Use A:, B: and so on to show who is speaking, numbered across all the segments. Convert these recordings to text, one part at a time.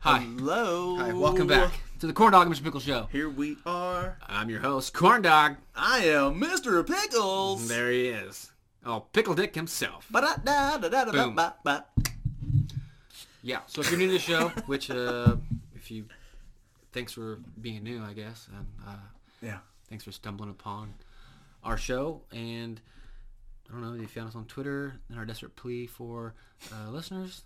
A: Hi.
B: Hello.
A: Hi, welcome back to the Corn Dog and Mr. Pickle Show.
B: Here we are.
A: I'm your host, Corn Dog.
B: I am Mr. Pickles.
A: There he is. Oh, Pickle Dick himself. Boom.
B: Ba-da-da-da-da-da-ba-ba.
A: Yeah, so if you're new to the show, which, uh, if you, thanks for being new, I guess, and uh,
B: Yeah.
A: thanks for stumbling upon our show. And I don't know, you found us on Twitter and our desperate plea for uh, listeners.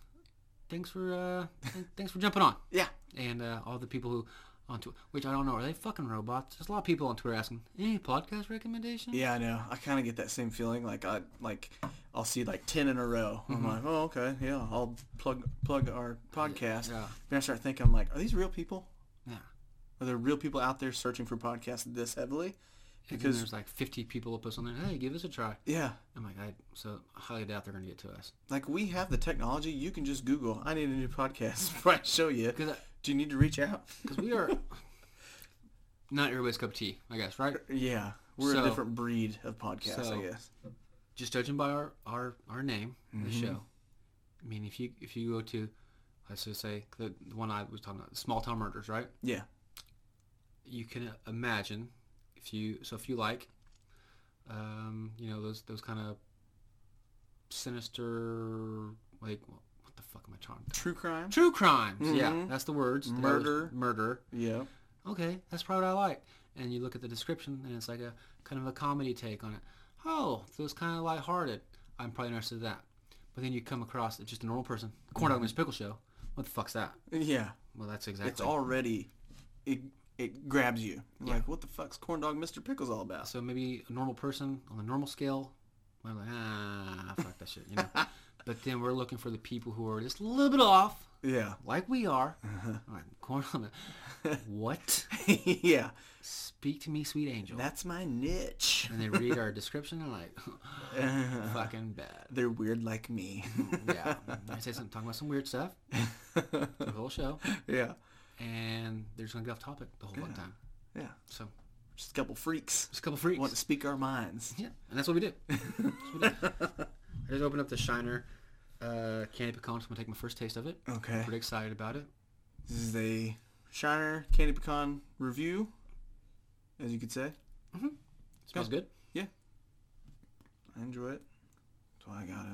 A: Thanks for, uh, th- thanks for jumping on.
B: Yeah.
A: and uh, all the people who on Twitter, which I don't know, are they fucking robots? There's a lot of people on Twitter asking, any podcast recommendation?
B: Yeah, I know. I kind of get that same feeling. Like I like, I'll see like ten in a row. I'm like, oh okay, yeah. I'll plug plug our podcast.
A: Yeah.
B: Then I start thinking, I'm like, are these real people?
A: Yeah.
B: Are there real people out there searching for podcasts this heavily?
A: And then
B: Because
A: there's like 50 people will post on there, hey, give us a try.
B: yeah,
A: I'm like, I so I highly doubt they're going to get to us.
B: like we have the technology. You can just Google. I need a new podcast. before I show you.
A: Because
B: Do you need to reach out?
A: uh, we are not everybody's cup of tea, I guess, right?
B: Yeah, we're
A: So-
B: a different breed of podcast,
A: so-
B: I guess.
A: Just judging by our, our, our name, the show. I mean, if you if you go to, let's just say, the, the one I was talking about, Small Town Murders, right?
B: Yeah,
A: you can uh, imagine if you so if you like um you know those those kind of sinister like what the fuck am i trying to
B: true crime.
A: true crimes yeah
B: Mhm.
A: that's the words That was
B: Murder.
A: murder
B: Yeah,
A: okay that's probably what i like and you look at the description and it's like a kind of a comedy take on it oh so it's kind of lighthearted i'm probably not interested in that but then you come across just a normal person corn dog Miss pickle show what the fuck's that
B: yeah.
A: well that's exactly
B: Mm-hmm. It's already it it grabs you. You're Like what the fuck's corn dog Mr. Pickles all about?
A: So maybe a normal person on a normal scale, I'm like, ah, fuck that shit, you know. but then we're looking for the people who are just a little bit off,
B: Yeah,
A: like we are.
B: Uh-huh.
A: I'm like, corn on the- what?
B: yeah.
A: Speak to me, sweet angel.
B: That's my niche.
A: and they read our description and like, fucking bad.
B: They're weird like me.
A: Yeah. I say something talking about some weird stuff the whole show,
B: yeah,
A: and they're just gonna get off topic the whole fucking time.
B: yeah.
A: So
B: Just a couple freaks
A: just a couple freaks.
B: want to speak our minds.
A: Yeah, and that's what we do. That's what we do. I just opened up the Shiner uh, candy pecan. So I'm gonna take my first taste of it.
B: Okay,
A: Pretty excited about it.
B: this is a Shiner Candy Pecan review, as you could say.
A: smells good.
B: I enjoy it. That's why I got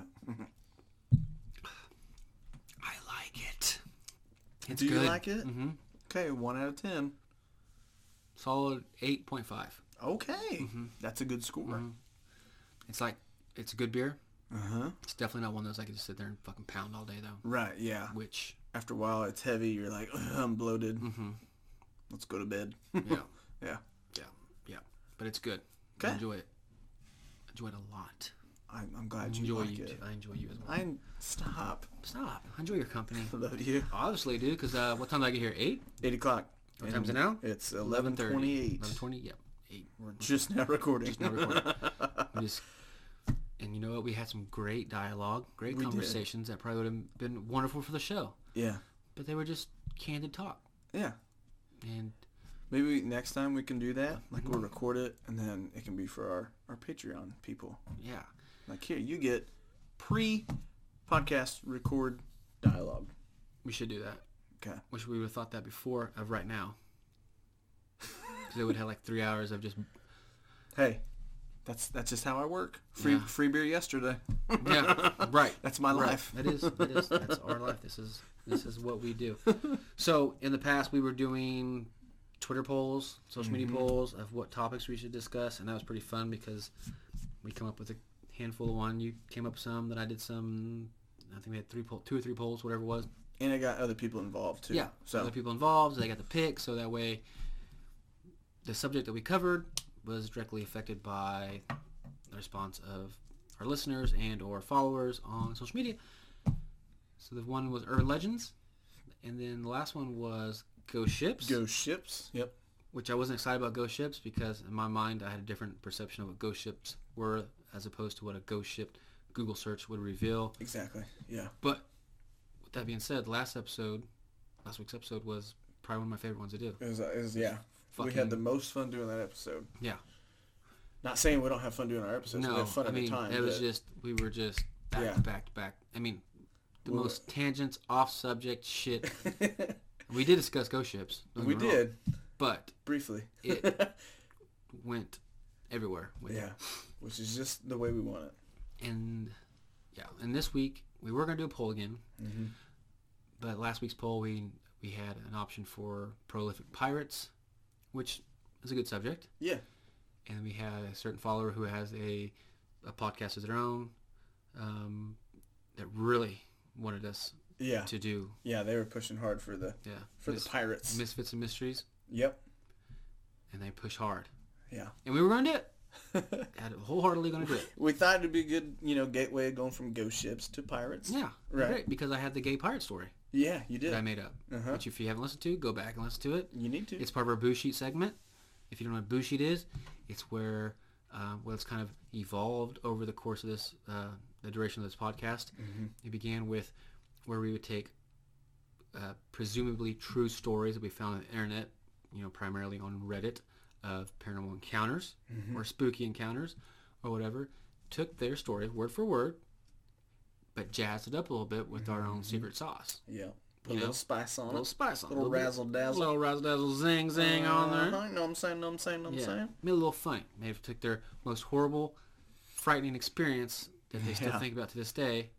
B: it.
A: I like it. It's
B: Do you
A: good.
B: like it?
A: hmm
B: Okay, one out of ten.
A: Solid eight point five.
B: Okay,
A: Mm-hmm.
B: that's a good score.
A: It's like it's a good beer.
B: Uh huh.
A: It's definitely not one of those I could just sit there and fucking pound all day though.
B: Right. Yeah.
A: Which
B: After a while, it's heavy. You're like, "Ugh, I'm bloated.
A: Mm-hmm.
B: Let's go to bed.
A: yeah,
B: yeah.
A: yeah, yeah. But it's good. I
B: Okay.
A: enjoy it. I enjoy it a lot.
B: I, I'm glad
A: I
B: you
A: enjoy
B: like
A: you.
B: it.
A: Too. I enjoy you as well.
B: I stop.
A: Stop. I enjoy your company.
B: I love you.
A: Obviously, dude. Because uh, what time did I get here? Eight.
B: Eight o'clock.
A: What
B: And
A: time's it now?
B: It's eleven
A: 11:30.
B: twenty-eight.
A: 11:20, Yep. Eight.
B: We're just now recording.
A: Just now recording. We just, and you know what? We had some great dialogue, great
B: We did.
A: conversations that probably would have been wonderful for the show,
B: yeah.
A: but they were just candid talk.
B: Yeah.
A: And
B: Maybe next time we can do that. Like
A: Mm-hmm.
B: we'll record it, and then it can be for our our Patreon people.
A: yeah,
B: Like here, you get pre-podcast record dialogue.
A: we should do that.
B: Okay.
A: Wish we would have thought that before of right now. Because they would have like three hours of just
B: Hey, that's that's just how I work. Free
A: Yeah.
B: free beer yesterday.
A: yeah, right.
B: That's my
A: Right.
B: life.
A: That is, that is, that's our life. This is, this is what we do. So in the past, we were doing Twitter polls, social media
B: Mm-hmm.
A: polls of what topics we should discuss, and that was pretty fun because we come up with a handful of one. You came up with some, then I did some. I think we had three poll, two or three polls, whatever it was.
B: And I got other people involved too.
A: Yeah. So
B: So
A: other people involved, they got the pick, so that way the subject that we covered was directly affected by the response of our listeners and or followers on social media. So the one was urban legends, and then the last one was ghost ships,
B: go ships. Yep.
A: which I wasn't excited about ghost ships because in my mind I had a different perception of what ghost ships were as opposed to what a ghost ship Google search would reveal.
B: Exactly. Yeah.
A: But with that being said, last episode, last week's episode was probably one of my favorite ones to do.
B: It was, it was yeah. We
A: Fucking-
B: had the most fun doing that episode.
A: Yeah.
B: Not saying we don't have fun doing our episodes. we
A: No,
B: have fun
A: I
B: at
A: mean
B: the time.
A: it was
B: but
A: just we were just back
B: Yeah.
A: to back to back. I mean, the most tangents off subject shit We did discuss ghost ships. don't get
B: we
A: me wrong,
B: did
A: but
B: briefly.
A: It- went everywhere with
B: yeah, which is just the way we want it.
A: it. And yeah, and this week we were gonna do a poll again,
B: Mm-hmm.
A: but last week's poll we we had an option for prolific pirates, which is a good subject.
B: Yeah.
A: And we had a certain follower who has a a podcast of their own um, that really wanted us
B: Yeah,
A: to do
B: yeah, they were pushing hard for the
A: yeah
B: for
A: mis-
B: the pirates.
A: misfits and mysteries,
B: Yep.
A: and they push hard.
B: Yeah.
A: And we were gonna do it. Had wholeheartedly gonna do it.
B: we thought it'd be a good, you know, gateway going from ghost ships to pirates.
A: Yeah,
B: Right.
A: great, because I had the gay pirate story
B: Yeah, you
A: that I
B: did.
A: made up,
B: Uh-huh.
A: which if you haven't listened to, go back and listen to it.
B: You need to.
A: It's part of our boo sheet segment. If you don't know what boo sheet is, it's where uh, well, it's kind of evolved over the course of this, uh, the duration of this podcast.
B: Mhm.
A: It began with where we would take uh, presumably true stories that we found on the internet, you know, primarily on Reddit of paranormal encounters or spooky encounters or whatever, took their story word for word, but jazzed it up a little bit with our own secret sauce.
B: Yeah. Put a
A: You know,
B: little spice
A: A
B: on
A: little
B: it.
A: spice on it.
B: Little
A: bit-
B: razzle dazzle.
A: Little razzle dazzle zing zing on there.
B: Uh-huh. Know what I'm saying? Know what I'm saying? Know what I'm
A: Yeah,
B: saying?
A: made it a little funny. They have took their most horrible, frightening experience that they still
B: Yeah.
A: think about to this day,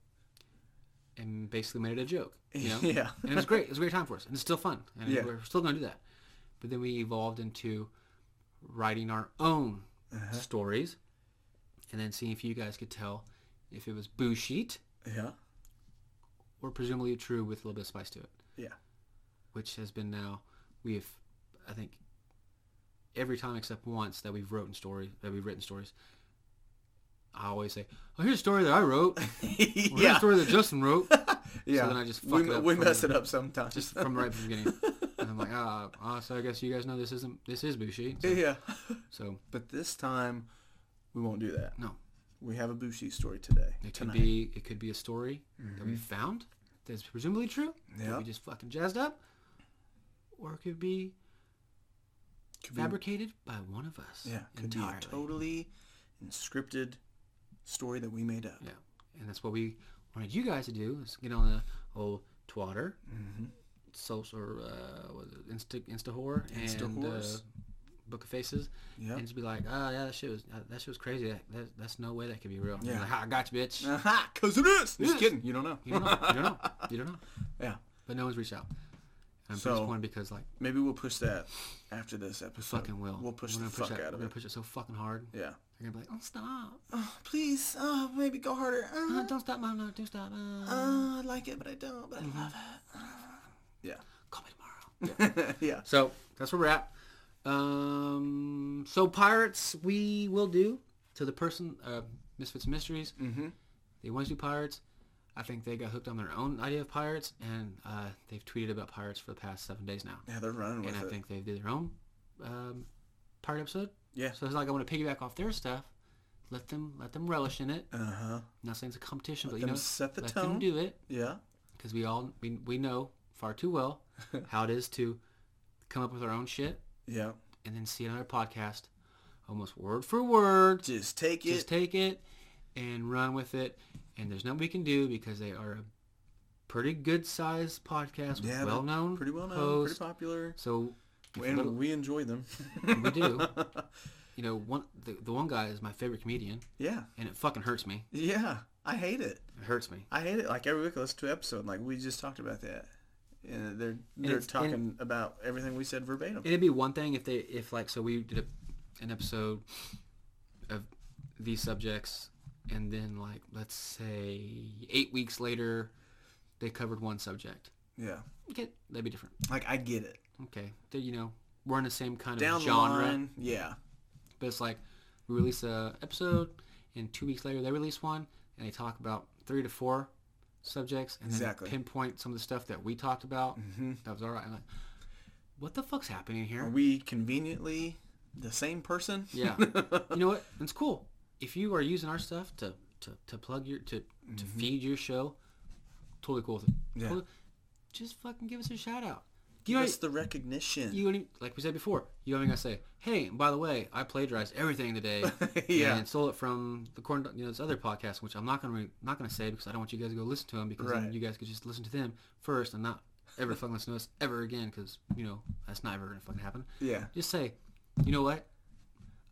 A: and basically made it a joke. You know?
B: Yeah.
A: and it was great. It was a great time for us, and it's still fun, and
B: Yeah.
A: we're still going to do that. But then we evolved into writing our own
B: Uh-huh.
A: stories, and then seeing if you guys could tell if it was boo sheet
B: Yeah.
A: or presumably true with a little bit of spice to it.
B: Yeah.
A: which has been now we have I think every time except once that we've written story that we've written stories. I always say, "Oh, here's a story that I wrote. Or Here's a
B: yeah.
A: story that Justin wrote."
B: yeah.
A: then I just fuck
B: we,
A: it up
B: we
A: from
B: mess
A: the-
B: it up sometimes.
A: just from right from the beginning. And I'm like, ah, ah, so I guess you guys know this isn't this is Bushi. So,
B: yeah.
A: so
B: But this time, we won't do that.
A: No.
B: We have a Bushi story today.
A: it could
B: tonight. Mm-hmm.
A: be it could be a story that we found that's presumably true. That
B: Yeah.
A: we just fucking jazzed up, or it could be
B: Could be-
A: fabricated by one of us.
B: Yeah. Could
A: entirely.
B: be a totally scripted story that we made up.
A: Yeah, and that's what we wanted you guys to do is get on the old twatter,
B: Mm-hmm.
A: social, uh, what is it, Insta, Instahore, and uh,
B: Instahores.
A: Book of Faces,
B: Yeah.
A: and just be like, oh yeah, that shit was uh, that shit was crazy. That, that that's no way that could be real. And you're
B: Yeah.
A: like, ha, I got you, bitch.
B: Aha! Cause it is.
A: It is.
B: Just kidding. You don't know.
A: You don't know. You don't know. You don't know.
B: Yeah.
A: But no one's reached out. I'm
B: So-
A: pretty disappointed because like
B: Maybe we'll push that after this episode.
A: fucking will.
B: We'll push
A: We're
B: the
A: gonna
B: fuck
A: that,
B: out
A: We're
B: of
A: gonna
B: it.
A: push it so fucking hard.
B: Yeah.
A: They're gonna be like, oh stop,
B: Oh, please. Oh, maybe go harder.
A: Uh,
B: Uh,
A: don't stop, mom, no, don't stop. Uh,
B: uh, I like it, but I don't. But I love it.
A: call me tomorrow.
B: Yeah. yeah.
A: So that's where we're at. Um, so pirates, we will do. So the person, uh, Misfits and Mysteries,
B: Mm-hmm.
A: they want to do pirates. I think they got hooked on their own idea of pirates, and uh, they've tweeted about pirates for the past seven days now.
B: Yeah, they're running with
A: and I
B: it.
A: think they did their own um, pirate episode.
B: Yeah.
A: So it's like I want to piggyback off their stuff. Let them let them relish in it.
B: Uh huh.
A: not saying it's a competition, but you
B: them
A: know,
B: set the
A: let them
B: tone.
A: do it
B: Yeah.
A: because we all we, we know far too well how it is to come up with our own shit
B: Yeah.
A: and then see another podcast, almost word for word.
B: Just take it.
A: Just take it and run with it. And there's nothing we can do because they are a pretty good sized podcast with
B: Yeah, they're
A: well known
B: pretty well known.
A: hosts.
B: Pretty popular.
A: So if
B: And
A: little-
B: we enjoy them.
A: we do. You know, one the, the one guy is my favorite comedian
B: yeah.
A: and it fucking hurts me.
B: Yeah. I hate it.
A: It hurts me.
B: I hate it. Like every week, I listen to an episode. Like we just talked about that. And they're they're
A: it's-
B: talking
A: and-
B: about everything we said verbatim.
A: It'd be one thing if they if like so we did a, an episode of these subjects and then like let's say eight weeks later they covered one subject.
B: yeah.
A: Okay, that'd be different.
B: Like I get it.
A: Okay, they, you know we're in the same kind of
B: Down
A: genre,
B: the line. Yeah.
A: but it's like we release a episode and two weeks later they release one and they talk about three to four subjects and
B: Exactly.
A: then pinpoint some of the stuff that we talked about
B: Mhm.
A: that was all right. I'm like, what the fuck's happening here?
B: Are we conveniently the same person?
A: Yeah. you know what? It's cool. If you are using our stuff to to, to plug your to to feed your show, totally cool with it.
B: Mm-hmm. Yeah.
A: Totally- just fucking give us a shout out. You
B: Give
A: know,
B: us the recognition.
A: you don't even- like we said before. You don't even gotta say, "Hey, by the way, I plagiarized everything today."
B: Yeah.
A: And stole it from the corn, you know, this other podcast, which I'm not gonna re- not gonna say because I don't want you guys to go listen to them because then
B: Right.
A: you guys could just listen to them first and not ever fucking listen to us ever again because you know that's not ever gonna fucking happen.
B: Yeah.
A: Just say, you know what?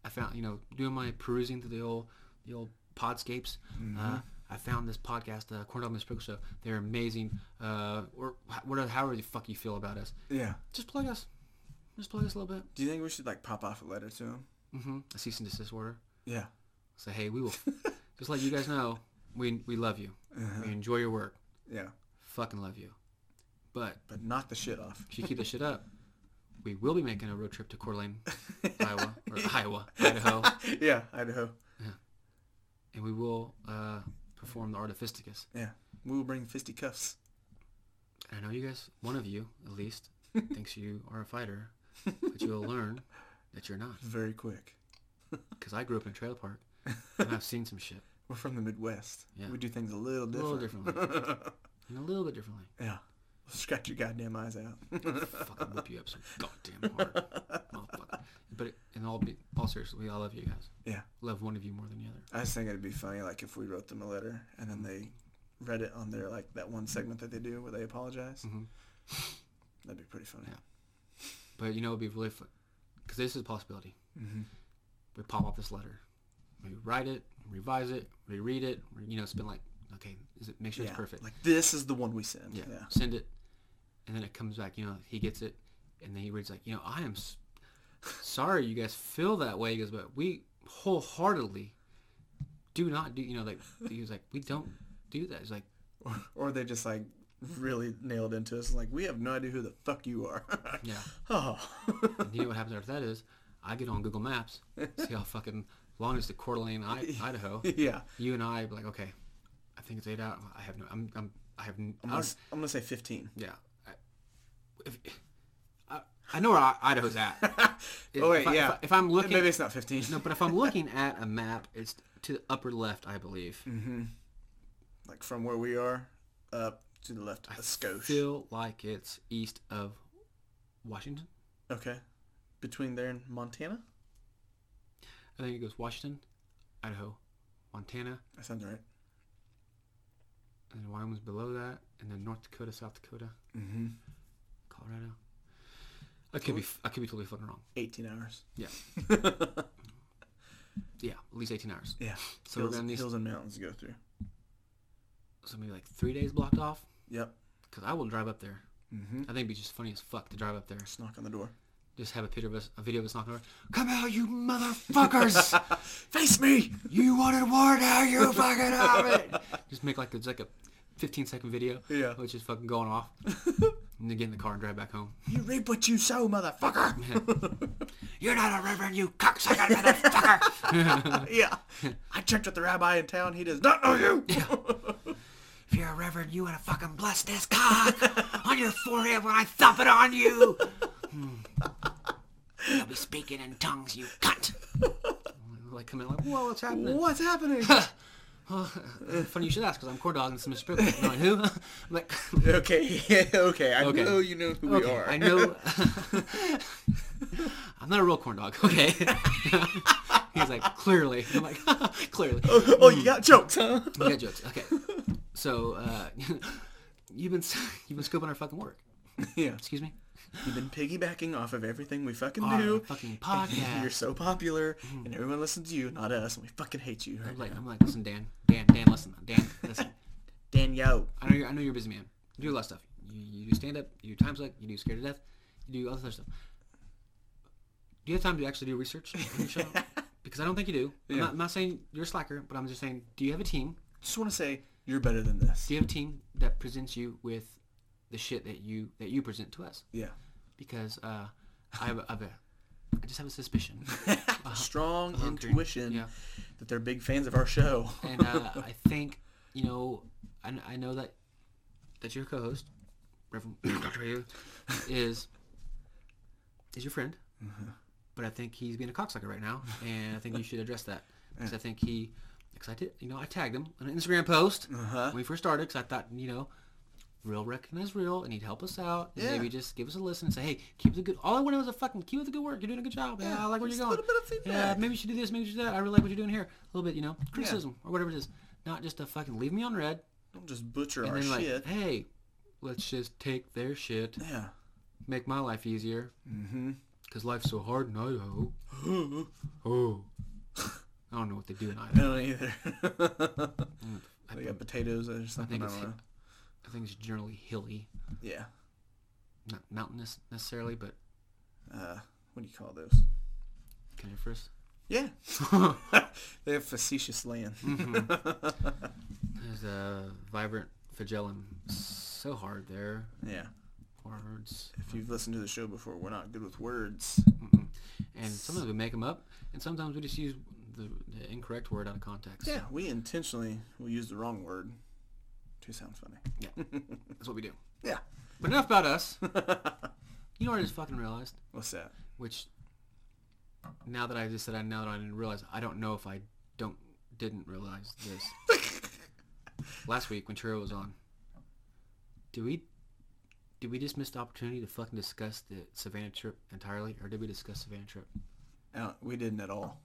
A: I found you know doing my perusing through the old the old podscapes. Uh, I found this podcast, uh, Corn Dog Miss Pickle Show. They're amazing. Uh, or wh- whatever, however the fuck you feel about us,
B: Yeah.
A: just plug us. Just plug us a little bit.
B: Do you think we should like pop off a letter to him?
A: Mm-hmm. A cease and desist order.
B: Yeah.
A: Say, hey, we will just let you guys know we we love you. We enjoy your work.
B: Yeah.
A: Fucking love you. But
B: But knock the shit off.
A: if you keep this shit up, we will be making a road trip to Coeur d'Alene, Iowa, or Iowa, Idaho,
B: yeah, Idaho.
A: and we will uh, perform the Artificicus.
B: Yeah. We will bring fisticuffs.
A: I know you guys, one of you at least, thinks you are a fighter, but you'll learn that you're not.
B: Very quick.
A: Because I grew up in a trailer park, and I've seen some shit.
B: We're from the Midwest.
A: Yeah.
B: We do things a little
A: A little
B: different.
A: differently. And a little bit differently.
B: yeah. We'll scratch your goddamn eyes out.
A: Fucking whip you up so goddamn hard. Motherfucker. But it, in all, be- all seriousness, I love you guys.
B: yeah.
A: Love one of you more than the other.
B: I just think it'd be funny, like if we wrote them a letter and then they
A: Mm-hmm.
B: read it on their like that one segment that they do where they apologize.
A: Mhm.
B: That'd be pretty funny.
A: Yeah. But you know, it'd be really fun because this is a possibility.
B: Mhm.
A: We pop up this letter, we write it, revise it, reread it. Re- you know, it's been like, okay, is it? Make sure
B: Yeah,
A: it's perfect.
B: Like this is the one we send.
A: yeah.
B: Yeah.
A: send it, and then it comes back. You know, he gets it, and then he reads like, you know, I am s- sorry you guys feel that way. He goes, but we wholeheartedly do not do. You know, like he was like, we don't do that. It's like,
B: Or, or they just like really nailed into us like we have no idea who the fuck you are.
A: yeah.
B: oh.
A: And you know what happens after that is, I get on Google Maps, see how fucking long is the Coeur d'Alene, I- Idaho.
B: yeah.
A: you and I be like, okay, I think it's eight out. I have no, I'm, I'm, I have, n- I
B: I'm gonna,
A: don't-
B: s- I'm gonna say 15.
A: yeah. I, if, I, I know where I- Idaho's at. If-
B: oh wait,
A: if I,
B: yeah.
A: If, I, if I'm looking,
B: maybe it's not 15.
A: no, but if I'm looking at a map, it's to the upper left, I believe.
B: Mm-hmm. Like from where we are up to the left, a skosh.
A: Feel like it's east of Washington.
B: okay. Between there and Montana,
A: I think it goes Washington, Idaho, Montana,
B: that sounds right.
A: and then Wyoming's below that, and then North Dakota, South Dakota,
B: Mm-hmm.
A: Colorado. I could be, I could be totally fucking wrong.
B: 18 hours.
A: Yeah, yeah, at least 18 hours.
B: Yeah.
A: So we're
B: hills,
A: gonna need
B: hills and mountains to go through.
A: so maybe like three days blocked off
B: Yep.
A: because I will drive up there.
B: Mm-hmm.
A: I think it'd be just funny as fuck to drive up there.
B: Just knock on the door.
A: Just have a picture of us, a video of us knocking over. Come out, you motherfuckers!
B: Face me.
A: you wanted war, now you fucking have it. Just make like it's like a 15 second video.
B: Yeah.
A: Which is fucking going off. and then get in the car and drive back home.
B: You reap what you sow, motherfucker.
A: You're not a reverend, you cocksucker motherfucker!
B: yeah. I checked with the rabbi in town. He does not know you.
A: if you're a reverend, you wanna fucking bless this cock on your forehead when I thump it on you. Hmm. You'll be speaking in tongues, you cunt. like coming like, whoa, what's happening?
B: What's happening?
A: Funny you should ask, because I'm corn dog and some spirit. Knowing who? I'm like,
B: okay. Yeah, okay. I
A: Okay.
B: know you know who we
A: okay,
B: are.
A: I know. I'm not a real corn dog. Okay. He's like, clearly. I'm like, clearly.
B: oh, you
A: Mm.
B: got jokes, huh?
A: We got jokes. Okay. So uh, you've been you've been scoping our fucking work.
B: yeah.
A: Excuse me.
B: You've been piggybacking off of everything we fucking
A: Our
B: do.
A: fucking
B: You're
A: podcast.
B: so popular, and everyone listens to you, not us, and we fucking hate you.
A: I'm
B: Right?
A: like, I'm like, listen, Dan, Dan, Dan, listen, Dan, listen.
B: Dan Yo.
A: I know you're, I know you're a busy man. You do a lot of stuff. You, you do stand up. You do time suck. You do scared to death. You do all this other stuff. Do you have time to actually do research on your show? because I don't think you do. I'm,
B: Yeah.
A: not, I'm not saying you're a slacker, but I'm just saying, do you have a team?
B: Just want to say you're better than this.
A: Do you have a team that presents you with the shit that you that you present to us?
B: Yeah.
A: Because uh, I have, a, I have a, I just have a suspicion,
B: Strong
A: hungry.
B: intuition
A: Yeah.
B: that they're big fans of our show.
A: and uh, I think you know, I, I know that that your co-host, Reverend Dr. Hager, is is your friend,
B: Mm-hmm.
A: but I think he's being a cocksucker right now, and I think you should address that because I think he, because I did, you know, I tagged him on an Instagram post
B: Uh-huh.
A: when we first started because I thought, you know. Real recognize real, and he'd help us out. And
B: Yeah.
A: Maybe just give us a listen and say, "Hey, keep the good." All I wanted was a fucking keep up the good work. You're doing a good job. man.
B: Yeah,
A: I like where
B: just
A: you're
B: a
A: going.
B: little bit of
A: Yeah,
B: feedback.
A: maybe you should do this, maybe you should do that. I really like what you're doing here. A little bit, you know, criticism or whatever it is. Not just to fucking leave me on red
B: Don't just butcher
A: and
B: our
A: then like,
B: shit.
A: hey, let's just take their shit,
B: Yeah.
A: make my life easier,
B: Mm-hmm.
A: 'cause life's so hard in Idaho. Oh. I don't know what they do in
B: I
A: Idaho.
B: don't either.
A: I
B: they
A: think,
B: got potatoes or something. I,
A: it's-
B: don't know.
A: I think it's generally hilly,
B: Yeah.
A: not mountainous necessarily, but
B: Uh, what do you call those?
A: coniferous.
B: Yeah. they have facetious land.
A: Mm-hmm. There's a vibrant flagellum so hard there.
B: yeah.
A: Words.
B: If you've listened to the show before, we're not good with words.
A: Mm-mm. And sometimes we make them up, and sometimes we just use the, the incorrect word out of context.
B: Yeah, we intentionally will use the wrong word to sound funny.
A: That's what we do.
B: Yeah.
A: But enough about us. you know what I just fucking realized?
B: What's that?
A: Which, now that I just said I now that I didn't realize, I don't know if I don't didn't realize this. Last week when Churro was on, did we did we just miss the opportunity to fucking discuss the Savannah trip entirely, or did we discuss Savannah trip?
B: Uh, we didn't at all.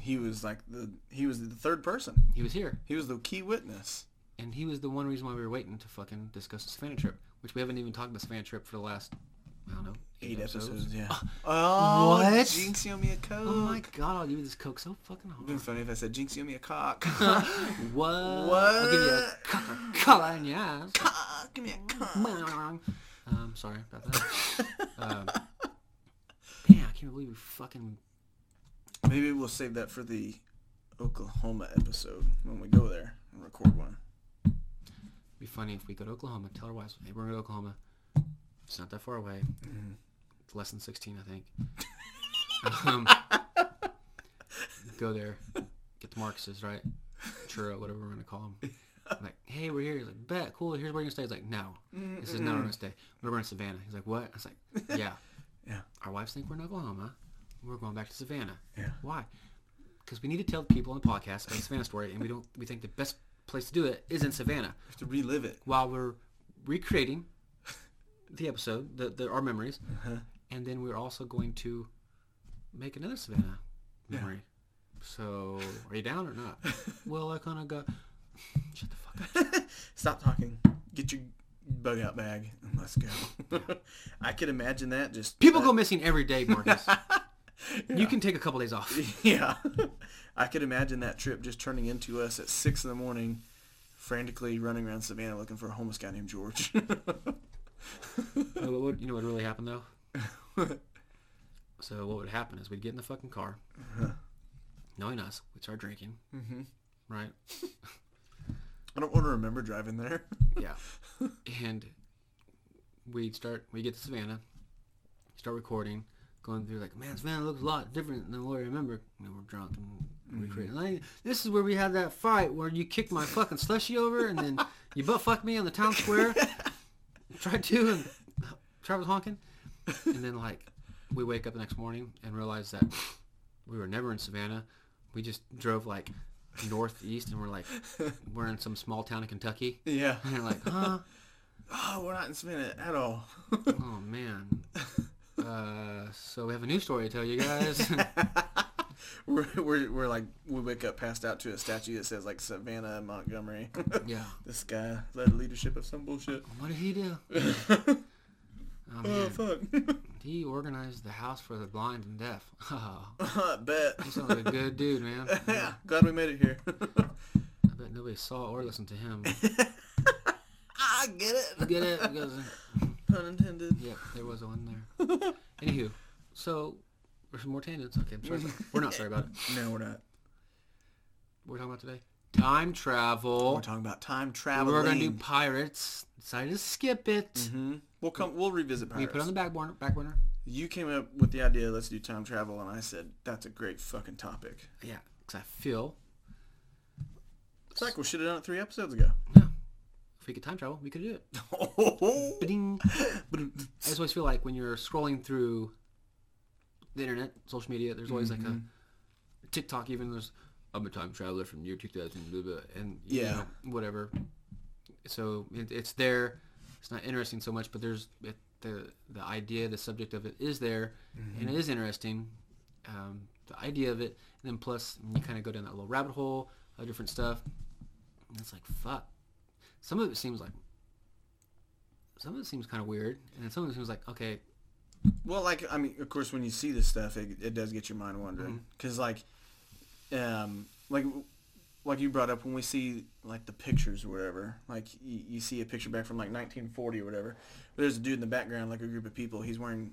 B: He was like the he was the third person.
A: He was here,
B: He was the key witness.
A: and he was the one reason why we were waiting to fucking discuss the Savannah trip, which we haven't even talked about Savannah trip for the last I don't know
B: Eight episodes, yeah.
A: what?
B: Jinx, you owe me a coke.
A: Oh my god, I'll give you this coke so fucking hard.
B: It'd been funny if I said Jinx, you owe me a cock.
A: What? I'll give you a
B: What?
A: cock- cock in your ass.
B: cock, give me a cock.
A: Um, sorry about that. um, man, I can't believe we fucking.
B: Maybe we'll save that for the Oklahoma episode when we go there and record one.
A: Be funny if we go to Oklahoma. Tell our wives, hey, we're going to Oklahoma. It's not that far away.
B: Mm-hmm.
A: It's less than sixteen, I think. um, go there, get the Marxes right, churro, whatever we're gonna call them. like, hey, we're here. He's like, bet, cool. Here's where you're gonna stay. He's like, no. He says, no, we're gonna stay. We're in Savannah. He's like, what? I was like, yeah.
B: Yeah.
A: Our wives think we're in Oklahoma. We're going back to Savannah.
B: Yeah.
A: Why? Because we need to tell the people on the podcast about the Savannah story, and we don't. We think the best place to do it is in Savannah
B: have to relive it.
A: while we're recreating the episode, the, the our memories,
B: Uh-huh.
A: and then we're also going to make another Savannah memory. So, are you down or not? well, I kind of got. Shut the fuck up.
B: Stop talking. Get your bug out bag and let's go. I could imagine that just
A: People go missing every day, Marcus. You can take a couple days off.
B: Yeah. I could imagine that trip just turning into us at six in the morning, frantically running around Savannah looking for a homeless guy named George.
A: Mm-hmm. You know what would- you know what really happened though? so what would happen is we'd get in the fucking car. Uh-huh. Knowing us, we'd start drinking. Mm-hmm. Right?
B: I don't want to remember driving there.
A: Yeah. and we'd start, we get to Savannah, start recording, going through like, man, Savannah looks a lot different than what I remember. You know, we're drunk and we crazy. Like, this is where we had that fight where you kicked my fucking slushy over and then you butt fucked me on the town square. Tried to and Travis honking. And then like, we wake up the next morning and realize that we were never in Savannah. We just drove like northeast and we're like, we're in some small town in Kentucky.
B: Yeah.
A: And you're like, huh?
B: Oh, we're not in Savannah at all.
A: Oh man. Uh, so we have a new story to tell you guys.
B: we're, we're, we're like, we wake up passed out to a statue that says like Savannah Montgomery.
A: yeah.
B: this guy led leadership of some bullshit.
A: What did he do? Oh,
B: Oh,
A: man.
B: fuck.
A: He organized the house for the blind and deaf. Oh,
B: I bet.
A: he sounds like a good dude, man. I
B: Yeah, glad we made it here.
A: bet nobody saw or listened to him.
B: I get
A: You
B: it.
A: Get it? Because,
B: Pun intended.
A: yep, there was one there. Anywho, so there's more tangents. Okay, I'm sorry. about- We're not sorry about it.
B: No, we're not.
A: What are we talking about today? Time
B: We're
A: travel. Mm-hmm.
B: talking about time traveling.
A: We're gonna do pirates. Decided to skip it.
B: hmm We'll come. We'll revisit
A: We
B: pirates.
A: put it on the back burner. Back burner.
B: you came up with the idea. Let's do time travel, and I said that's a great fucking topic.
A: Yeah, because I feel
B: It's like we should have done it three episodes ago.
A: yeah, if we could time travel, we could do it. Ba-ding. I just always feel like when you're scrolling through the internet, social media, there's always like a TikTok. Even there's I'm a time traveler from the year 2000, blah, blah, and you
B: Yeah.
A: know, whatever. So it, it's there. It's not interesting so much, but there's it, the the idea, the subject of it is there, and it is interesting. Um, the idea of it, and then plus you kind of go down that little rabbit hole of different stuff. And it's like fuck. Some of it seems like some of it seems kind of weird, and then some of it seems like okay,
B: Well, like I mean, of course, when you see this stuff, it, it does get your mind wandering.
A: Mm-hmm.
B: Because like, um, like like you brought up when we see like the pictures or whatever, like you, you see a picture back from like 1940 or whatever. But there's a dude in the background, like a group of people. He's wearing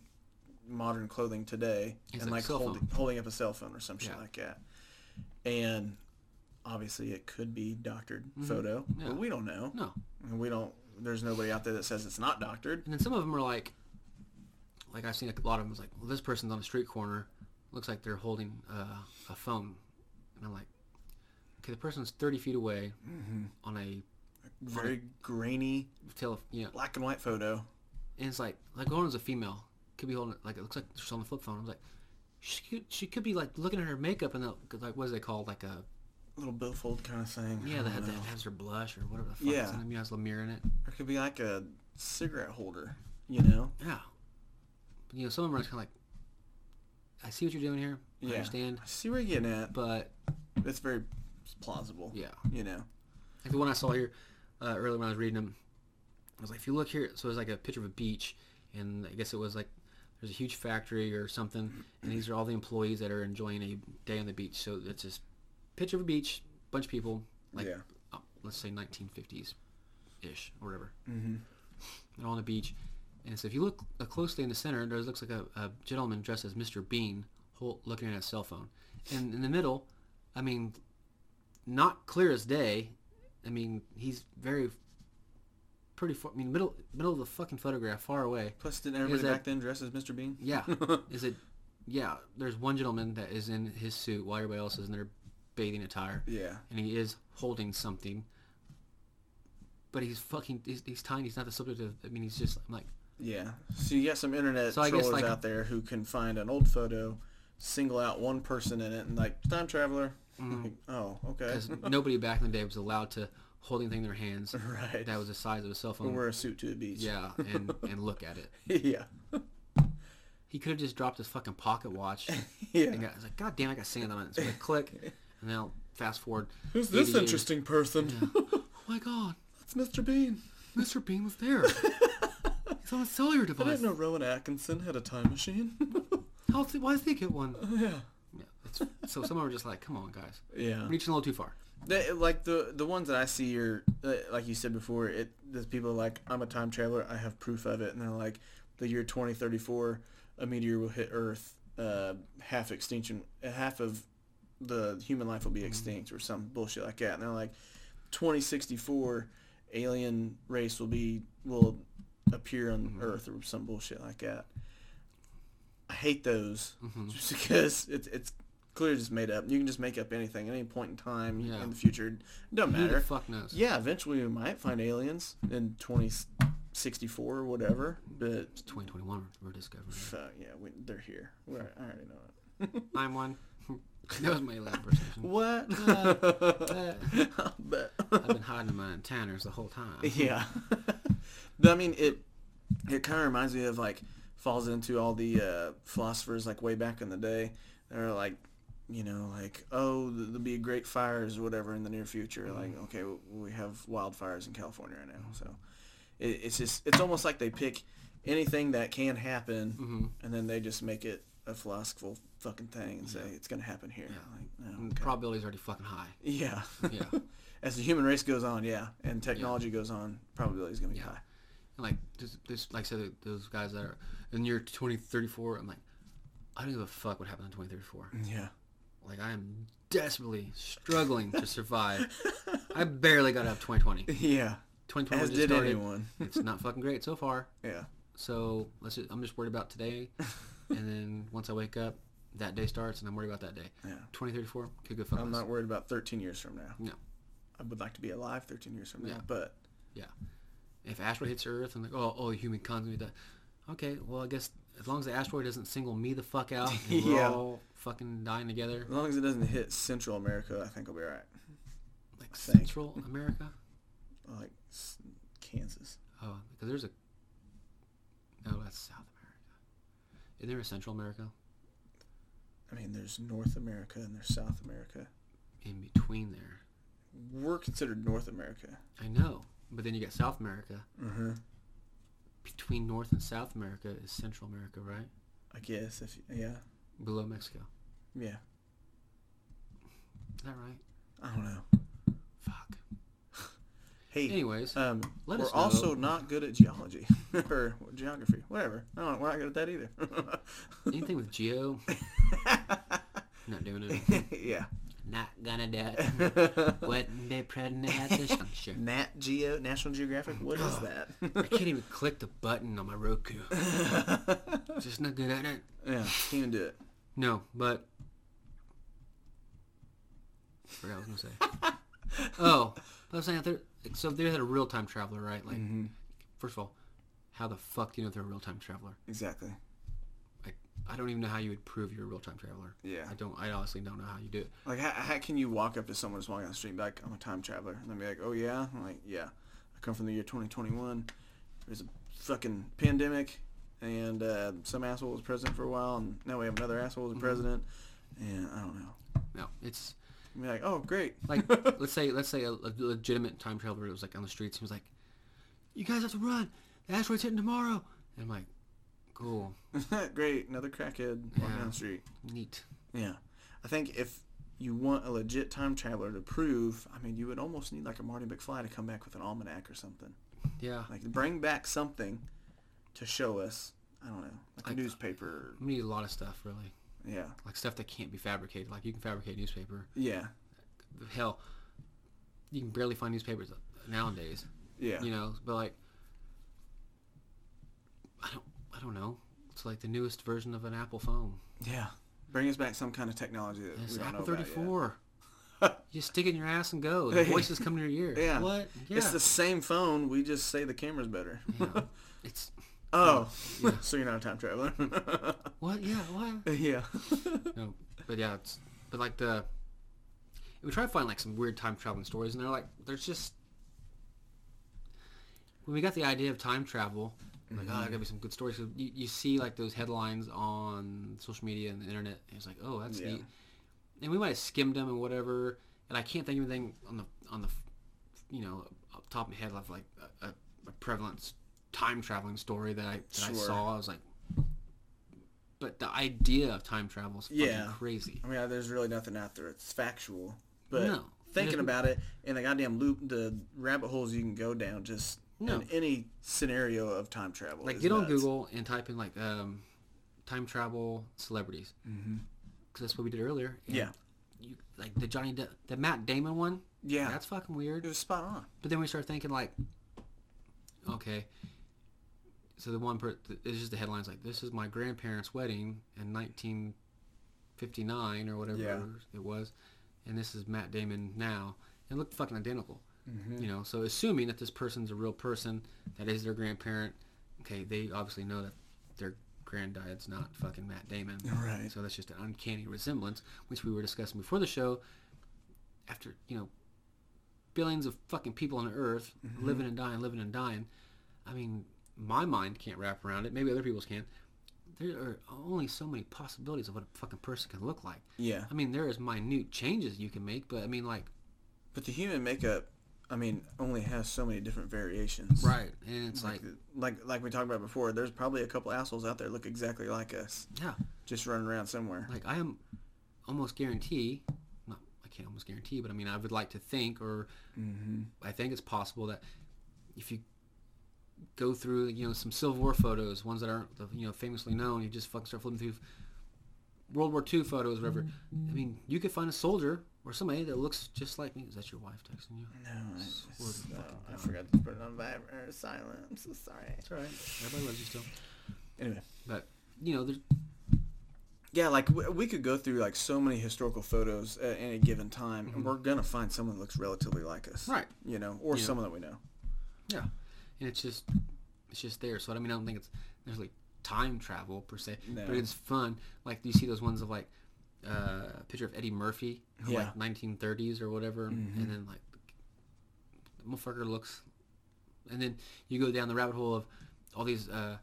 B: modern clothing today
A: He's
B: and
A: like
B: like
A: a cell
B: hold,
A: phone.
B: holding up a cell phone or some shit
A: Yeah.
B: like that. And obviously, it could be doctored photo,
A: Mm-hmm. Yeah.
B: but we don't know.
A: no.
B: And we don't. There's nobody out there that says it's not doctored.
A: And then some of them are like, like I've seen a lot of them is like, well, this person's on a street corner, looks like they're holding uh, a phone, and I'm like, okay, the person's 30 feet away
B: Mm-hmm.
A: on a
B: Very grainy
A: tele, you know,
B: black and white photo.
A: and it's like, like one is a female, could be holding like it looks like she's on a flip phone. I'm like, she could, she could be like looking at her makeup and the, like what is it called like a
B: little billfold kind of thing. I
A: yeah that,
B: don't
A: that
B: know.
A: has her blush or whatever the fuck
B: Yeah.
A: is in it. has a mirror in it.
B: Or it could be like a cigarette holder, you know?
A: Yeah, but, you know some of them are kind of like, I see what you're doing here. I
B: Yeah.
A: understand,
B: I see where you're getting at.
A: but
B: It's very plausible.
A: yeah.
B: You know?
A: Like the one I saw here uh, earlier when I was reading them, I was like, if you look here, so it was like a picture of a beach, and I guess it was like there's a huge factory or something, and these are all the employees that are enjoying a day on the beach. So it's just picture of a beach, bunch of people, like
B: Yeah.
A: oh, let's say 1950s ish or whatever,
B: Mm-hmm.
A: and all on the beach. And so if you look uh, closely in the center, there looks like a, a gentleman dressed as Mr. Bean hol- looking at his cell phone. And in the middle, I mean, not clear as day. I mean, he's very pretty. Far, I mean, middle middle of the fucking photograph, far away.
B: Plus, didn't everybody
A: that-
B: back then dress as Mr. Bean?
A: Yeah, is it? Yeah, there's one gentleman that is in his suit while everybody else is in their bathing attire,
B: Yeah.
A: and he is holding something. But he's fucking. He's, he's tiny. He's not the subject of. I mean, he's just. I'm like,
B: Yeah. So you got some internet
A: So I guess,
B: trolls
A: like-
B: out there who can find an old photo, single out one person in it, and like, time traveler.
A: Mm-hmm.
B: Like, oh, okay.
A: because nobody back in the day was allowed to hold anything in their hands
B: Right.
A: that was the size of a cell
B: Or
A: phone.
B: wear a suit to a beach.
A: Yeah, and and look at it.
B: yeah.
A: He could have just dropped his fucking pocket watch.
B: Yeah.
A: And I was like, God damn, I got sand on it. So I click, and now fast forward.
B: Who's this
A: 88.
B: interesting person?
A: oh my God,
B: It's Mr. Bean.
A: Mr. Bean was there. He's on a cellular
B: I
A: device.
B: didn't know Rowan Atkinson had a time machine.
A: How, th- why does he get one?
B: Oh, yeah.
A: Yeah, it's, so some of them are just like, come on, guys.
B: Yeah.
A: Reaching a little too far.
B: They, like the the ones that I see are uh, like you said before. It the people are like I'm a time traveler. I have proof of it, and they're like the year 2034, a meteor will hit Earth. Uh, half extinction, half of the human life will be
A: Mm-hmm.
B: extinct, or some bullshit like that. And they're like 2064, alien race will be will appear on
A: Mm-hmm.
B: Earth, or some bullshit like that. I hate those
A: Mm-hmm.
B: just because it's it's clearly just made up. You can just make up anything at any point in time
A: Yeah.
B: in the future. It doesn't
A: Who the
B: matter.
A: fuck knows?
B: Yeah, eventually we might find aliens in 2064 or whatever, but
A: 2021, we're discovering.
B: fuck, yeah, we, they're here. We're, I already know it.
A: I'm one. That was my lab person.
B: What? but
A: I've been hiding my tanners the whole time.
B: yeah, but I mean it. It kind of reminds me of like falls into all the uh, philosophers like way back in the day. They're like, you know, like oh, th- there'll be great fires or whatever in the near future. Like okay, w- we have wildfires in California right now, so it, it's just it's almost like they pick anything that can happen
A: Mm-hmm.
B: and then they just make it a philosophical fucking thing and say it's gonna happen here. Like, no,
A: And
B: okay.
A: Probability's already fucking high.
B: Yeah.
A: Yeah.
B: As the human race goes on, yeah, and technology goes on, probability is going to be
A: Yeah.
B: high.
A: And like this, this like I said, those guys that are in the year 2034, I'm like, I don't give a fuck what happened in 2034.
B: Yeah.
A: Like I am desperately struggling to survive. I barely got out of 2020.
B: Yeah.
A: 2020
B: As
A: just
B: did
A: started.
B: anyone.
A: It's not fucking great so far.
B: Yeah.
A: So let's. Just, I'm just worried about today, and then once I wake up, that day starts, and I'm worried about that day.
B: Yeah.
A: 2034 could go fuck
B: I'm
A: us.
B: not worried about 13 years from now.
A: No.
B: I would like to be alive 13 years from now,
A: Yeah.
B: but
A: if asteroid hits Earth, I'm like, oh, oh, human cons that. Okay, well, I guess as long as the asteroid doesn't single me the fuck out, and we're
B: Yeah.
A: all fucking dying together,
B: as long as it doesn't hit Central America, I think I'll be all right.
A: like
B: Thank-
A: Central America.
B: Like s- Kansas.
A: Oh, because there's a. No, that's South America. Isn't there a Central America
B: I mean, there's North America and there's South America.
A: in between there?
B: We're considered North America.
A: I know, but then you got South America.
B: Mm-hmm.
A: between North and South America is Central America, right?
B: I guess if yeah,
A: Below Mexico.
B: yeah.
A: Is that right?
B: I don't know.
A: Fuck.
B: Hey,
A: Anyways,
B: um,
A: let
B: we're
A: us know.
B: also not good at geology or geography, whatever. I don't. We're not good at that either.
A: anything with geo, not doing it.
B: yeah.
A: Not gonna do it. Wouldn't be pregnant at this juncture.
B: Nat Geo, National Geographic. What is
A: I
B: that?
A: can't even click the button on my Roku. Just not good at it.
B: yeah, can't even do it.
A: No, but forgot what I was gonna say. oh, I was saying if they're so if they had a real time traveler, right?
B: Mm.
A: Like, first of all, how the fuck do you know if they're a real time traveler?
B: Exactly.
A: Like, I don't even know how you would prove you're a real time traveler.
B: Yeah.
A: I don't. I honestly don't know how you do it.
B: Like, how, how can you walk up to someone who's walking on the street and be like, I'm a time traveler? And they'll be like, oh, yeah? I'm like, yeah. I come from the year 2021. There's a fucking pandemic, and uh, some asshole was president for a while, and now we have another asshole
A: Mm-hmm.
B: as president. And I don't know.
A: No, it's
B: I'd be like, oh, great.
A: like let's say let's say a, a legitimate time traveler was like on the streets. He was like, "You guys have to run. The asteroid's hitting tomorrow." And I'm like, "Cool,
B: great. Another crackhead walking
A: Yeah.
B: down the street.
A: neat."
B: Yeah. I think if you want a legit time traveler to prove, I mean, you would almost need like a Marty McFly to come back with an almanac or something.
A: Yeah.
B: Like, bring back something to show us. I don't know, like a
A: Like-
B: newspaper.
A: We need a lot of stuff, really.
B: Yeah,
A: Like stuff that can't be fabricated. Like you can fabricate newspaper.
B: yeah,
A: hell, you can barely find newspapers nowadays.
B: yeah,
A: You know, but like, I don't, I don't know. It's like the newest version of an Apple phone.
B: yeah. Bring us back some kind of technology that
A: It's
B: we don't
A: Apple
B: know about
A: thirty
B: yet.
A: four. you stick it in your ass and go. The voices come to your ear.
B: Yeah.
A: What? Yeah.
B: It's the same phone. We just say the camera's better.
A: yeah. It's
B: oh,
A: Yeah.
B: so you're not a time traveler.
A: what? Yeah. What?
B: yeah,
A: No, but yeah, it's but like the we try to find like some weird time traveling stories, and they're like there's just when we got the idea of time travel, we're like
B: Mm-hmm.
A: oh, there gotta be some good stories. 'Cause you, you see like those headlines on social media and the internet, and it's like oh that's
B: Yeah.
A: neat, and we might have skimmed them and whatever. And I can't think of anything on the on the you know off the top of my head of like a, a, a prevalent s- time traveling story that I that I
B: Sure.
A: saw. I was like. But the idea of time travel is fucking
B: Yeah.
A: crazy.
B: I mean, there's really nothing out there. It's factual, but
A: No.
B: thinking
A: There's-
B: about it and the goddamn loop, the rabbit holes you can go down, just
A: No.
B: in any scenario of time travel.
A: Like
B: is
A: get on
B: nuts.
A: Google and type in like um, time travel celebrities,
B: Mm-hmm.
A: because that's what we did earlier. and
B: Yeah.
A: You, like the Johnny, De- the Matt Damon one.
B: Yeah,
A: That's fucking
B: it
A: weird.
B: was spot on.
A: But then we start thinking like, okay. So the one per it's just the headlines like this is my grandparents' wedding in 1959 or whatever
B: Yeah.
A: it was, and this is Matt Damon now and it looked fucking identical. You know, so assuming that this person's a real person, that is their grandparent, okay, they obviously know that their granddad's not fucking Matt Damon.
B: Right.
A: So that's just an uncanny resemblance, which we were discussing before the show. After, you know, billions of fucking people on Earth
B: Mm-hmm.
A: living and dying, living and dying, I mean, my mind can't wrap around it. Maybe other people's can. There are only so many possibilities of what a fucking person can look like.
B: Yeah.
A: I mean, there is minute changes you can make, but I mean, like,
B: But the human makeup, I mean, only has so many different variations.
A: right? And it's
B: Like,
A: like,
B: like, like we talked about before, there's probably a couple assholes out there look exactly like us,
A: yeah,
B: just running around somewhere.
A: like I am almost guarantee, not I can't almost guarantee, but I mean, I would like to think, or I think it's possible that if you go through, you know, some Civil War photos, ones that aren't, you know, famously known, you just fucking start flipping through World War II photos, whatever. I mean, you could find a soldier or somebody that looks just like me. Is that your wife texting you?
B: No, I,
A: Swear to
B: so-
A: fucking
B: I
A: God.
B: forgot to put it on vibrate or silent. I'm so sorry.
A: It's all right. Everybody loves you still.
B: Anyway,
A: But you know, there's
B: yeah, like we, we could go through like so many historical photos at any given time, and we're gonna find someone that looks relatively like us,
A: Mm-hmm. Right.
B: You know, or
A: Yeah.
B: someone that we know.
A: Yeah, and it's just it's just there. So I mean, I don't think it's necessarily time travel per se,
B: No.
A: but it's fun. Like you see those ones of like uh, a picture of Eddie Murphy, who,
B: Yeah. Mm-hmm.
A: like 1930s or whatever, and then like the motherfucker looks, and then you go down the rabbit hole of all these. Uh,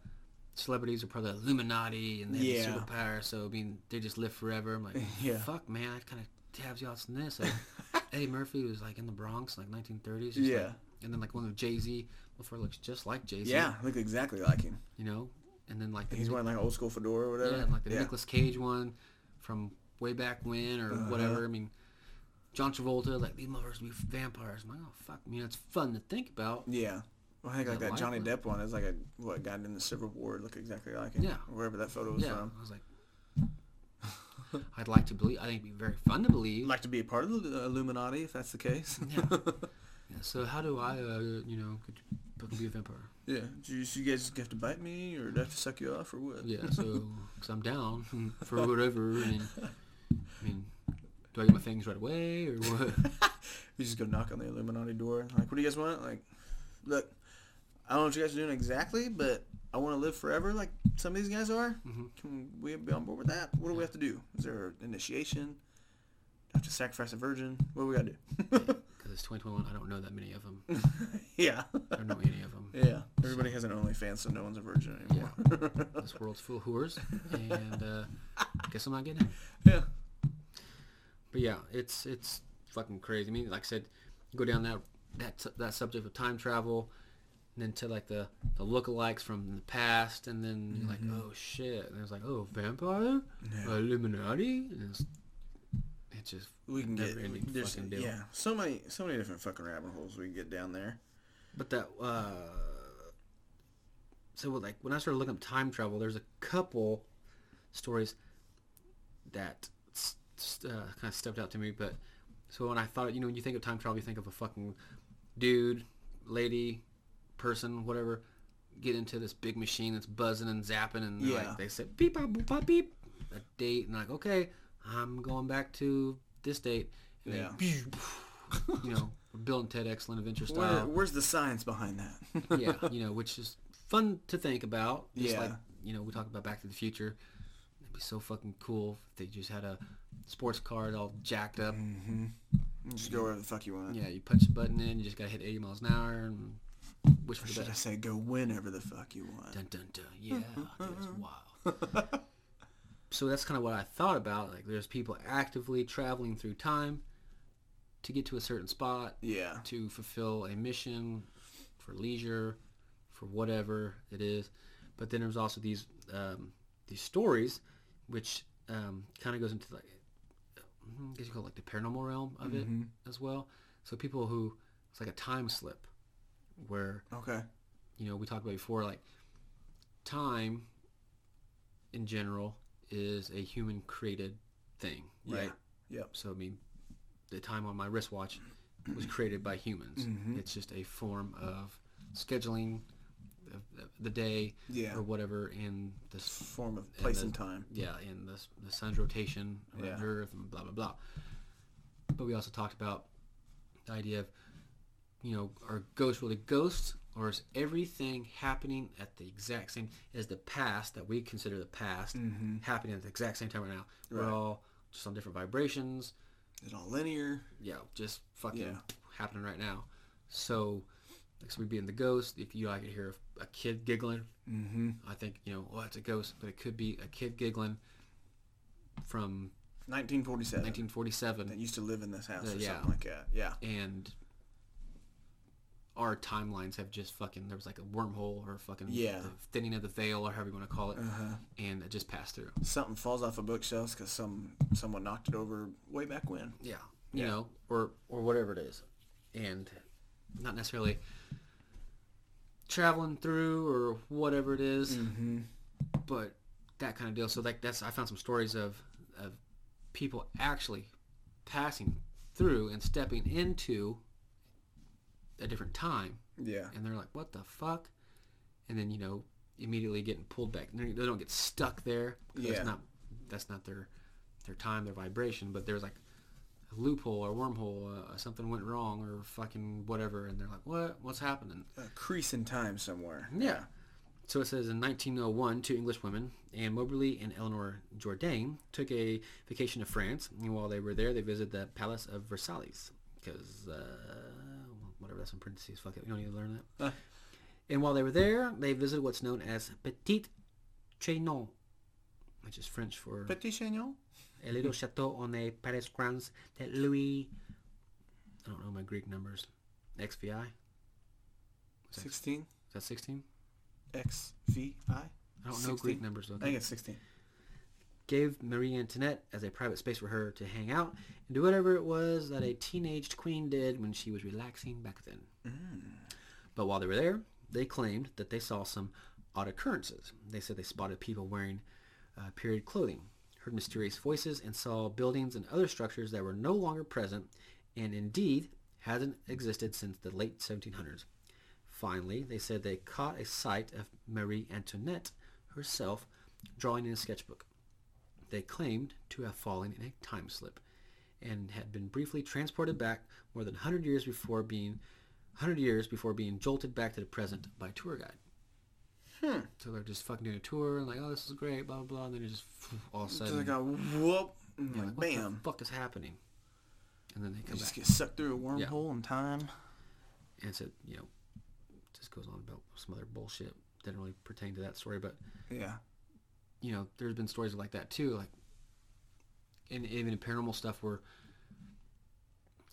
A: Celebrities are probably Illuminati and they have
B: Yeah.
A: the superpower, so I mean they just live forever. I'm like,
B: Yeah.
A: fuck, man, I kind of tabs you out on this. Like, Eddie Murphy was like in the Bronx, like 1930s. just
B: yeah.
A: like- and then like one of Jay Z before looks just like Jay Z.
B: Yeah, look exactly like him.
A: You know, and then like the
B: He's
A: Nic-
B: wearing like an old school fedora or whatever.
A: yeah, and, like the Nicolas Cage one from way back when or
B: Uh-huh.
A: whatever. I mean, John Travolta like these motherfuckers be vampires. I'm like, oh fuck, you know, it's fun to think about.
B: Yeah. Well, I think like
A: Is that
B: that Johnny
A: likely?
B: Depp one is like a what guy in the Civil War looked exactly like him.
A: Yeah.
B: Or Wherever that photo was
A: yeah,
B: from.
A: I was like, I'd like to believe. I think it'd be very fun to believe.
B: I'd like to be a part of the Illuminati if that's the case.
A: Yeah. Yeah, so how do I, uh, you know, could could be a vampire?
B: yeah. Do you, so you guys have to bite me or do I have to suck you off or what?
A: Yeah, so i I'm down for whatever. I mean, I mean, do I get my things right away or what?
B: You just go knock on the Illuminati door. Like, what do you guys want? Like, look, I don't know what you guys are doing exactly, but I want to live forever like some of these guys are.
A: Mhm.
B: Can we be on board with that? What do we have to do? Is there an initiation? Do I have to sacrifice a virgin? What do we got to do?
A: Because it's 2021, I don't know that many of them.
B: yeah.
A: I don't know any of them.
B: Yeah. Everybody has an OnlyFans, so no one's a virgin anymore.
A: This world's full of whores, and uh, guess I'm not getting it.
B: Yeah.
A: But yeah, it's it's fucking crazy. I mean, like I said, go down that that su- that subject of time travel, and then to like the the lookalikes from the past, and then you're like,
B: Mm-hmm.
A: oh shit, and it's like, oh vampire, Illuminati, and it's, it's just
B: We can get
A: Never-ending
B: there's
A: fucking deal.
B: yeah so many so many different fucking rabbit holes we can get down there.
A: But that uh, so like when I started looking up time travel, there's a couple stories that s- s- uh, kind of stepped out to me. But so when I thought, you know, when you think of time travel, you think of a fucking dude, lady, person, whatever, get into this big machine that's buzzing and zapping, and they're
B: Yeah.
A: like they said beep bop boop, bop beep, a date, and like okay, I'm going back to this date, and then, you know, Bill and Ted Excellent Adventure style
B: Where, where's the science behind that?
A: yeah, you know, which is fun to think about. Just
B: Yeah.
A: like, you know, we talk about Back to the Future. It'd be so fucking cool if they just had a sports car all jacked up.
B: Mm-hmm. Just go wherever the fuck you want.
A: Yeah, you punch a button in, you just gotta hit 80 miles an hour and wish
B: Or
A: for the
B: should I
A: best.
B: say go whenever the fuck you want?
A: Dun dun dun. Yeah, dude, that's wild. so that's kind of what I thought about. Like, there's people actively traveling through time to get to a certain spot
B: Yeah.
A: to fulfill a mission for leisure, for whatever it is. But then there's also these um, these stories, which um, kind of goes into like mm-hmm, I guess you call it like the paranormal realm of it
B: Mm-hmm.
A: as well. So people who it's like a time slip, where
B: Okay.
A: you know we talked about before like time in general is a human created thing,
B: Yeah.
A: right?
B: Yep.
A: So I mean, the time on my wristwatch was created by humans.
B: Mm-hmm.
A: It's just a form of scheduling of the- the day
B: Yeah.
A: or whatever in this
B: Form of place and
A: the-
B: time.
A: yeah in the s- the sun's rotation around
B: Yeah.
A: Earth and blah blah blah. But we also talked about the idea of you know are ghosts really ghosts or is everything happening at the exact same as the past that we consider the past
B: Mm-hmm.
A: happening at the exact same time right now?
B: Right.
A: We're all just on different vibrations
B: Is it all linear?
A: yeah, just fucking
B: Yeah.
A: happening right now. So, like, so we'd be in the ghost. If you, I could hear a, a kid giggling.
B: Mm-hmm.
A: I think you know, oh, it's a ghost, but it could be a kid giggling from
B: 1947.
A: 1947
B: That used to live in this house
A: Uh,
B: or
A: yeah.
B: something like that. Yeah.
A: and. Our timelines have just fucking. There was like a wormhole or a fucking
B: Yeah.
A: the thinning of the veil or however you want to call it,
B: Uh-huh.
A: and it just passed through.
B: Something falls off a bookshelf because some someone knocked it over way back when.
A: yeah you
B: Yeah.
A: know or or whatever it is and not necessarily traveling through or whatever it is,
B: Mm-hmm.
A: but that kind of deal so like that's i found some stories of of people actually passing through and stepping into a different time
B: Yeah.
A: and they're like what the fuck and then you know immediately getting pulled back they they don't get stuck there 'cause
B: Yeah.
A: that's not that's not their their time their vibration but there's like a loophole or wormhole uh, something went wrong or fucking whatever and they're like what what's happening
B: A crease in time somewhere.
A: yeah. So it says in 1901, two English women, Anne Moberly and Eleanor Jourdain, took a vacation to France. And while they were there, they visited the Palace of Versailles. Because, uh, whatever that's in parentheses, fuck it. We don't need to learn that.
B: Huh.
A: and while they were there, they visited what's known as Petit Chenon, which is French for
B: Petit Chagnon?
A: a little chateau on the Paris grounds that Louis I don't know my Greek numbers. XVI? Six.
B: 16?
A: Is that 16?
B: XVI?
A: I don't know Greek
B: 16?
A: numbers.
B: I
A: Okay.
B: think it's 16.
A: gave Marie Antoinette as a private space for her to hang out and do whatever it was that a teenaged queen did when she was relaxing back then. But while they were there, they claimed that they saw some odd occurrences. They said they spotted people wearing uh, period clothing, heard mysterious voices, and saw buildings and other structures that were no longer present and indeed hasn't existed since the late 1700s. Finally, they said they caught a sight of Marie Antoinette herself drawing in a sketchbook. They claimed to have fallen in a time slip and had been briefly transported back more than 100 years before being 100 years before being jolted back to the present by a tour guide.
B: Hmm.
A: So they're just fucking doing a tour and like, oh, this is great, blah, blah, blah. And then it's just all of a
B: So
A: sudden,
B: I got whoop. and
A: you're like,
B: like,
A: what
B: bam.
A: the fuck is happening? And then they
B: You
A: come
B: just
A: back
B: get sucked through a
A: Yeah.
B: wormhole in time.
A: and said, you know, just goes on about some other bullshit. Didn't really pertain to that story, but
B: Yeah.
A: you know, there's been stories like that too, like, and even in paranormal stuff where,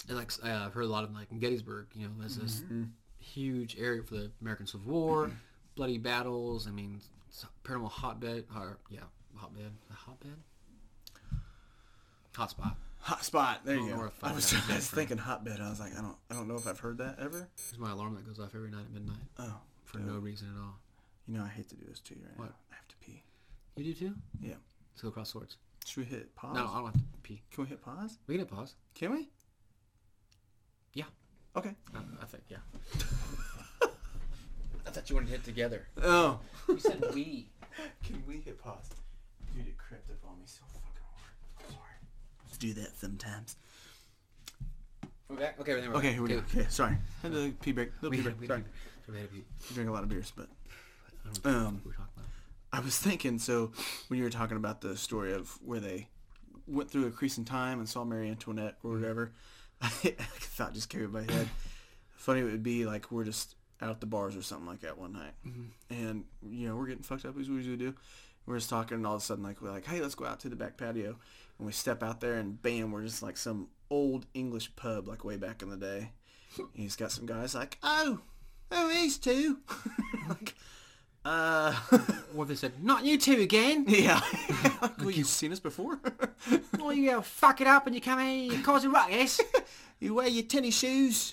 A: and like, uh, I've heard a lot of like in Gettysburg, you know, there's this huge area for the American Civil War, bloody battles. I mean, it's a paranormal hotbed, or, yeah, hotbed, a hotbed, hotspot.
B: Hot spot. There
A: Oh,
B: you
A: or
B: go.
A: if I
B: I was,
A: got
B: I was
A: different.
B: thinking hotbed. I was like, I don't, I don't know if I've heard that ever.
A: There's my alarm that goes off every night at midnight
B: Oh,
A: for
B: Yeah.
A: no reason at all.
B: you know, I hate to do this to you right now.
A: What?
B: I have to pee.
A: You do too?
B: Yeah.
A: Let's go cross swords.
B: Should we hit pause?
A: No, I don't have to pee.
B: Can we hit pause?
A: We can hit pause.
B: Can we?
A: Yeah.
B: Okay.
A: Uh, I think, yeah. I thought you wanted to hit together.
B: Oh.
A: You said we.
B: Can we hit pause? Dude, it crept up on me so fucking hard. I'm sorry. Let's do that sometimes.
A: We're back? Okay, then we're
B: Okay,
A: back.
B: here we go. Okay, sorry. Had a pee break. Little
A: We
B: pee
A: had,
B: break.
A: we,
B: sorry.
A: had, we had a pee.
B: I drink a lot of beers, but
A: I don't know
B: um,
A: what we were talking about.
B: I was thinking. So when you were talking about the story of where they went through a crease in time and saw Marie Antoinette or whatever, I thought just came in my head. Funny it would be like we're just out at the bars or something like that one night, and you know we're getting fucked up as we usually do. We're just talking, and all of a sudden, like we're like, "Hey, let's go out to the back patio," and we step out there, and bam, we're just like some old English pub, like way back in the day. And he's got some guys like, "Oh, oh, these two, like, uh,
A: What if they said, not you two again?
B: Yeah. like, well, you've seen us before.
A: Oh, you go fuck it up and you come here, you cause a ruckus.
B: you wear your tennis shoes.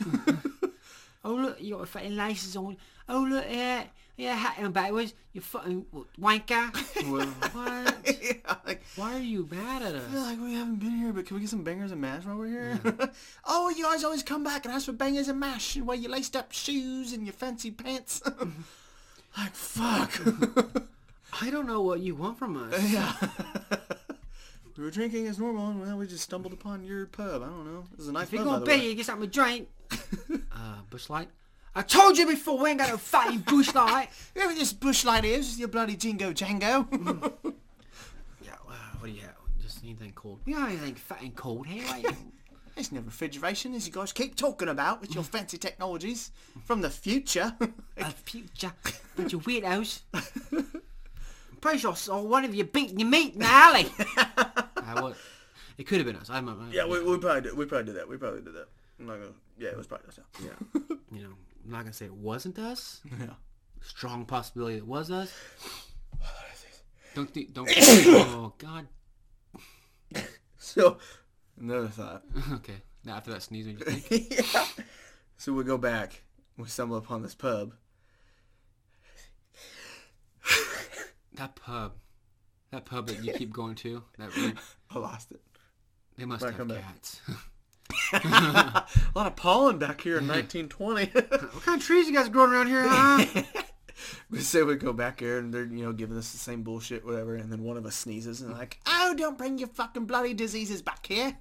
A: oh, look, you got your fucking laces on. Oh, look, yeah, yeah, hat on backwards. You fucking wanker. what?
B: yeah, like,
A: Why are you mad at
B: they're
A: us?
B: like, we haven't been here, but can we get some bangers and mash while we're here? oh, you guys always come back and ask for bangers and mash and wear your laced up shoes and your fancy pants. like, fuck.
A: I don't know what you want from us.
B: yeah. we were drinking as normal and well, we just stumbled upon your pub. I don't know. This is a nice
A: If you're
B: pub, by
A: gonna
B: the
A: be,
B: way.
A: you get something to drink. uh, bush light. I told you before, we ain't got no fucking bush light.
B: Whoever this bushlight is, your bloody jingo jango.
A: Yeah, well, what do you have? Just anything cold. We don't have anything fucking cold here. Right?
B: There's no refrigeration, as you guys keep talking about with your fancy technologies from the future.
A: A future bunch of weirdos. I'm pretty sure I saw one of you beating your meat in the alley. uh, what? It could have been us. I'm not.
B: yeah, we, we probably did, we probably did that. We probably did that. I'm not gonna. Yeah, it was probably us. Yeah.
A: You know, I'm not gonna say it wasn't us.
B: yeah.
A: Strong possibility it was us. Don't thi- don't. oh God.
B: So another thought.
A: Okay. Now after that sneeze, we just think.
B: yeah. So we go back. We stumble upon this pub.
A: That pub. That pub that you keep going to. That weird,
B: I lost it.
A: they must
B: Right,
A: have
B: come back.
A: cats.
B: a lot of pollen back here in 1920.
A: what kind of trees you guys growing around here, huh?
B: we say we go back here and they're you know giving us the same bullshit whatever and then one of us sneezes and like oh don't bring your fucking bloody diseases back here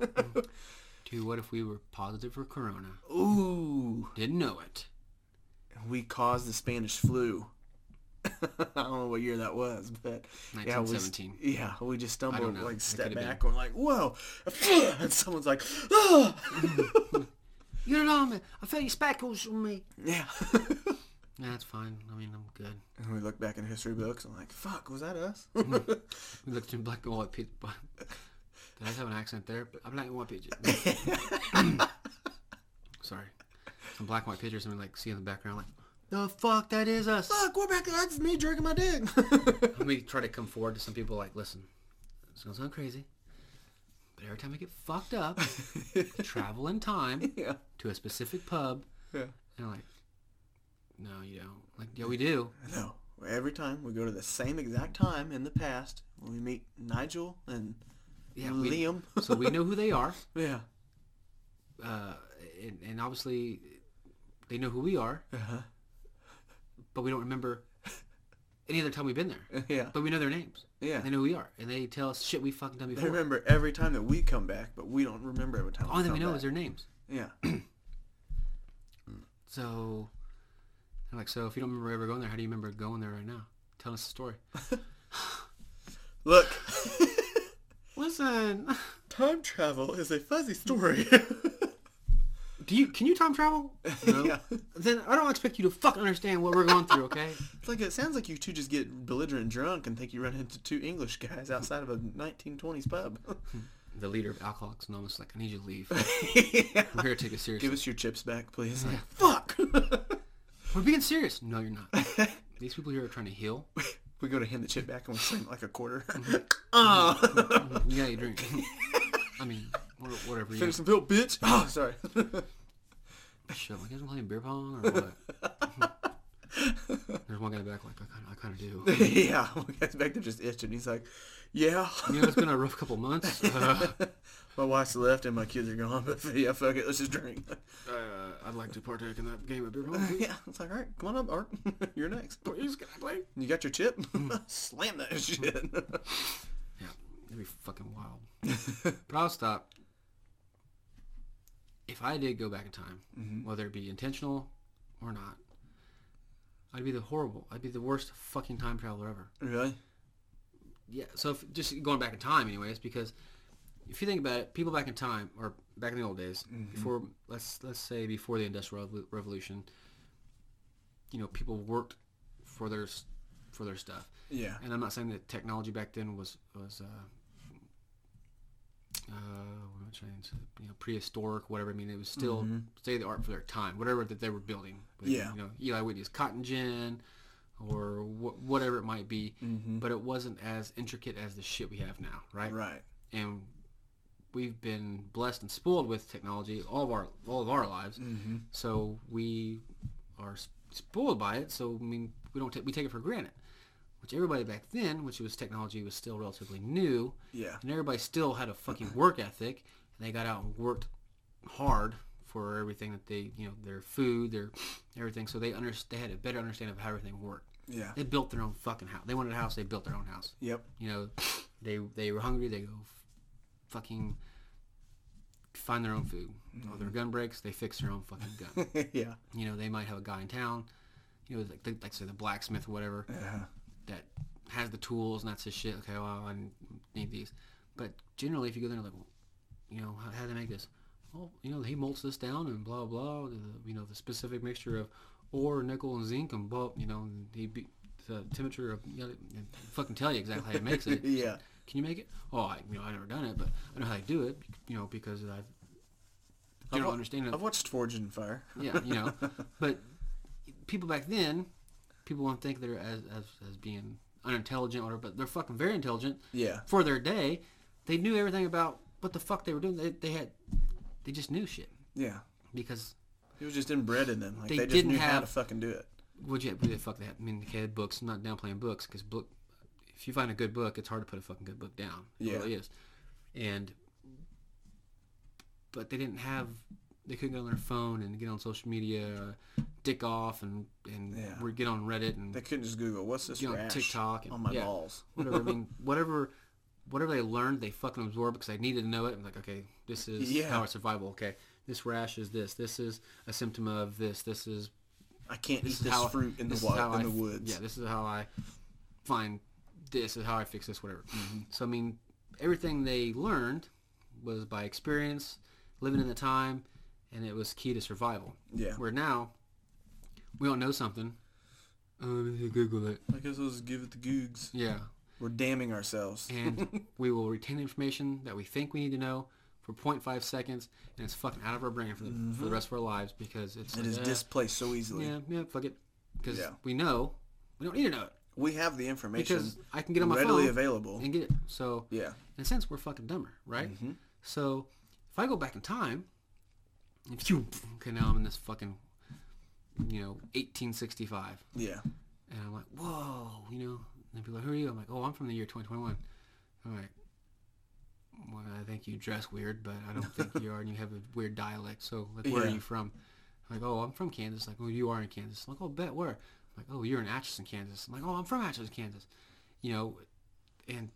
A: Dude, what if we were positive for corona?
B: ooh
A: Didn't know it.
B: we caused the spanish flu i don't know what year that was but yeah we,
A: 1917.
B: yeah we just
A: I don't
B: stumbled
A: know.
B: like
A: It
B: step
A: could've been.
B: back and like whoa and someone's like oh.
A: You're alarming. I feel your speckles on me.
B: yeah
A: Nah, it's fine. I mean, I'm good.
B: and we look back in history books and like fuck was that us
A: Mm-hmm. We looked in black and white pictures. Did I have an accent there? But I'm black and white pictures. Sorry. Some black and white pictures and we like see in the background like the fuck that is us.
B: Fuck, we're back. That's me jerking my dick.
A: Let me try to come forward to some people like, listen, it's gonna sound crazy, but every time I get fucked up, travel in time
B: yeah.
A: to a specific pub,
B: Yeah.
A: and I'm like, no, you don't. Like, yeah, we do.
B: I know. Every time we go to the same exact time in the past, when we meet Nigel and
A: Yeah, we,
B: Liam.
A: so we know who they are,
B: yeah.
A: uh, and, and obviously they know who we are,
B: Uh-huh.
A: but we don't remember any other time we've been there.
B: Yeah.
A: But we know their names.
B: Yeah.
A: They know who we are, and they tell us shit we fucking done
B: They
A: before.
B: remember every time that we come back, but we don't remember every time.
A: The only thing we
B: come
A: know
B: back.
A: is their names.
B: yeah,
A: So, I'm like, so if you don't remember ever going there, how do you remember going there right now? Tell us the story.
B: look,
A: Listen,
B: time travel is a fuzzy story.
A: do you can you time travel? No.
B: Yeah.
A: Then I don't expect you to fucking understand what we're going through, okay?
B: It's like it sounds like you two just get belligerent drunk and think you run into two English guys outside of a 1920s pub.
A: the leader of Alcoholics Anonymous, like, I need you to leave. We're here to take it seriously.
B: Give us your chips back, please. Like, fuck.
A: we're being serious. No, you're not. These people here are trying to heal.
B: we go to hand the chip back and we slam it like a quarter. Ah,
A: Mm-hmm. You gotta drink. I mean, wha- whatever. You
B: finish some pill, bitch. Oh, sorry.
A: shit, like, you guys playing beer pong or what? There's one guy back like, I kind of I kinda do.
B: yeah, we guys back there just itching. He's like, yeah.
A: You know, it's been a rough couple months. Uh,
B: My wife's left and my kids are gone, but yeah, fuck it, let's just drink.
A: uh, I'd like to partake in that game of beer pong.
B: yeah, it's like, all right, come on up, Art. You're next.
A: Please, can I play?
B: You got your chip?
A: Mm.
B: Slam that shit.
A: Yeah, it'd be fucking wild. but I'll stop. If I did go back in time, whether it be intentional or not, I'd be the horrible. I'd be the worst fucking time traveler ever.
B: really?
A: Yeah. So if, just going back in time, anyways, because if you think about it, people back in time or back in the old days, before let's let's say before the industrial Revo- revolution, you know, people worked for their s- for their stuff.
B: Yeah.
A: And I'm not saying that technology back then was was uh, uh, what am I trying to you know prehistoric whatever. I mean, it was still state of the art for their time, whatever that they were building. With,
B: Yeah.
A: you know, Eli Whitney's cotton gin, or wh- whatever it might be,
B: Mm-hmm.
A: but it wasn't as intricate as the shit we have now, right?
B: Right.
A: And we've been blessed and spoiled with technology all of our all of our lives,
B: Mm-hmm.
A: so we are s- spoiled by it. So I mean, we don't ta- we take it for granted which everybody back then, which was technology was still relatively new,
B: Yeah.
A: and everybody still had a fucking work ethic, and they got out and worked hard for everything that they, you know, their food, their everything. So they under, they had a better understanding of how everything worked.
B: Yeah.
A: They built their own fucking house. They wanted a house. They built their own house.
B: Yep.
A: You know, they they were hungry. They go f- fucking find their own food. Or their gun breaks. They fix their own fucking gun
B: yeah.
A: you know they might have a guy in town you know like, like say the blacksmith or whatever that has the tools and that's his shit okay well i need these but generally if you go there like well, you know how, how do they make this well you know he molts this down and blah blah the, you know the specific mixture of ore nickel and zinc and blah you know and he be the temperature of you know, and fucking tell you exactly how he makes it
B: Yeah.
A: can you make it oh I, you know i never done it but i know how to do it you know because i've general
B: wa-
A: understanding of
B: I've watched Forge and Fire.
A: yeah, you know. But people back then, people won't think they're as, as, as being unintelligent or whatever, but they're fucking very intelligent
B: Yeah.
A: for their day. They knew everything about what the fuck they were doing. They, they had, they just knew shit
B: Yeah.
A: because
B: It was just inbred in them. Like
A: They
B: they, just
A: didn't
B: knew how
A: have-
B: to fucking do it.
A: what you what the fuck that. I mean, they had books. I'm not downplaying books because book, if you find a good book, it's hard to put a fucking good book down. It
B: Yeah.
A: really is. And but they didn't have. They couldn't get on their phone and get on social media, dick off, and and
B: Yeah.
A: re- get on Reddit and
B: They couldn't just Google what's this
A: You know,
B: rash
A: TikTok and-
B: on my
A: yeah.
B: balls.
A: whatever. I mean, whatever, whatever they learned, they fucking absorbed because they needed to know it. I'm like, okay, this is
B: Yeah.
A: how it's survival. Okay, this rash is this. This is a symptom of this. This is
B: I can't
A: this
B: eat
A: is
B: this
A: how
B: fruit in the
A: this is how
B: wa-
A: I
B: in the
A: f-
B: woods.
A: Yeah, this is how I find this. Is how I fix this. Whatever.
B: Mm-hmm.
A: So I mean, everything they learned was by experience, living in the time, and it was key to survival.
B: Yeah.
A: Where now, we don't know something.
B: Oh,
A: Uh, Google it.
B: I guess I'll just give it the googs.
A: Yeah.
B: We're damning ourselves.
A: and we will retain information that we think we need to know for for 0.5 seconds, and it's fucking out of our brain for the, for the rest of our lives because it's
B: Mm-hmm. It
A: like,
B: is
A: "Eh,
B: displaced so easily.
A: yeah, yeah, fuck it, because
B: Yeah.
A: we know we don't need to know it
B: We have the information
A: because I can get on my
B: readily
A: phone
B: available.
A: and get it. So
B: Yeah. Mm-hmm.
A: in a sense, we're fucking dumber,
B: Mm.
A: right? So if I go back in time, if you okay now I'm in this fucking you know 1865,
B: Yeah.
A: and I'm like, whoa, you know, and people are like, who are you? I'm like, oh, I'm from the year 2021. All right. Well, I think you dress weird, but I don't think you are, and you have a weird dialect. So, like, where are
B: Yeah.
A: you from? I'm like, oh, I'm from Kansas. Like, well, you are in Kansas. I'm like, oh, bet where? I'm like, oh, you're in Atchison, Kansas. I'm like, oh, I'm from Atchison, Kansas. You know, and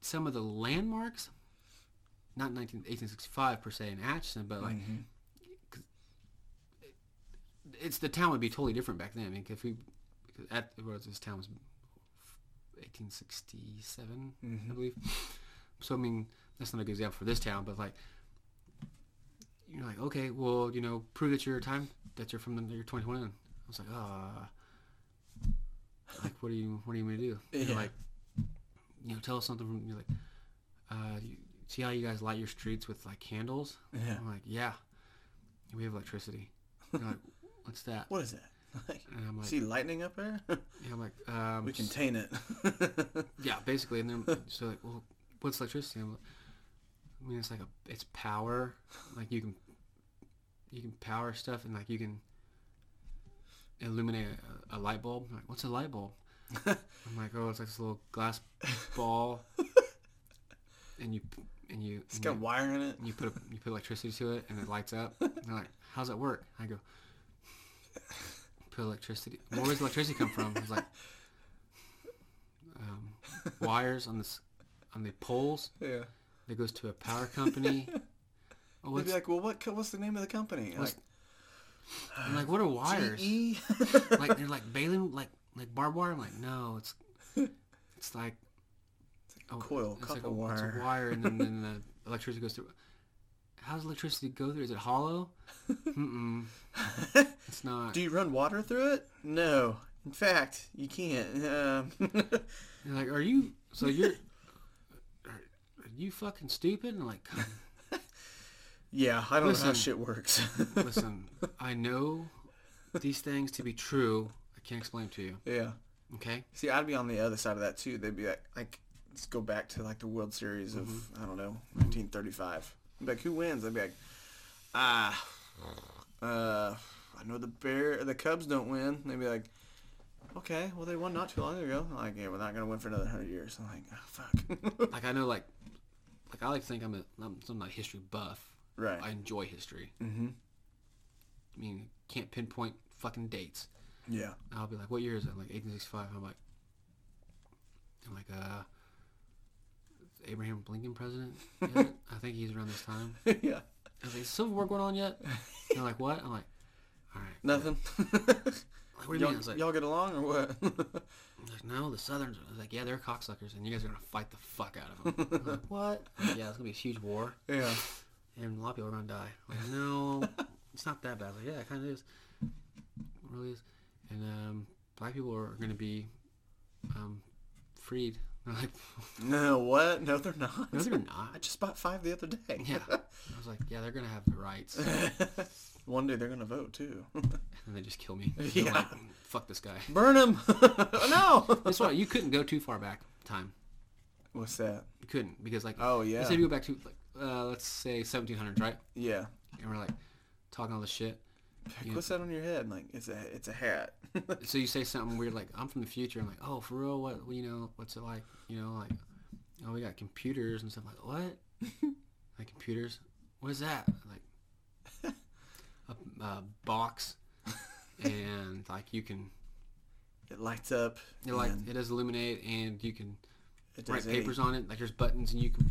A: some of the landmarks, not 19, 1865 per se in Atchison, but like
B: mm-hmm.
A: it's the town would be totally different back then. I mean, if we because at well, this town was 1867, I
B: Mm-hmm.
A: believe. So I mean, that's not a good example for this town, but like you're like, okay, well, you know, prove that you're a time that you're from the year 2021. I was like, ah, like what are you what are you gonna do?
B: Yeah.
A: You're like, you know, tell us something. From, you're like, uh, you, see how you guys light your streets with like candles?
B: Yeah.
A: I'm like, yeah, we have electricity. You're like, what's that?
B: What is that? Like,
A: And I'm like,
B: see lightning up there?
A: yeah, I'm like, um,
B: we contain it.
A: yeah, basically. And then so like, well, what's electricity? I'm like, I mean, it's like a, it's power. Like you can, you can power stuff, and like you can illuminate a, a light bulb. I'm like, what's a light bulb? I'm like, oh, it's like this little glass ball, and you, and you,
B: it's
A: and
B: got
A: you-
B: wire in it.
A: and you put a, you put electricity to it and it lights up. And they're like, "How's that work?" I go, "Put electricity. Where does electricity come from?" It's like um, wires on this on the poles
B: Yeah.
A: that goes to a power company. Oh,
B: They'd be
A: what's,
B: like, well, what? co- What's the name of the company?
A: what's- I'm like, what are
B: like, E?
A: wires?
B: GE?
A: Like they're like baling like like barbed wire. I'm like, no, it's it's like a
B: coil,
A: oh, it's
B: copper
A: a, It's
B: wire.
A: a wire, and then, then the electricity goes through. How does electricity go through? Is it hollow? Mm-mm. It's not.
B: Do you run water through it? No. In fact, you can't. Um,
A: You're like, are you? So you're? Are, are you fucking stupid? And like, come,
B: yeah, I don't know how
A: Listen.
B: shit works.
A: listen, I know these things to be true. I can't explain to you.
B: yeah.
A: Okay.
B: See, I'd be on the other side of that too. They'd be like, like let's go back to like the World Series of
A: Mm-hmm.
B: I don't know, 1935. I'd be like, who wins? I'd be like, ah, uh, I know the bear, the Cubs don't win. They'd be like, okay, well they won not too long ago. I'm like, yeah, we're not gonna win for another hundred years. I'm like, oh fuck.
A: Like I know, like, like I like to think I'm a I'm some like history buff.
B: right.
A: I enjoy history.
B: mm-hmm.
A: I mean, can't pinpoint fucking dates.
B: Yeah.
A: I'll be like, what year is it? like 1865. I'm like, I'm like, uh, is Abraham Lincoln president? yet? I think he's around this time.
B: yeah.
A: I was like, is Civil War going on yet? And they're like, what? I'm like, all right.
B: Nothing.
A: Like, what do you
B: y'all,
A: mean? I was like,
B: y'all get along or what?
A: like, no, the Southerns. I was like, yeah, they're cocksuckers, and you guys are gonna fight the fuck out of them. I was like, what? I'm like, yeah, it's gonna be a huge war,
B: yeah.
A: and a lot of people are gonna die. I'm like, no, it's not that bad. I was like, yeah, it kind of is. It really is. And um, black people are gonna be um, freed. And I'm like,
B: No, what? No, they're not.
A: no, they're
B: I
A: not.
B: just bought five the other day.
A: Yeah. I was like, yeah, they're gonna have the rights, and
B: One day they're gonna vote too.
A: they just kill me. They're
B: Yeah.
A: Like, fuck this guy.
B: Burn him! no.
A: That's why you couldn't go too far back time.
B: What's that?
A: You couldn't because like
B: Oh
A: Let's
B: yeah,
A: say we go back to like uh, let's say 1700s, right?
B: yeah.
A: And we're like talking all this shit.
B: Like,
A: Yeah.
B: What's that on your head? Like it's a it's a hat.
A: So you say something weird like, "I'm from the future." I'm like, "Oh, for real? What? You know, what's it like? You know, like, oh, we got computers and stuff. Like, what? like computers? What is that? Like a, a box, and like you can
B: it lights up.
A: you know, like
B: and
A: it does illuminate, and you can
B: it
A: write
B: does any-
A: papers on it. Like there's buttons, and you can,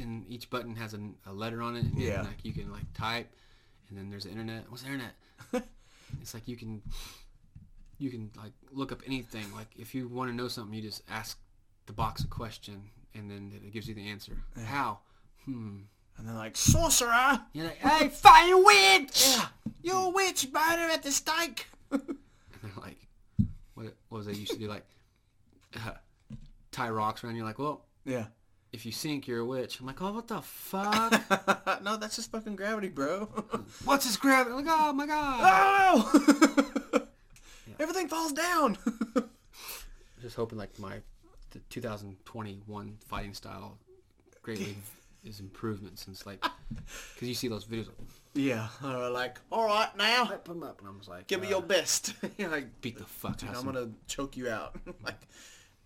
A: and each button has an, a letter on it, and then,
B: Yeah.
A: like you can like type, and then there's the internet. What's the internet? it's like you can, you can like look up anything. Like if you want to know something, you just ask the box a question, and then it gives you the answer. How? Hmm.
B: And they're like sorcerer.
A: You're like, hey, f-.
B: fire witch! You a witch, burn her at the stake.
A: and they're like, what? What was I used to do? Like, tie rocks uh, around. You're like, well,
B: yeah.
A: if you sink, you're a witch. I'm like, oh, what the fuck?
B: no, that's just fucking gravity, bro.
A: What's this crap? I'm like, oh my god.
B: oh! Everything falls down.
A: Just hoping like my the 2021 fighting style greatly is improvement since like, because you see those videos. Like,
B: yeah. Or like, all right, now
A: put them up, and I was like,
B: give me
A: uh,
B: your best. You're like,
A: beat the fuck
B: dude,
A: out.
B: I'm
A: of
B: gonna choke you out. like,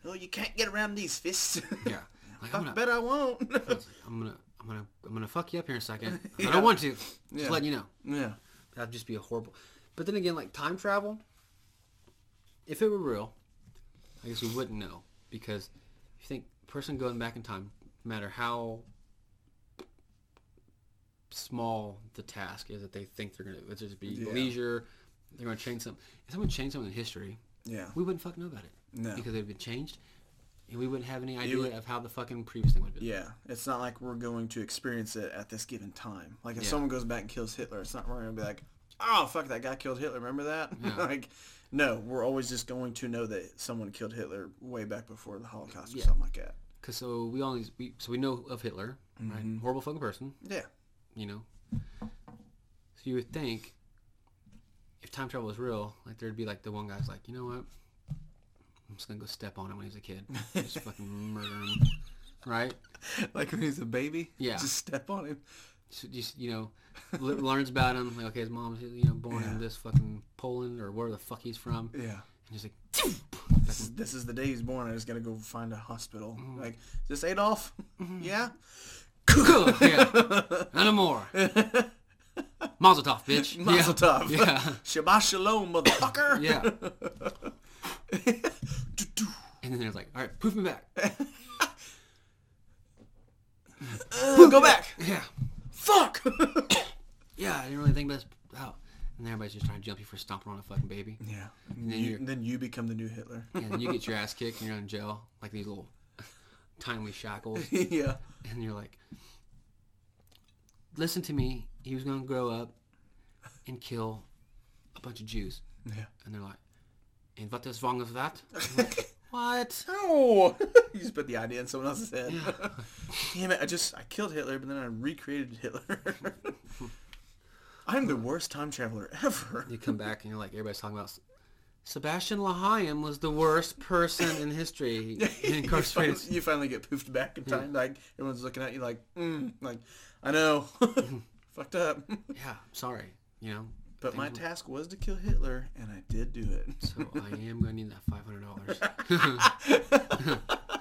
B: oh, you can't get around these fists.
A: some- yeah. Like, I'm
B: I
A: gonna,
B: bet I won't.
A: I was like, I'm gonna, I'm gonna, I'm gonna fuck you up here in a second. I
B: Yeah.
A: don't want to. Just
B: Yeah.
A: letting you know.
B: yeah.
A: That'd just be a horrible. But then again, like time travel, if it were real, I guess we wouldn't know because if you think person going back in time, no matter how small the task is that they think they're gonna, it's just be
B: Yeah.
A: leisure. They're gonna change something. If someone changed something in history,
B: Yeah.
A: we wouldn't fucking know about it
B: No.
A: because it'd been changed, and we wouldn't have any idea
B: would-
A: of how the fucking previous thing would be.
B: Yeah, it's not like we're going to experience it at this given time. Like if
A: Yeah.
B: someone goes back and kills Hitler, it's not we're going to be like, oh fuck, that guy killed Hitler. Remember that?
A: Yeah.
B: like, no, we're always just going to know that someone killed Hitler way back before the Holocaust or
A: Yeah.
B: something like that.
A: Cause so we only we, so we know of Hitler,
B: Mm-hmm.
A: right? Horrible fucking person.
B: Yeah,
A: you know. So you would think if time travel was real, like there'd be like the one guy's like, you know what? I'm just gonna go step on him when he was a kid. Just fucking murder him. Right?
B: like when he's a baby.
A: Yeah.
B: just step on him.
A: So just you know, le- learns about him. Like okay, his mom's you know born
B: Yeah.
A: in this fucking Poland or where the fuck he's from, and
B: Yeah.
A: just like
B: This is, this is the day he's born. I just gotta go find a hospital.
A: Mm-hmm.
B: Like, is this Adolf? Yeah.
A: yeah, and a more. Mazel tov, bitch.
B: Mazel
A: yeah.
B: tov.
A: Yeah.
B: Shabbat shalom, motherfucker.
A: Yeah.
B: Do-do.
A: And then they're like, all right, poof me back.
B: Uh, go back.
A: Yeah.
B: Fuck.
A: Yeah, I didn't really think about this. How? And everybody's just trying to jump you for stomping on a fucking baby.
B: Yeah.
A: then
B: you,
A: you're-
B: then you become the new Hitler.
A: And then you get your ass kicked and you're in jail, like these little timely shackles.
B: yeah.
A: And you're like, listen to me. He was going to grow up and kill a bunch of Jews.
B: Yeah.
A: And they're like, and what is wrong with that? I'm like, what?
B: Oh, you just put the idea in someone else's head. Damn it! I just I killed Hitler, but then I recreated Hitler. I'm the worst time traveler ever.
A: You come back and you're like, everybody's talking about S- Sebastian Lahayim was the worst person in history. He
B: finally,
A: incarcerated
B: you finally get poofed back in time. Like everyone's looking at you, like, mm,
A: Mm-hmm.
B: like I know, fucked up.
A: Yeah, I'm sorry. You know.
B: But my
A: things
B: task was to kill Hitler, and I did do it.
A: were- so I am gonna need that five hundred dollars.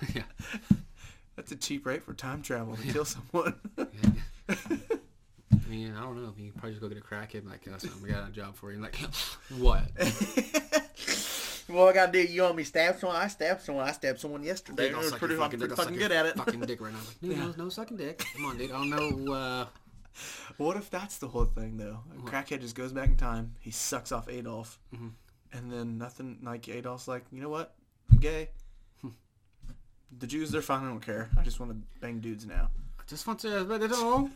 A: yeah,
B: That's a cheap rate for time travel to kill someone.
A: yeah. I mean, I don't know. You could probably just go get a crackhead and like, uh, so we got a job for you. And like, what?
B: well, I gotta do. You want me to stab someone? I stabbed someone. I stabbed someone yesterday.
A: Dick, I'll
B: I was
A: suck your
B: pretty fucking,
A: dick, I'll suck
B: fucking
A: your
B: good at it.
A: Fucking dick right now. Like, no, no, no sucking dick. Come on, dude. I don't know. Uh,
B: What if that's the whole thing though? A crackhead just goes back in time. He sucks off Adolf, and then nothing. Like Adolf's like, you know what? I'm gay. the Jews, they're fine. I don't care. I just want to bang dudes now.
A: I just want to let it all.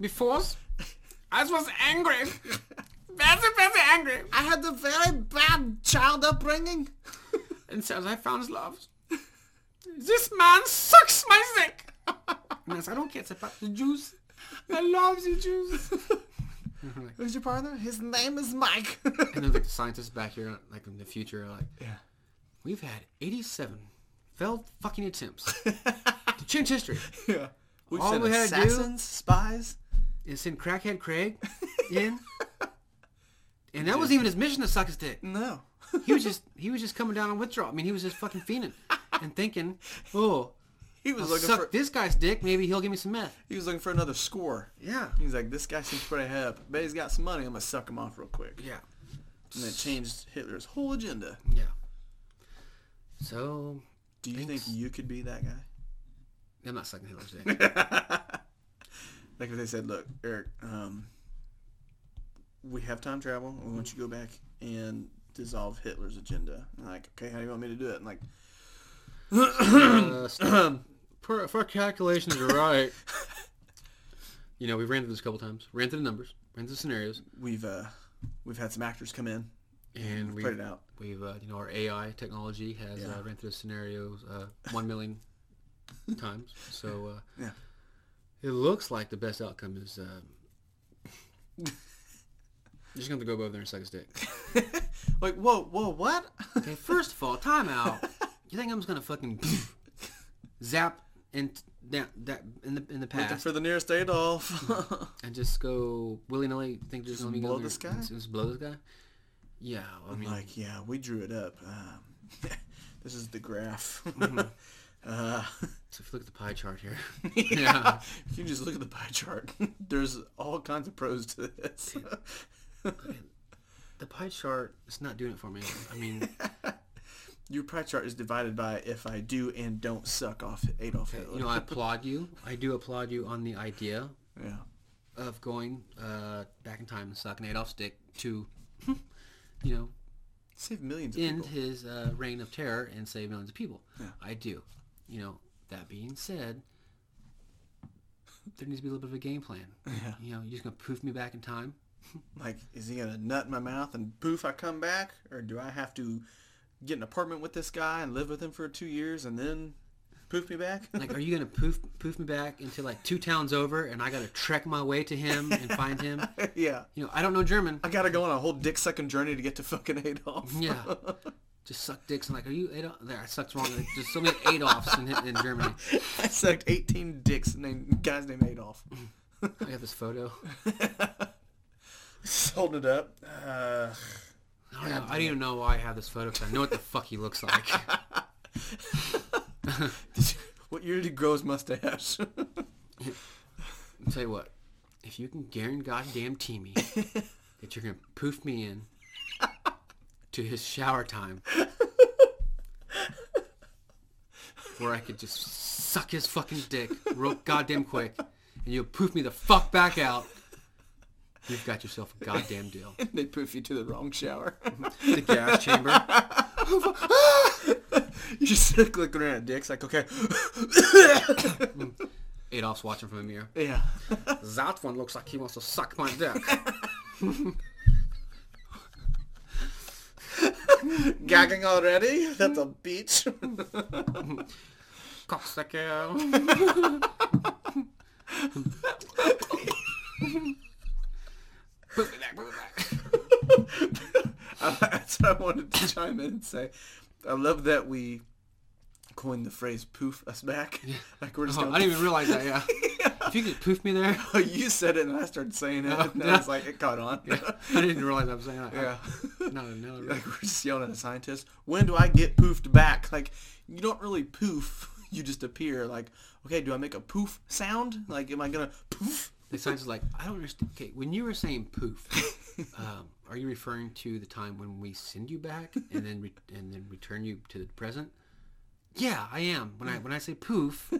A: Before, I was angry. Very, very angry.
B: I had a very bad child upbringing.
A: And says I found love. This man sucks my dick. And I said, I don't care. It's about the Jews. I love the Jews.
B: Who's your partner? His name is Mike.
A: and then like the scientists back here, like in the future, are like,
B: yeah.
A: we've had 87 failed fucking attempts to change history.
B: Yeah. We've
A: All
B: sent
A: we had to do-
B: assassins, spies.
A: It's in Crackhead Craig in. And that wasn't even his mission to suck his dick.
B: No.
A: He was just he was just coming down on withdrawal. I mean, he was just fucking fiending and thinking, oh,
B: He was
A: I'll
B: looking
A: suck
B: for
A: this guy's dick. Maybe he'll give me some meth.
B: he was looking for another score.
A: Yeah.
B: He's like, this guy seems pretty hip. Bet he's got some money. I'm gonna suck him off real quick.
A: Yeah.
B: And it changed Hitler's whole agenda.
A: Yeah. So
B: Do you
A: Thanks.
B: think you could be that guy?
A: I'm not sucking Hitler's dick.
B: Like if they said, look, Eric, um, we have time travel. We want you to go back and dissolve Hitler's agenda. And like, okay, how do you want me to do it? And like,
A: uh, st- per, if our calculations are right, you know we ran through this a couple times. Ran through the numbers, ran through the scenarios,
B: we've uh, we've had some actors come in,
A: and we
B: put it out.
A: we've uh, you know our AI technology has uh, ran through the scenarios uh, one million times. So uh,
B: Yeah.
A: it looks like the best outcome is uh, you're just gonna have to go over there and suck a stick.
B: like, whoa, whoa, what?
A: Okay, first of all, timeout. You think I'm just gonna fucking zap and down that in the in the
B: Looking
A: past
B: for the nearest Adolf.
A: and just go willy nilly? Think just,
B: Just
A: gonna be
B: blow
A: going
B: this
A: there
B: guy?
A: and Just blow this guy. Yeah, I
B: I'm
A: mean,
B: like, yeah, we drew it up. Um, this is the graph.
A: Mm-hmm.
B: uh,
A: so if you look at the pie chart here,
B: yeah.
A: Yeah.
B: If you just look at the pie chart, there's all kinds of pros to this.
A: the pie chart is not doing it for me. I mean,
B: Your pie chart is divided by if I do and don't suck off Adolf Hitler.
A: you know, I applaud you. I do applaud you on the idea
B: yeah.
A: of going uh, back in time and sucking Adolf's dick to, you know,
B: Save millions of
A: end
B: people.
A: his uh, reign of terror and save millions of people.
B: Yeah.
A: I do. You know, that being said, there needs to be a little bit of a game plan.
B: Yeah.
A: You know, you're just going to poof me back in time.
B: Like, is he gonna nut in my mouth and poof, I come back, or do I have to get an apartment with this guy and live with him for two years and then poof me back?
A: Like, are you going to poof poof me back into like two towns over and I got to trek my way to him and find him?
B: yeah,
A: You know, I don't know German.
B: I gotta go on a whole dick sucking journey to get to fucking Adolf.
A: Yeah. Just suck dicks and like, are you Adolf? There, I sucked wrong. There's so many Adolfs in, in Germany.
B: I sucked eighteen dicks named guys named Adolf.
A: I got this photo.
B: Just holding it up. Uh,
A: I don't, know. I don't even know why I have this photo because I know what the fuck he looks like.
B: did you, what year did he grow his mustache?
A: I'll tell you what, if you can guarantee goddamn Teamy that you're gonna poof me in to his shower time, where I could just suck his fucking dick real goddamn quick, and you'll poof me the fuck back out. You've got yourself a goddamn deal.
B: they poof you to the wrong shower.
A: The gas chamber.
B: you just look around at dicks like, okay,
A: Adolf's watching from a mirror.
B: yeah.
A: That one looks like he wants to suck my dick.
B: Gagging already? That's a beach.
A: Cocksucker. Poof me back, poof me back.
B: That's what I wanted to chime in and say. I love that we coined the phrase "poof us back." Like we're just
A: Oh, I
B: going.
A: didn't even realize that. Yeah. If you could poof me there,
B: Oh, you said it, and I started saying it, and I was like, it caught on. Oh, Yeah.
A: I didn't realize I was saying that. No, no, no.
B: like we're just yelling at a scientist. When do I get poofed back? Like you don't really poof. You just appear. Like okay, do I make a poof sound? Like am I gonna poof?
A: The scientist is like, I don't understand. Okay, when you were saying poof, um, are you referring to the time when we send you back and then re- and then return you to the present? Yeah, I am. When I when I say poof,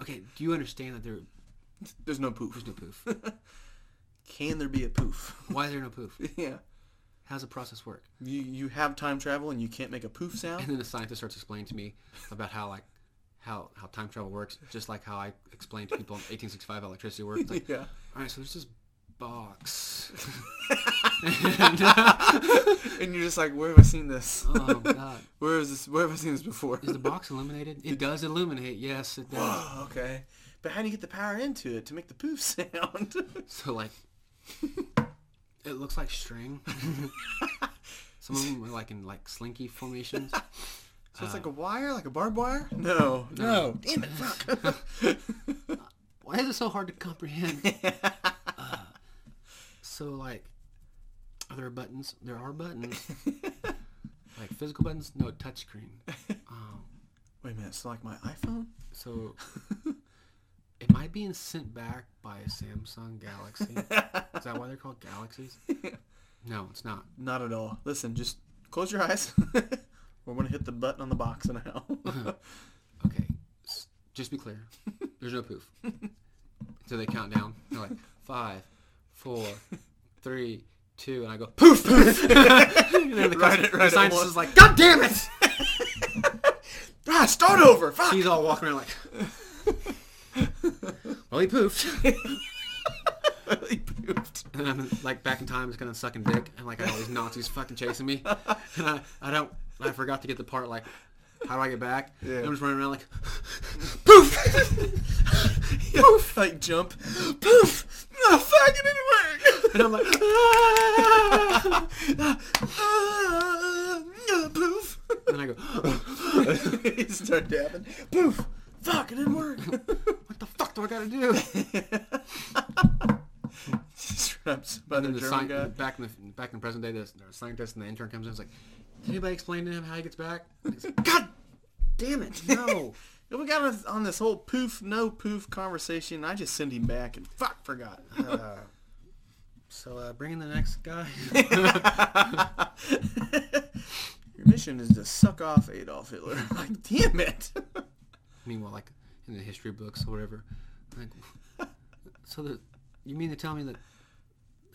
A: okay, do you understand that there
B: There's no poof.
A: is no poof?
B: Can there be a poof?
A: Why is there no poof?
B: yeah.
A: How's the process work?
B: You you have time travel and you can't make a poof sound.
A: And then the scientist starts explaining to me about how like how how time travel works, just like how I explained to people in 1865 how electricity works. It's like,
B: Yeah.
A: all right, so there's this box. And, uh,
B: And you're just like, where have I seen this?
A: oh God,
B: Where is this? Where have I seen this before?
A: is the box illuminated? It does illuminate. Yes, it does.
B: Oh, okay. But how do you get the power into it to make the poof sound?
A: So like, it looks like string. Some of them are like in like slinky formations.
B: so it's like a wire, like a barbed wire? No, no. Damn it, fuck.
A: Why is it so hard to comprehend? Uh, so like, are there buttons? There are buttons. like physical buttons? No, touchscreen. Um,
B: Wait a minute, it's like my iPhone?
A: so, am I being sent back by a Samsung Galaxy? Is that why they're called galaxies? No, it's not.
B: Not at all. Listen, just close your eyes. We're gonna hit the button on the box now.
A: Okay, s- just be clear. There's no poof. So they count down. They're like five, four, three, two, and I go poof poof. and then the,
B: Right
A: cus-
B: at- right
A: the
B: at
A: scientist
B: once.
A: is like, God damn it!
B: ah, start over. Fuck.
A: He's all walking around like, well, he poofed.
B: He poofed.
A: And I'm like back in time, just kind of sucking dick, and like I got all these Nazis fucking chasing me, and I, I don't, I forgot to get the part like, How do I get back?
B: Yeah.
A: I'm just running around like,
B: Poof! Poof! Like jump. Poof! No, fuck, it didn't work!
A: and I'm like,
B: ah, ah, ah, poof!
A: and I go,
B: you start dabbing. Poof! Fuck, it didn't work!
A: what the fuck do I gotta do?
B: Just wraps by
A: And
B: the
A: then the
B: German
A: sci-
B: guy.
A: back in the back in the present day, the the scientist and the intern comes in. It's like, did anybody explain to him how he gets back? And he's like, God damn it, no.
B: We got on- on this whole poof, no poof conversation. I just send him back and fuck, forgot.
A: Uh, so uh, bring in the next guy.
B: Your mission is to suck off Adolf Hitler. Like, damn it.
A: Meanwhile, like in the history books or whatever, like, so the, you mean to tell me that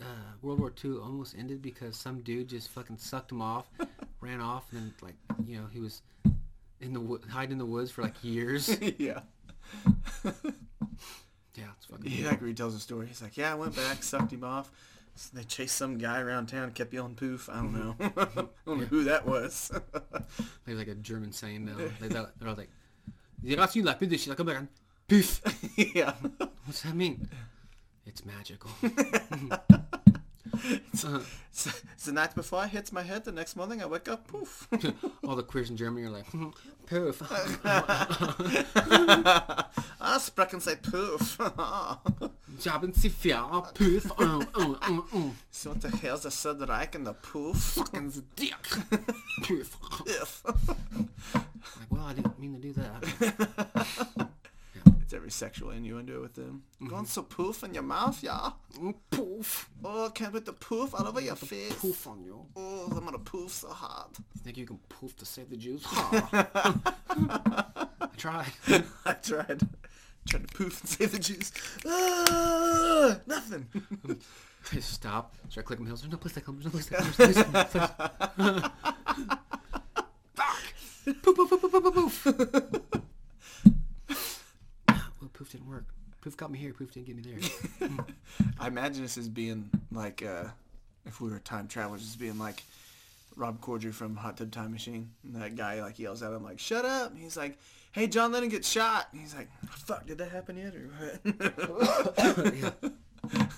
A: uh, World War II almost ended because some dude just fucking sucked him off, ran off, and then like you know he was in the wo- hiding in the woods for like years.
B: yeah.
A: yeah, it's fucking.
B: He like retells the story. He's like, yeah, I went back, sucked him off. So they chased some guy around town, kept yelling poof. I don't know. I don't know who that was.
A: There's like a German saying though. Like that, they're all like, "Die Rassen la Pindische, la Kammeran." Poof.
B: yeah.
A: What's that mean? It's magical. Uh,
B: So, the night before I hits my head, the next morning I wake up, poof.
A: all the queers in Germany are like, "Hmm, poof.
B: I sprechen Ah, say poof.
A: Jobben sie fair, poof. Oh, oh, oh, oh.
B: so what the hell's the said Reich and the poof?
A: Fucking the dick. Poof.
B: Poof.
A: Like, well, I didn't mean to do that.
B: It's every sexual innuendo with them. Going so poof in your mouth, yeah.
A: Poof.
B: Oh, I can't put the poof all over your face.
A: Poof on you.
B: Oh, I'm gonna poof so hard.
A: You think you can poof to save the Jews? Ha. I tried.
B: I tried. Tried to poof and save the juice. Ah, nothing.
A: I stop. Start clicking my heels. There's no place that comes. There's no place that comes. There's no place that comes. Fuck. Poof, poof, poof, poof, poof, poof, poof. well, poof didn't work. Poof got me here. Poof didn't get me there.
B: I imagine this as being like, uh, if we were time travelers, as being like Rob Corddry from Hot Tub Time Machine. And that guy like yells at him like, "Shut up!" And he's like, "Hey, John Lennon gets shot." And he's like, "Fuck, did that happen yet or what?"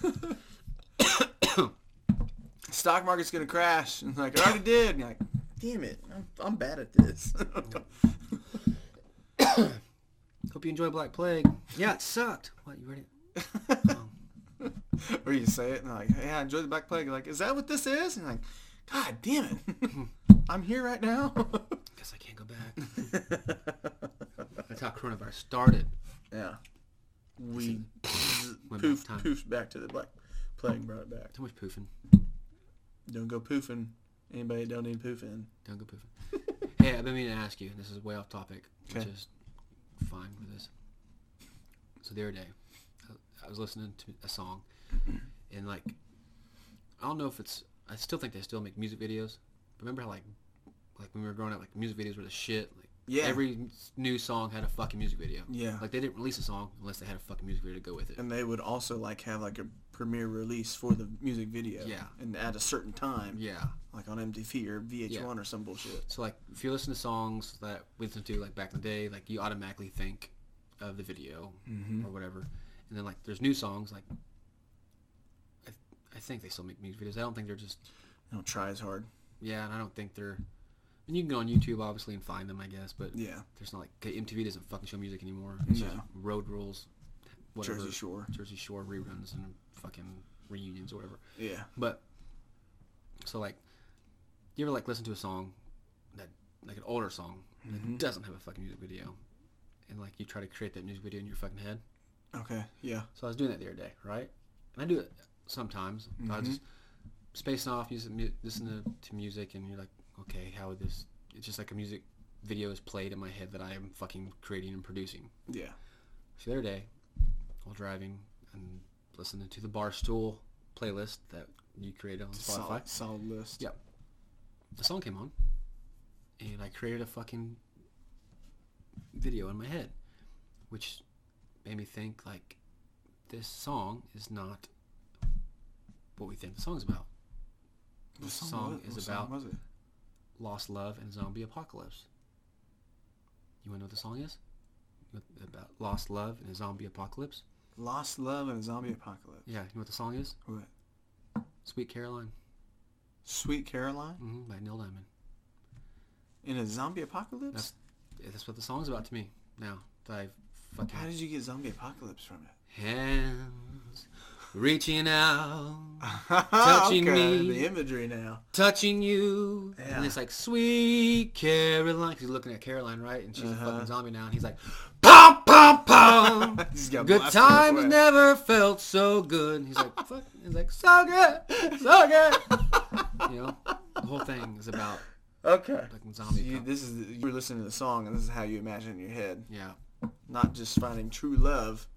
B: Stock market's gonna crash. And like, "It already did." And you're like, "Damn it, I'm, I'm bad at this."
A: Hope you enjoy Black Plague. Yeah, it sucked. What you ready?
B: Or you say it and like, hey, I enjoy the Black Plague. You're like, is that what this is? And you're like, God damn it. I'm here right now.
A: Guess I can't go back. That's how coronavirus started.
B: yeah. We z-
A: Went
B: poof,
A: back time.
B: poofed back to the Black Plague, brought it back.
A: Too much poofing.
B: Don't go poofing. Anybody don't need poofing.
A: Don't go poofing. hey, I've been meaning to ask you. This is way off topic, which
B: Okay.
A: is fine with this. So the other day, I- I was listening to a song, and like, I don't know if it's. I still think they still make music videos. Remember how like, like when we were growing up, like music videos were the shit. Like
B: Yeah.
A: every s- new song had a fucking music video.
B: Yeah.
A: Like they didn't release a song unless they had a fucking music video to go with it.
B: And they would also like have like a premiere release for the music video.
A: Yeah.
B: And at a certain time.
A: Yeah.
B: Like on MTV or VH1 or some bullshit.
A: So like if you listen to songs that we listened to like back in the day, like you automatically think of the video
B: Mm-hmm.
A: or whatever. And then like there's new songs like I, I think they still make music videos. I don't think they're just
B: You know, try as hard.
A: yeah, and I don't think they're. And you can go on YouTube obviously and find them, I guess. But
B: Yeah.
A: there's not like 'kay, MTV doesn't fucking show music anymore. It's just
B: No.
A: road rules, whatever.
B: Jersey Shore.
A: Jersey Shore reruns and fucking reunions or whatever.
B: Yeah.
A: But so like, you ever like listen to a song that like an older song that doesn't have a fucking music video, and like you try to create that music video in your fucking head?
B: Okay. Yeah.
A: So I was doing that the other day, right? And I do it sometimes. I was just spacing off, using mu- listening to, to music, and you're like, okay, how would this? It's just like a music video is played in my head that I am fucking creating and producing.
B: Yeah.
A: So the other day, while driving and listening to the Barstool playlist that you created on Spotify,
B: Solid, solid list.
A: Yeah. the song came on, and I created a fucking video in my head, which made me think like, this song is not what we think the song's about.
B: What
A: This
B: song
A: song
B: was-
A: is
B: what
A: about
B: Song was it?
A: lost love and zombie apocalypse. You want to know what the song is? With- About lost love and a zombie apocalypse.
B: Lost love and a zombie apocalypse.
A: Yeah, you know what the song is?
B: What?
A: Sweet Caroline
B: Sweet Caroline
A: hmm by Neil Diamond.
B: in a zombie apocalypse?
A: That's that's what the song's about to me now. That I've fucking
B: How did you get zombie apocalypse from it?
A: hands reaching out,
B: Touching
A: me.
B: The imagery now.
A: touching you,
B: Yeah.
A: and it's like Sweet Caroline. 'Cause He's looking at Caroline, right? And she's a
B: Uh-huh.
A: fucking zombie now, and he's like, pom pom pom.
B: Just got
A: Good
B: blasted with
A: times
B: wet.
A: never felt so good. And he's like, fuck. He's like, so good, so good. you know, the whole thing is about
B: Okay.
A: fucking
B: So
A: zombie.
B: you,
A: apocalypse.
B: this is you were listening to the song, and this is how you imagine it in your head,
A: yeah,
B: not just finding true love,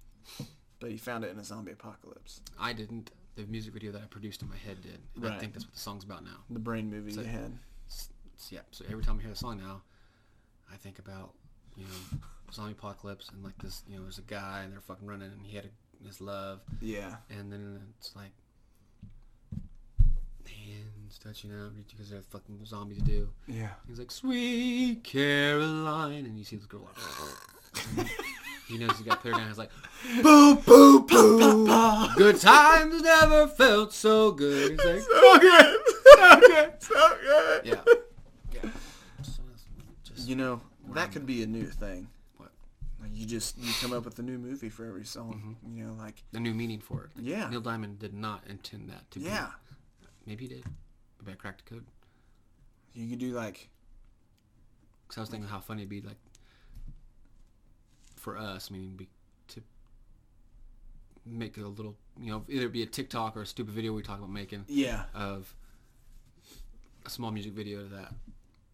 B: but you found it in a zombie apocalypse.
A: I didn't. The music video that I produced in my head did. And I
B: Right.
A: think that's what the song's about now.
B: The brain movie
A: So-
B: you had.
A: S- s- yeah. So every time I hear the song now, I think about you know zombie apocalypse and like this. You know, there's a guy and they're fucking running and he had a, his love
B: Yeah.
A: and then it's like hands touching out because they're fucking zombies do.
B: Yeah.
A: He's like, "Sweet Caroline," and you see this girl like. he knows he's got to put her down. He's like,
B: Boo boo boo.
A: "Good times never felt so good." He's like,
B: So good. So good. So good.
A: "Yeah, yeah." So that's just
B: You know that could be a new thing.
A: What?
B: Like you just you come up with a new movie for every song.
A: Mm-hmm.
B: You know, like
A: the new meaning for it.
B: yeah,
A: Neil Diamond did not intend that to be.
B: yeah.
A: Maybe he did. Maybe I cracked the code.
B: You could do like
A: Because I was thinking how funny it'd be like for us, meaning be, to make a little, you know, either be a TikTok or a stupid video we talk about making
B: yeah,
A: of a small music video to that.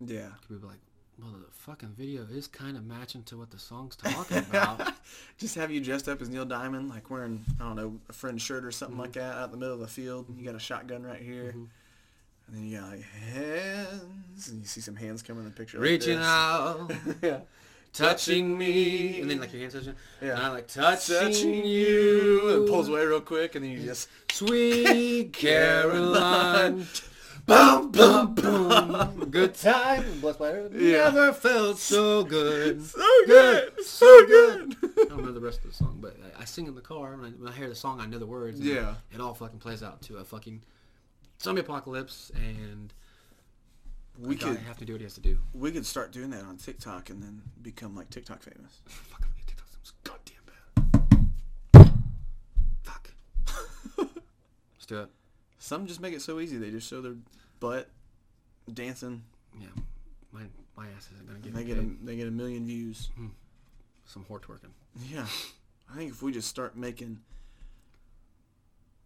B: yeah.
A: Could be like, well, the fucking video is kind of matching to what the song's talking about.
B: Just have you dressed up as Neil Diamond, like wearing I don't know a friend's shirt or something
A: Mm-hmm.
B: like that, out in the middle of the field. You got a shotgun right here, and then you got like hands, and you see some hands come in the picture.
A: Reaching
B: like
A: out,
B: this. yeah,
A: touching me, and then like your hands touching,
B: Yeah.
A: and I'm like touching,
B: touching
A: you,
B: you, and pulls away real quick, and then you just
A: Sweet Caroline.
B: boom, boom,
A: Boom. Good time. Blessed by her.
B: Yeah.
A: Never felt so good.
B: so good, so good.
A: I don't know the rest of the song, but I, I sing in the car. When I, when I hear the song, I know the words. and
B: Yeah.
A: It all fucking plays out to a fucking zombie apocalypse, and
B: We
A: God,
B: could
A: have to do what he has to do.
B: we could start doing that on TikTok and then become like TikTok famous.
A: Fuck, I'm gonna get TikTok songs. Goddamn bad. Fuck. Let's do it.
B: Some just make it so easy; they just show their butt dancing.
A: Yeah. My, my ass isn't gonna get,
B: And they get a, they get a million views.
A: some whore twerking.
B: Yeah, I think if we just start making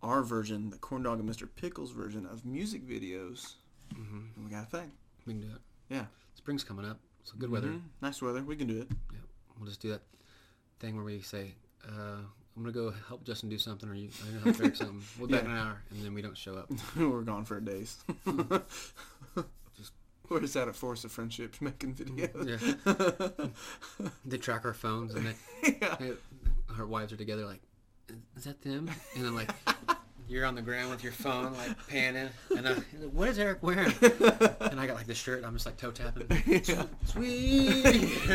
B: our version, the corn dog and Mr. Pickles version of music videos,
A: Mhm.
B: we got a thing.
A: We can do it.
B: Yeah,
A: Spring's coming up, so good weather.
B: Mhm. nice weather. We can do it.
A: Yeah, we'll just do that thing where we say, uh, "I'm gonna go help Justin do something," or "You, I'm gonna help Eric something." We'll be back
B: Yeah.
A: in an hour, and then we don't show up.
B: We're gone for days.
A: Just-
B: We're just out at Force of Friendship making videos.
A: They track our phones, and they,
B: Yeah.
A: they, our wives are together, like, "Is that them?" And then like, you're on the ground with your phone, like panning, and I'm like, "What is Eric wearing?" And I got like this shirt, and I'm just like toe tapping.
B: Yeah.
A: Sweet.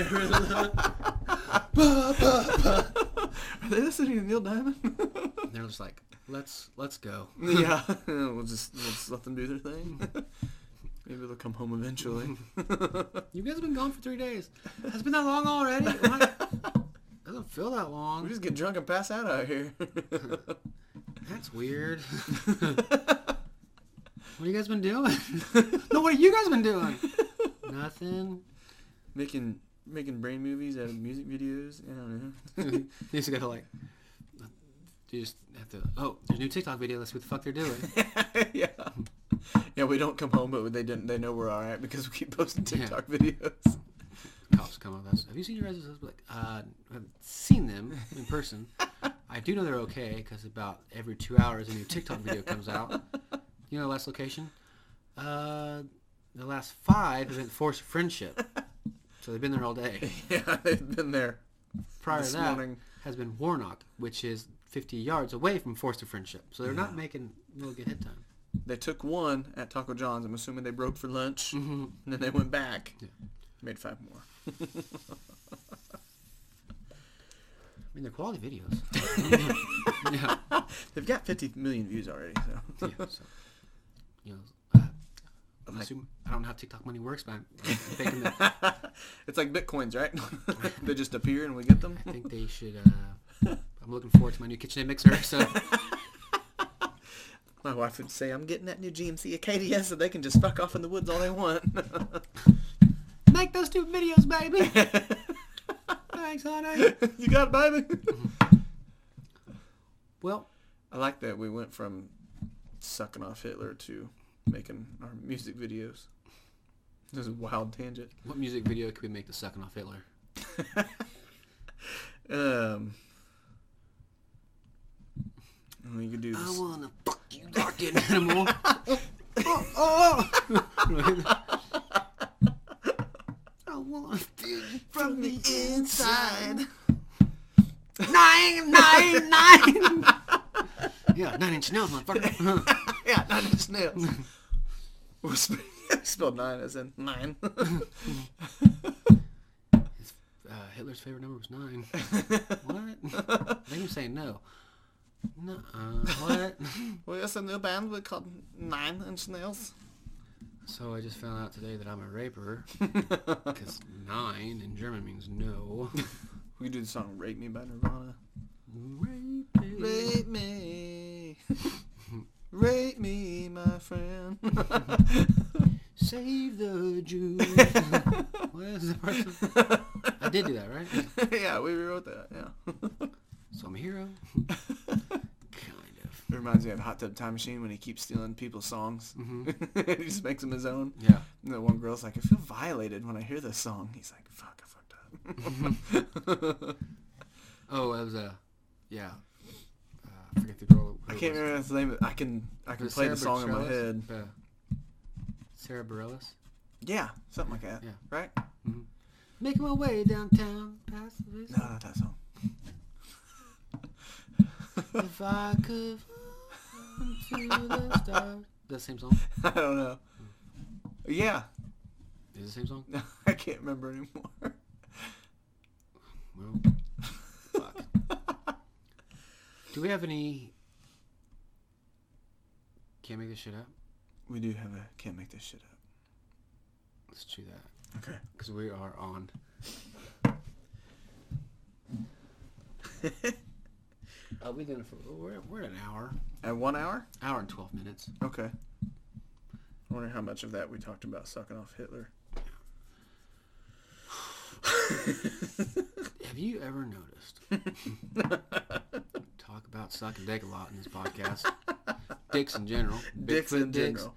B: Are they listening to Neil Diamond?
A: And they're just like, "Let's let's go."
B: yeah, we'll just we'll just let them do their thing. Maybe they'll come home eventually.
A: You guys have been gone for three days. Has it been that long already? Why- Doesn't feel that long.
B: we just get drunk and pass out out here.
A: That's weird. what you guys been doing? no, what have you guys been doing? Nothing.
B: making making brain movies out of music videos. I don't know.
A: you just gotta like, you just have to. Oh, there's a new TikTok video. Let's see what the fuck they're doing.
B: yeah, yeah. We don't come home, but they didn't. They know we're all right because we keep posting
A: Yeah.
B: TikTok videos.
A: Cops come up. Have you seen your guys' husband?" Like, uh, I haven't seen them in person. I do know they're okay because about every two hours a new TikTok video comes out. You know the last location? Uh, the last five have been forced friendship. So they've been there all day.
B: Yeah, they've been there.
A: prior
B: This
A: to that
B: morning.
A: has been Warnock, which is 50 yards away from Forster Friendship. So they're not making real good hit time. Mm-hmm.
B: They took one at Taco John's. I'm assuming they broke for lunch, and then they went back. Made five more.
A: I mean, they're quality videos. yeah.
B: They've got 50 million views already. So
A: yeah. So, you know, uh, I'm assuming- I don't know how TikTok money works, but I'm thinking that
B: it's like bitcoins, right? they just appear and we get them.
A: I think they should. Uh, I'm looking forward to my new KitchenAid mixer. So
B: My wife would say, "I'm getting that new GMC Acadia, so they can just fuck off in the woods all they want."
A: make those two videos, baby. Thanks, honey.
B: you got it, baby.
A: Well,
B: I like that we went from sucking off Hitler to making our music videos. This is a wild tangent.
A: what music video could we make to sucking off Hitler?
B: Um, I mean, you could do
A: I
B: this.
A: wanna fuck you like an animal. oh, oh. I wanna feel you from the inside. Nine, nine, nine. yeah, nine inch nails, motherfucker.
B: yeah, nine inch nails. We're sp- spelled nine as in nine.
A: uh, Hitler's favorite number was nine. what? They were saying no. No, what?
B: well, yes, a new band we called Nine Inch Nails.
A: so I just found out today that I'm a raper. Because nine in German means no.
B: We could do the song "Rape Me" by Nirvana.
A: Rape.
B: Rape me. Rape me, my friend.
A: Save the Jews. what is the person? I did do that, right?
B: yeah, we rewrote that. Yeah.
A: So I'm a hero. kind of.
B: It reminds me of Hot Tub Time Machine when he keeps stealing people's songs. he just makes them his own.
A: Yeah.
B: And the one girl's like, I feel violated when I hear this song. He's like, fuck, I fucked up.
A: Oh, that was a. Yeah. Uh, I forget the girl. who
B: I
A: it
B: can't
A: was.
B: remember his name. but I can I can
A: Was it
B: play
A: Sarah
B: the song in my
A: Bareilles?
B: head.
A: Uh, Sarah Bareilles.
B: Yeah, something like that.
A: Yeah.
B: Right?
A: Making my way downtown past the
B: No, not that song.
A: If I could to the stars. That same song?
B: I don't know. Yeah,
A: Is it the same song?
B: I can't remember anymore.
A: Well, fuck. Do we have any? Can't make this shit up.
B: We do have a can't make this shit up.
A: Let's do that
B: Okay.
A: because we are on. uh, we've been for we're, we're at an hour,
B: At one hour?
A: hour and twelve minutes.
B: Okay. I wonder how much of that we talked about sucking off Hitler.
A: Have you ever noticed? talk about sucking dick a lot in this podcast. dicks in general.
B: Dicks
A: Bigfoot
B: in general.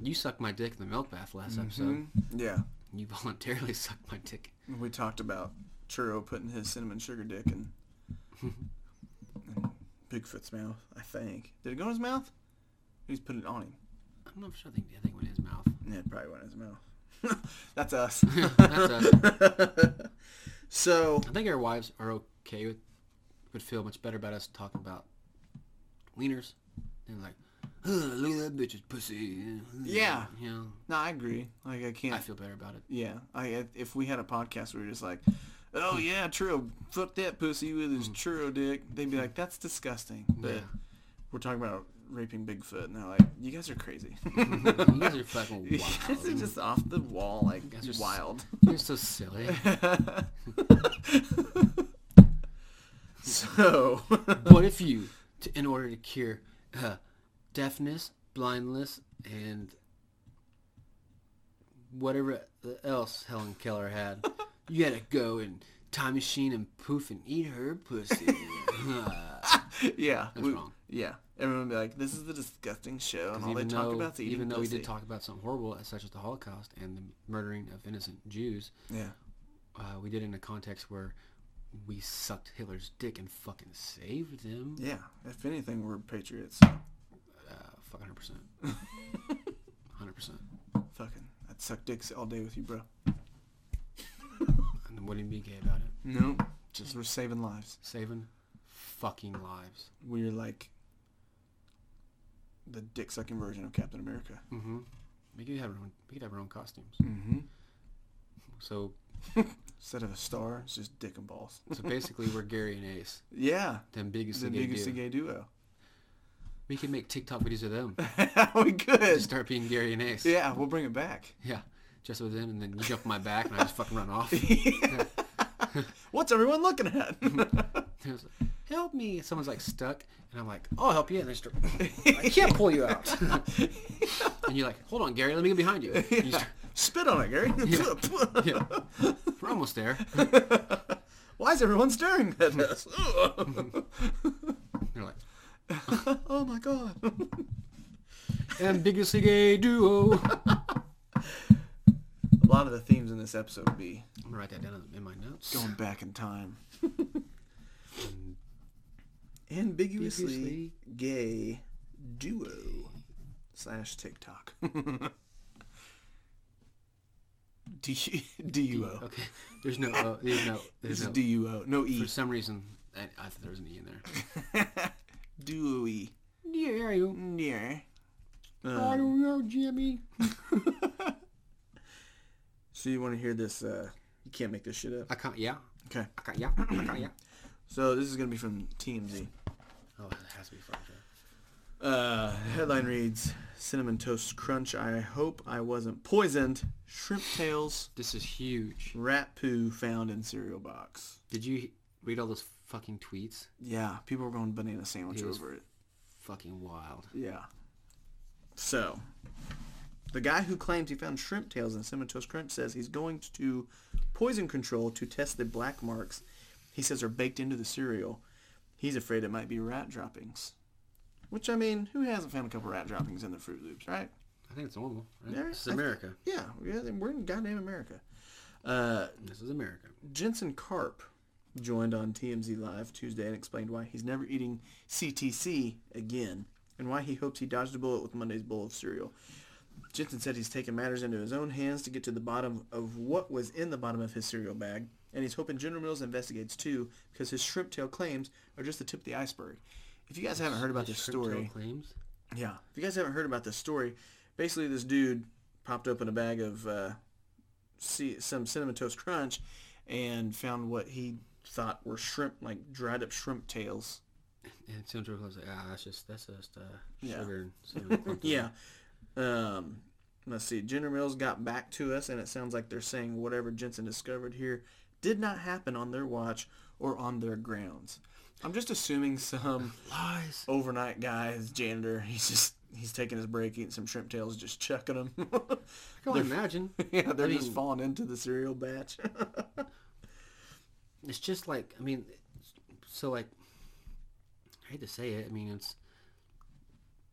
A: You sucked my dick in the milk bath last episode.
B: Mhm. Yeah.
A: You voluntarily sucked my dick.
B: We talked about Churro putting his cinnamon sugar dick in, in Bigfoot's mouth, I think. Did it go in his mouth? He's put it on him.
A: I'm not sure. I think I think it went in his mouth.
B: Yeah, it probably went in his mouth. That's us.
A: That's us.
B: so,
A: I think our wives are okay with would feel much better about us talking about wieners and like, "Ugh, look at that bitch's pussy. Ugh."
B: Yeah.
A: you know,
B: no, I agree. Like, I can't.
A: I feel better about it.
B: Yeah, I if we had a podcast, where we were just like, "Oh yeah, Truro fuck that pussy with his Truro dick," they'd be like, "That's disgusting." But
A: Mm-hmm. Yeah.
B: we're talking about raping Bigfoot, and they're like, "You guys are crazy.
A: you guys are fucking
B: you
A: wild.
B: guys are just off the wall, like
A: guys are s-
B: wild."
A: You're so silly.
B: so,
A: what if you, to, in order to cure uh, deafness, blindness, and whatever else Helen Keller had, you had to go and time machine and poof and eat her pussy.
B: yeah,
A: That's
B: we-
A: wrong.
B: Yeah, everyone would be like, "This is the disgusting show," and all they
A: even
B: talk
A: though,
B: about is eating
A: even though we
B: pussy.
A: did talk about something horrible, as such as the Holocaust and the murdering of innocent Jews,
B: yeah,
A: uh, we did it in a context where we sucked Hitler's dick and fucking saved him.
B: yeah. If anything, we're patriots.
A: Uh, fuck, hundred percent, hundred percent.
B: Fucking, I'd suck dicks all day with you, bro.
A: And wouldn't be gay about it.
B: No, just we're saving lives.
A: Saving fucking lives.
B: We're like the dick sucking version of Captain America.
A: Mm-hmm. We could have our own. We could have our own costumes.
B: Mm-hmm.
A: So
B: Instead of a star, it's just dick and balls.
A: so basically, we're Gary and Ace,
B: Yeah.
A: them biggest
B: the
A: gay
B: biggest
A: duo.
B: gay duo.
A: We can make TikTok videos of them.
B: we
A: Just
B: could.
A: start being Gary and Ace.
B: Yeah, we'll bring it back.
A: Yeah. Just with them, and then you jump on my back, and I just fucking run off.
B: What's everyone looking at?
A: And it's like, help me. And Someone's like stuck, and I'm like, I'll help you. And they start, I can't pull you out. and you're like, hold on, Gary, let me get behind you. And you start-
B: Spit on it, Gary.
A: yeah. We're almost there.
B: Why is everyone staring at us?
A: You're like,
B: oh my god.
A: ambiguously gay duo. I'm
B: A lot of the themes in this episode will be
A: gonna write that down in my notes.
B: going back in time. Ambiguously gay duo slash TikTok. D- DUO.
A: Okay. There's no. Uh, there's no.
B: This
A: There's
B: is
A: no.
B: DUO. No E.
A: For some reason, I, I thought there was an e in there.
B: Duo E.
A: Yeah, you.
B: Yeah.
A: I
B: Um,
A: don't know, Jimmy.
B: so you want to hear this? Uh, you can't make this shit up.
A: I can't. Yeah.
B: Okay.
A: I can't. Yeah. I can't. Yeah.
B: So this is gonna be from TMZ.
A: Oh, it has to be fucked up.
B: Uh, headline reads: Cinnamon Toast Crunch. I hope I wasn't poisoned. Shrimp tails.
A: This is huge.
B: Rat poo found in cereal box.
A: Did you read all those fucking tweets?
B: Yeah, people were going banana sandwich
A: It was-
B: over it.
A: Fucking wild.
B: Yeah. So, the guy who claims he found shrimp tails in Cinnamon Toast Crunch says he's going to poison control to test the black marks he says are baked into the cereal. He's afraid it might be rat droppings. Which, I mean, who hasn't found a couple rat droppings in their Fruit Loops, right?
A: I think it's normal. Right?
B: Yeah,
A: this is
B: I-
A: America.
B: Yeah, yeah we're in goddamn America. Uh,
A: This is America.
B: Jensen Karp joined on TMZ Live Tuesday and explained why he's never eating CTC again and why he hopes he dodged a bullet with Monday's bowl of cereal. Jensen said he's taken matters into his own hands to get to the bottom of what was in the bottom of his cereal bag, and he's hoping General Mills investigates too because his shrimp tail claims are just the tip of the iceberg. If you guys haven't heard about
A: The
B: this
A: shrimp tail
B: story,
A: Claims.
B: yeah. If you guys haven't heard about this story, basically this dude popped up in a bag of uh, ci- some cinnamon toast crunch and found what he thought were shrimp, like dried up shrimp tails.
A: And Central Claims like, ah, that's just that's just uh,
B: Yeah.
A: sugar. and cinnamon clump."
B: Yeah. Um, let's see. General Mills got back to us, and it sounds like they're saying whatever Jensen discovered here did not happen on their watch or on their grounds. I'm just assuming some
A: Lies.
B: overnight guy, his janitor, he's just he's taking his break, eating some shrimp tails, just chucking them.
A: I can only imagine.
B: Yeah, they're
A: I
B: just
A: mean-
B: falling into the cereal batch.
A: it's just like I mean, so like I hate to say it. I mean, it's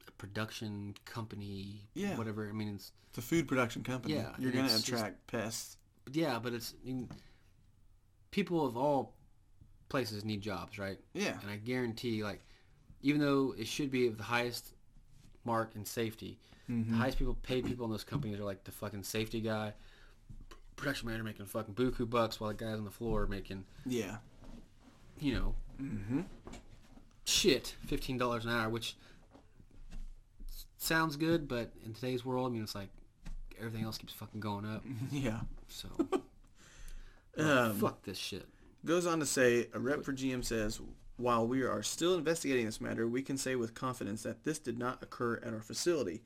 A: a production company,
B: Yeah.
A: whatever. I mean, it's
B: it's a food production company.
A: Yeah,
B: You're
A: and
B: going to
A: it's just-
B: attract pests.
A: but yeah, but it's I mean, people of all places need jobs, right?
B: Yeah.
A: And I guarantee, like, even though it should be of the highest mark in safety, the highest people paid people in those companies are like the fucking safety guy, production manager making fucking buku bucks, while the guys on the floor are making
B: Yeah.
A: you know,
B: Mm-hmm.
A: shit, fifteen dollars an hour, which s- sounds good, but in today's world, I mean, it's like everything else keeps fucking going up.
B: Yeah.
A: So
B: Mm-hmm. Um,
A: fuck this shit.
B: goes on to say, a rep for GM says, while we are still investigating this matter, we can say with confidence that this did not occur at our facility.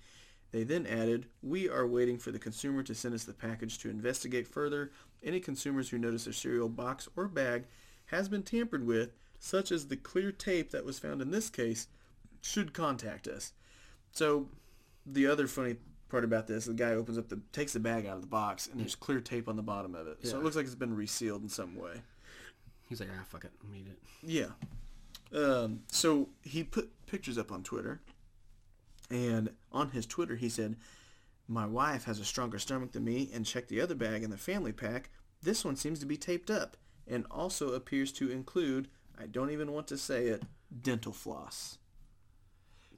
B: They then added, we are waiting for the consumer to send us the package to investigate further. Any consumers who notice their cereal box or bag has been tampered with, such as the clear tape that was found in this case, should contact us. So the other funny part about this, the guy opens up the takes the bag out of the box and there's clear tape on the bottom of it. So it
A: Yeah.
B: looks like it's been resealed in some way.
A: He's like, ah, fuck it, I'm gonna eat it.
B: Yeah. Um, so he put pictures up on Twitter, and on his Twitter he said, "My wife has a stronger stomach than me, and checked the other bag in the family pack. This one seems to be taped up, and also appears to include I don't even want to say it dental floss."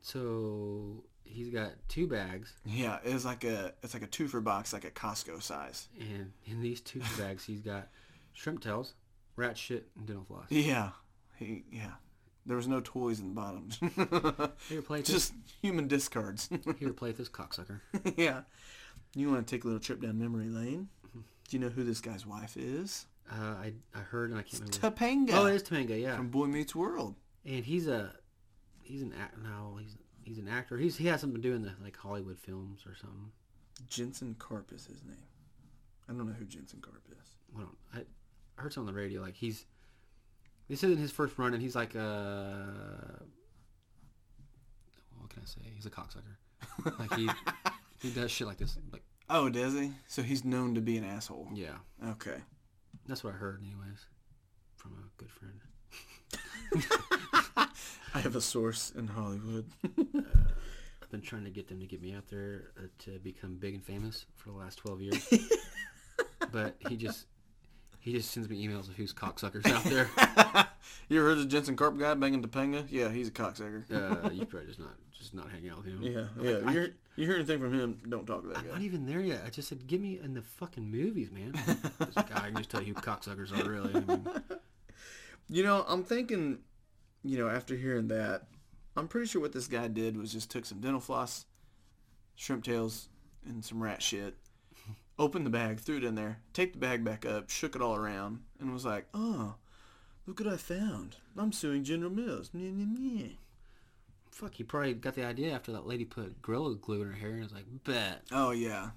A: So he's got two bags,
B: Yeah, it's like a it's like a twofer box, like a Costco size.
A: and in these two bags, he's got shrimp tails, rat shit, and dental floss.
B: Yeah, he yeah. There was no toys in the bottom,
A: Here, play this.
B: just human discards.
A: Here, play this cocksucker.
B: yeah. You want to take a little trip down memory lane? Do you know who this guy's wife is?
A: Uh, I I heard and I can't remember.
B: Topanga
A: Oh, it is Topanga, yeah.
B: from Boy Meets World.
A: and he's a he's an act. No, he's he's an actor. He's he has something to do in the like Hollywood films or something.
B: Jensen Karp is his name. I don't know who Jensen Karp is.
A: I don't. I, I heard something on the radio like he's. This isn't his first run, and he's like uh What can I say? He's a cocksucker. like he he does shit like this. Like
B: Oh, does he? So he's known to be an asshole.
A: yeah,
B: Okay.
A: that's what I heard anyways from a good friend.
B: I have a source in Hollywood.
A: I've been trying to get them to get me out there uh, to become big and famous for the last 12 years. but he just he just sends me emails of who's cocksuckers out there.
B: you ever heard of the Jensen Karp guy banging Topanga? Yeah, he's a cocksucker.
A: Uh, you probably just not just not hang out with him.
B: Yeah, yeah.
A: I-
B: you hear, you hear anything from him? Don't talk to that
A: I'm
B: guy.
A: not even there yet. I just said, get me in the fucking movies, man. I, was like, "Ah, I can just tell you who cocksuckers are, really. I mean,
B: You know, I'm thinking, you know, after hearing that, I'm pretty sure what this guy did was just took some dental floss, shrimp tails, and some rat shit, opened the bag, threw it in there, taped the bag back up, shook it all around, and was like, oh, look what I found. I'm suing General Mills. Nyeh, nyeh, nyeh."
A: fuck, he probably got the idea after that lady put Gorilla Glue in her hair and was like, bet.
B: Oh, yeah.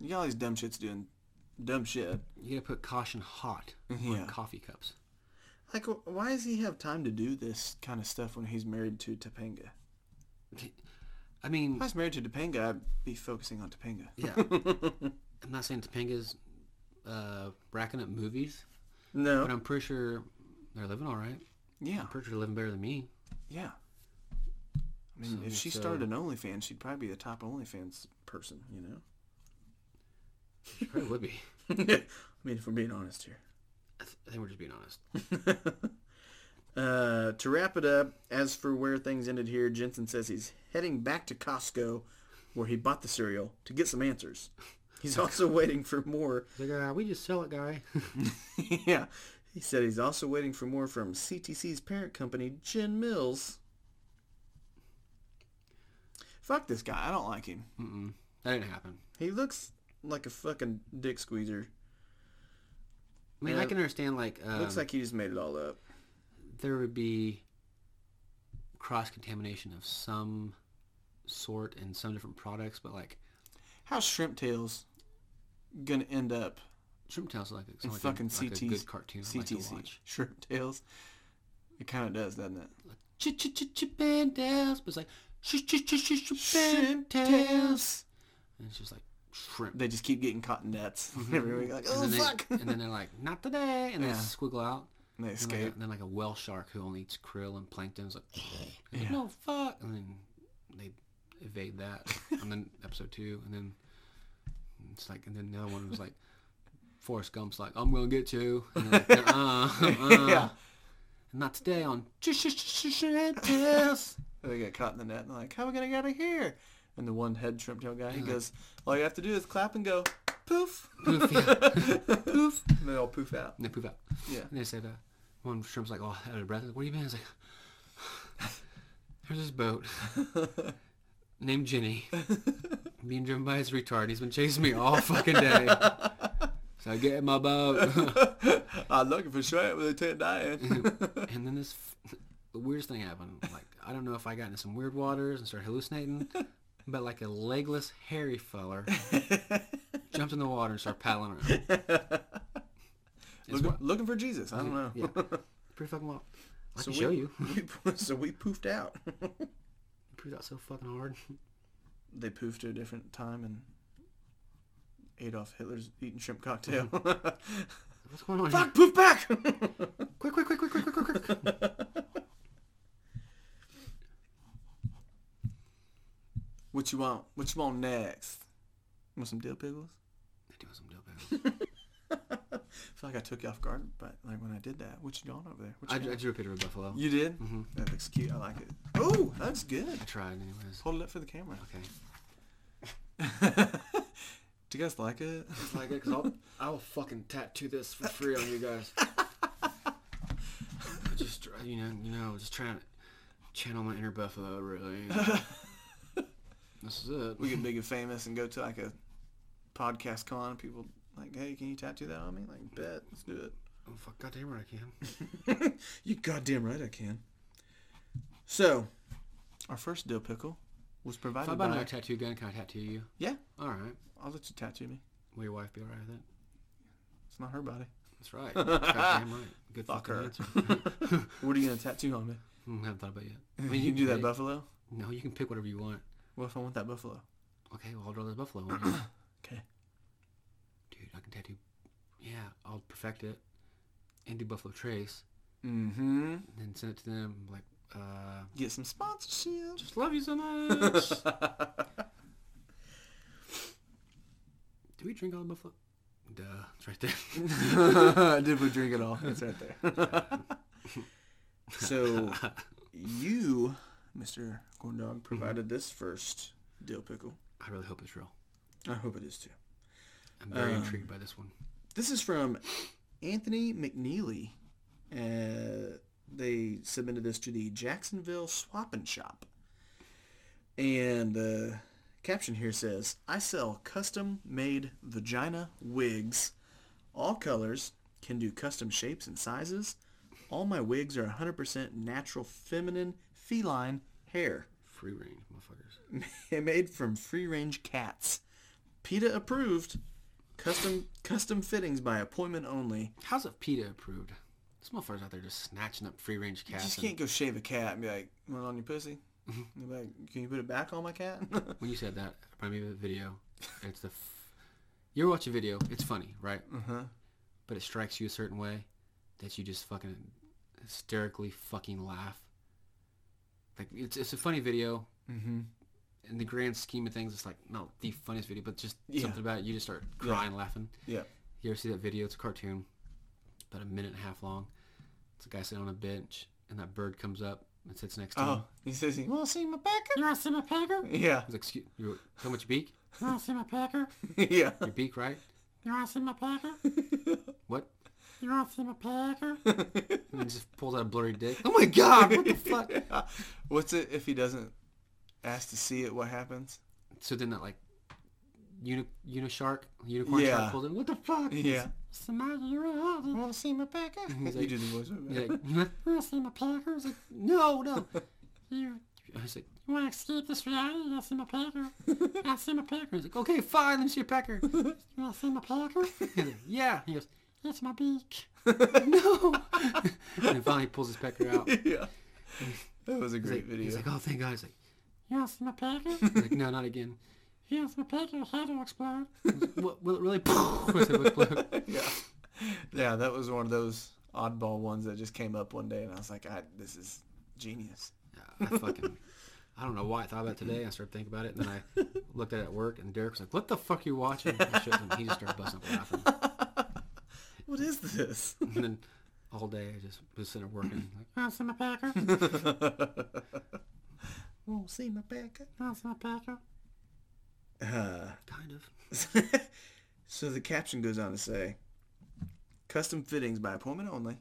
B: You got all these dumb shits doing dumb shit.
A: You gotta put caution hot
B: Yeah.
A: on coffee cups.
B: Like, wh- why does he have time to do this kind of stuff when he's married to Topanga?
A: I mean,
B: If I was married to Topanga, I'd be focusing on Topanga.
A: Yeah. I'm not saying Topanga's uh, racking up movies, but
B: No.
A: I'm pretty sure they're living all right.
B: Yeah.
A: I'm pretty sure they're living better than me.
B: Yeah. I mean,
A: So
B: if she
A: it's, uh,
B: started an OnlyFans, she'd probably be the top OnlyFans person, you know?
A: She probably would be.
B: I mean, if we're being honest here.
A: I, th- I think we're just being honest.
B: Uh, to wrap it up, as for where things ended here, Jensen says he's heading back to Costco, where he bought the cereal, to get some answers. He's also waiting for more.
A: Like, uh, we just sell it, guy.
B: yeah. He said he's also waiting for more from CTC's parent company, Jen Mills. Fuck this guy. I don't like him.
A: Mm-mm. That didn't happen.
B: He looks like a fucking dick squeezer.
A: I mean,
B: Yeah.
A: I can understand, like, um,
B: Looks like he just made it all up.
A: there would be cross-contamination of some sort in some different products, but, like,
B: How's Shrimp Tails gonna end up
A: Shrimp Tails is like, a-
B: in
A: sound like,
B: fucking
A: a, like a
B: CTC?
A: good cartoon I like to
B: CTC
A: watch.
B: Shrimp Tails. It kind of does, doesn't it?
A: Ch ch ch ch Tails. But it's like, ch ch ch ch
B: Shrimp
A: Tails.
B: Tails.
A: And it's just like shrimp.
B: They just keep getting caught in nets every week. Like, oh
A: Mm-hmm. and, then
B: fuck!
A: They, and then they're like, not today, and they
B: Yeah.
A: squiggle out.
B: And they
A: And then, like
B: escape.
A: a, then like a whale shark who only eats krill and plankton is like, like,
B: Yeah.
A: no fuck, and then they evade that. and then episode two, and then it's like, and then the other one was like, Forrest Gump's like, I'm gonna get you. And they're like, uh, uh,
B: yeah.
A: Not today on sh sh sh sh Tails.
B: They get caught in the net and they're like, how are we gonna get out of here? And the one head shrimp tail
A: Uh.
B: guy, he goes, all you have to do is clap and go, poof.
A: Poof, yeah. poof.
B: and they all poof out.
A: And they poof out.
B: Yeah.
A: And they said, uh, one shrimp's like, oh, out of breath. Like, Where you been? I was like, there's this boat named Jenny being driven by his retard. He's been chasing me all fucking day. So I get in my boat.
B: I'm looking for shrimp with a tent dying.
A: and then this f- the weirdest thing happened. Like, I don't know if I got into some weird waters and started hallucinating, but like a legless, hairy feller jumped in the water and started paddling around. It's
B: looking,
A: wa-
B: looking for Jesus. I don't know.
A: yeah. Pretty fucking wild. I
B: So
A: can
B: we,
A: show you.
B: we po- so we poofed out.
A: Proved out so fucking hard.
B: they poofed to a different time and Adolf Hitler's eating shrimp cocktail.
A: Mm-hmm. What's going on
B: Fuck, poof back!
A: here? Quick, quick, quick, quick, quick, quick, quick, quick.
B: what you want? What you want next? Want some dill pickles?
A: They're doing some dope ass.
B: I feel like I took you off guard, but like when I did that, what you doing over there? What you
A: I,
B: got?
A: I drew a picture of a buffalo.
B: you did?
A: hmm
B: That looks cute. I like it. Oh, that's good.
A: I tried, anyways.
B: Hold it up for the camera.
A: Okay.
B: Do you guys like it?
A: Like it, cause I'll, I'll fucking tattoo this for free on you guys. I just, try- you know, you know, just trying to channel my inner buffalo, really. this is it.
B: We get big and famous and go to like a podcast con. People Like, hey, can you tattoo that on me? Like, bet, let's do it.
A: Oh fuck! Goddamn right I can.
B: You goddamn right I can. So, our first dill pickle was
A: If I
B: provided
A: buy
B: by.
A: another tattoo gun, can I tattoo you?
B: yeah,
A: All right.
B: I'll let you tattoo me.
A: Will your wife be alright with it?
B: It's not her body.
A: That's right. Goddamn right. Good
B: Fuck
A: fucking
B: her.
A: answer.
B: What are you gonna tattoo on me?
A: Mm, haven't thought about it yet. I
B: You can do that
A: pick-
B: buffalo.
A: No, you can pick whatever you want.
B: What if I want that buffalo?
A: Okay, well I'll draw this buffalo one. here.
B: Okay.
A: Dude, I can tattoo. Yeah, I'll perfect it and do buffalo trace,
B: Mm-hmm.
A: and then send it to them. Like, uh,
B: Get some sponsorship.
A: just love you so much. Do we drink all the buffalo? Duh, it's right there.
B: Did we drink it all? It's right there. so, you, Mr. Corn Dog, provided this first dill pickle.
A: I really hope it's real.
B: I hope it is too.
A: I'm very
B: Um,
A: intrigued by this one.
B: This is from Anthony McNeely. Uh, they submitted this to the Jacksonville Swap and Shop. And the caption here says, I sell custom-made vagina wigs. All colors, can do custom shapes and sizes. All my wigs are 100% natural feminine feline hair.
A: Free range, motherfuckers.
B: made from free-range cats. PETA approved. Custom custom fittings by appointment only.
A: How's it PETA approved? This motherfucker's out there just snatching up free range
B: You
A: cats.
B: just
A: and-
B: can't go shave a cat and be like, "Want it on your pussy?"
A: Mm-hmm.
B: And they're like, "Can you put it back on my cat?"
A: When you said that, it reminded me of a video. It's the. F- you ever watch a video? It's funny, right?
B: uh-huh.
A: But it strikes you a certain way that you just fucking hysterically fucking laugh. Like it's it's a funny video.
B: Mm-hmm.
A: In the grand scheme of things, it's like not the funniest video, but just
B: Yeah.
A: something about it, you just start crying, laughing.
B: Yeah.
A: You ever see that video? It's a cartoon, about a minute and a half long. It's a guy sitting on a bench, and that bird comes up and sits next to him.
B: Oh, he says he want to see my pecker.
A: You want to see my pecker?
B: Yeah,
A: He's like, excuse you. How much beak? You want to see my pecker?
B: yeah.
A: Your beak, right? You want to see my pecker? what? You want to see my pecker? and he just pulls out a blurry dick. Oh my god! What the fuck?
B: What's it if he doesn't ask to see it? What happens?
A: So then that like, uni unishark, unicorn
B: Yeah.
A: shark pulls in. What the fuck?
B: Yeah.
A: Somebody, you're out.
B: I want to see my pecker.
A: He's
B: you
A: like-
B: do the voice. of it.
A: He's like, you want to see my pecker? He's like, no, no. you. He's like, you want to escape this reality? You want to see my pecker? I see my pecker. He's like, okay, fine, let me see your pecker. You want to see my pecker? He's like, yeah. He goes, it's my beak. no. and then finally he pulls his pecker out.
B: yeah. That was a great
A: like, He's
B: video.
A: like, oh, thank God. He's like, you want to see my pecker? He's like, no, not again. You want to see my pecker? Head will explode. I was like, Will, will it really? His head will explode.
B: yeah. Yeah, that was one of those oddball ones that just came up one day, and I was like, I, this is genius.
A: I fucking, I don't know why I thought about it today. I started thinking about it, and then I looked at it at work, and Derek was like, "What the fuck are you watching?" I showed him, he just started busting up laughing,
B: What is this?
A: and then all day I just was sitting there working. Like, I'll see my packer.
B: Won't see my back.
A: I'll see my packer.
B: Uh,
A: Kind of.
B: so the caption goes on to say, custom fittings by appointment only.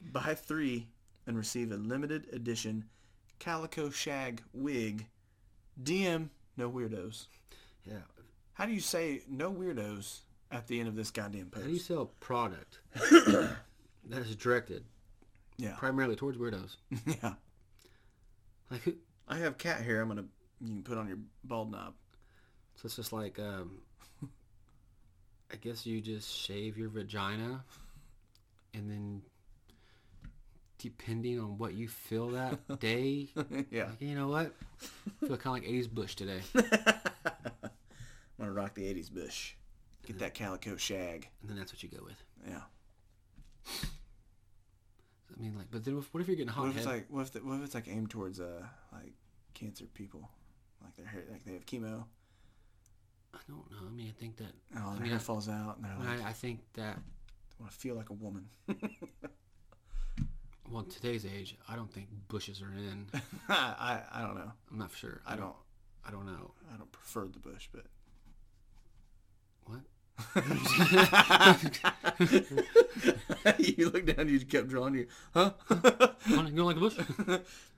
B: Buy three and receive a limited edition calico shag wig. DM no weirdos.
A: Yeah.
B: How do you say no weirdos at the end of this goddamn
A: How do you
B: post?
A: sell a product that is directed
B: Yeah.
A: primarily towards weirdos?
B: yeah.
A: Like, who?
B: I have cat hair. I'm gonna you can put on your bald knob.
A: So it's just like, um, I guess you just shave your vagina, and then depending on what you feel that day,
B: yeah.
A: like, you know what, I feel kind of like '80s Bush today,
B: I'm gonna rock the '80s bush. Get that calico shag.
A: and then that's what you go with.
B: Yeah.
A: I mean, like, but then if- what if you're getting
B: What
A: hot
B: if
A: head?
B: it's like what if the, what if it's like aimed towards uh like cancer people, like their hair like they have chemo
A: I don't know. I mean, I think that.
B: and all their
A: mean,
B: hair
A: I-
B: falls out and they're like
A: I, I think that.
B: want to feel like a woman.
A: Well, in today's age, I don't think bushes are in.
B: I I don't know.
A: I'm not sure.
B: I don't
A: I don't know.
B: I don't prefer the bush, but
A: What?
B: you look down. You kept drawing. You huh?
A: You don't like a bush?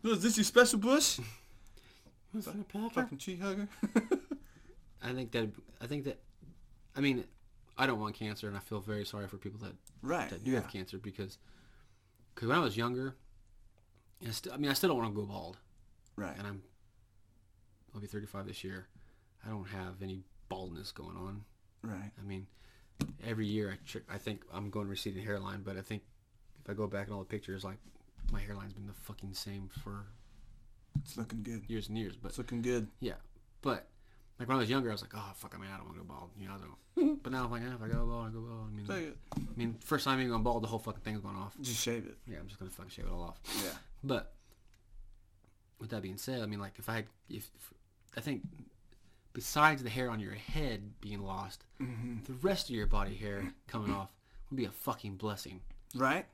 B: Is this your special bush?
A: Listen, Packer.
B: Fucking cheek hugger.
A: I think that I think that I mean I don't want cancer, and I feel very sorry for people that
B: Right.
A: that do have cancer because cause when I was younger, and I, st- I mean, I still don't want to go bald,
B: Right.
A: and I'm I'll be 35 this year. I don't have any baldness going on.
B: Right.
A: I mean, every year I tr- I think I'm going receding hairline, but I think if I go back in all the pictures, like my hairline's been the fucking same for
B: It's looking good.
A: years and years. But
B: It's looking good.
A: yeah, but like when I was younger, I was like, oh fuck, I mean, I don't want to go bald, you know. I don't. but now I'm like, eh, if I go bald, I go bald. I mean,
B: Take it.
A: I mean, first time even going bald, the whole fucking thing's going off.
B: Just shave it.
A: Yeah, I'm just gonna fucking shave it all off.
B: Yeah.
A: But with that being said, I mean, like if I had, if, if I think besides the hair on your head being lost,
B: Mm-hmm.
A: the rest of your body hair coming off would be a fucking blessing.
B: Right.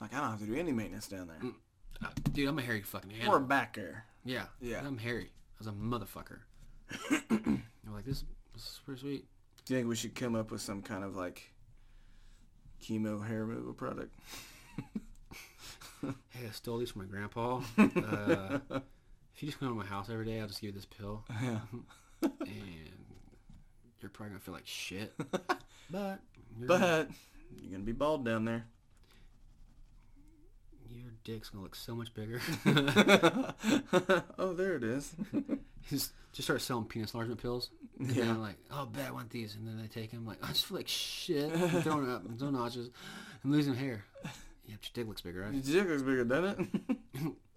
B: Like I don't have to do any maintenance down there.
A: Uh, dude, I'm a hairy fucking animal.
B: Or back there.
A: yeah,
B: Yeah.
A: I'm hairy as a motherfucker. I'm like this. This is pretty sweet.
B: Do you think we should come up with some kind of like chemo hair removal product?
A: Hey, I stole these from my grandpa. Uh, if you just come to my house every day, I'll just give you this pill,
B: Yeah.
A: and you're probably gonna feel like shit. But you're
B: But you're gonna be bald down there.
A: Your dick's gonna look so much bigger.
B: oh, there it is.
A: just, just start selling penis enlargement pills. And then
B: Yeah.
A: I'm like, oh, bet I want these. And then I take them. Like, I just feel like shit. I'm throwing up. I'm so nauseous. I'm losing hair. Yeah, but your dick looks bigger, right?
B: Your dick looks bigger, doesn't it?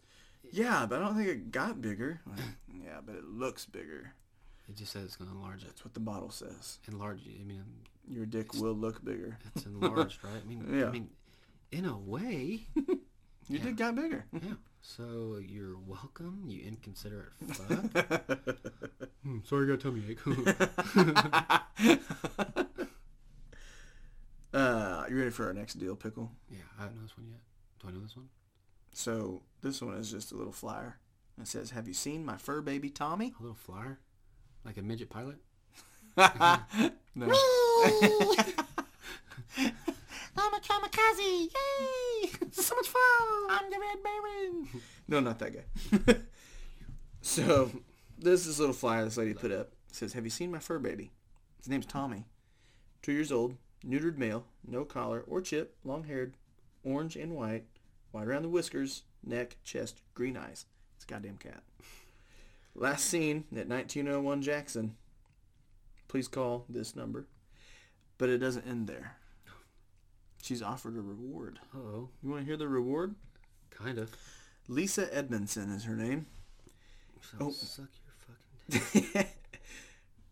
B: yeah, but I don't think it got bigger. Like, yeah, but it looks bigger.
A: It just says it's gonna enlarge it.
B: That's what the bottle says.
A: Enlarge. I mean,
B: Your dick will look bigger.
A: it's enlarged, right? I mean,
B: Yeah.
A: I mean, in a way.
B: Your
A: Yeah.
B: dick got bigger.
A: Yeah. So you're welcome, you inconsiderate fuck. Hmm, sorry, I got a tummy ache.
B: Uh, you ready for our next deal, pickle?
A: yeah, I don't know this one yet. Do I know this one?
B: So this one is just a little flyer. It says, "Have you seen my fur baby Tommy?"
A: A little flyer, like a midget pilot.
B: No.
C: I'm a kamikaze! Yay! so much fun! I'm the Red Baron!
B: No, not that guy. so, this is a little flyer this lady put up. It says, "Have you seen my fur baby? His name's Tommy. Two years old, neutered male, no collar or chip, long-haired, orange and white, white around the whiskers, neck, chest, green eyes. It's a goddamn cat. Last seen at 1901 Jackson. Please call this number." But it doesn't end there. She's offered a reward.
A: Uh oh,
B: You want to hear the reward?
A: kind of.
B: Lisa Edmondson is her name.
A: So
B: Oh.
A: suck your fucking dick.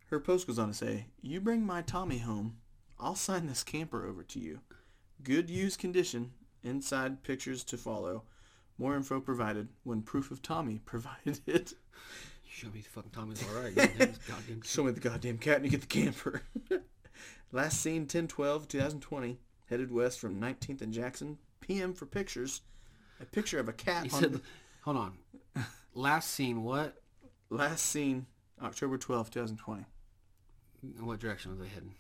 B: Her post goes on to say, You bring my Tommy home. I'll sign this camper over to you. Good used condition. Inside pictures to follow. More info provided when proof of Tommy provided.
A: Show me the fucking Tommy's alright. goddamn shit.
B: Show me the goddamn cat and you get the camper. Last seen 10-12, 2020. Headed west from 19th and Jackson. PM for pictures. A picture of a cat
A: He
B: on
A: said, hold on. Last scene, what?
B: last seen October 12th, 2020.
A: In what direction was I heading?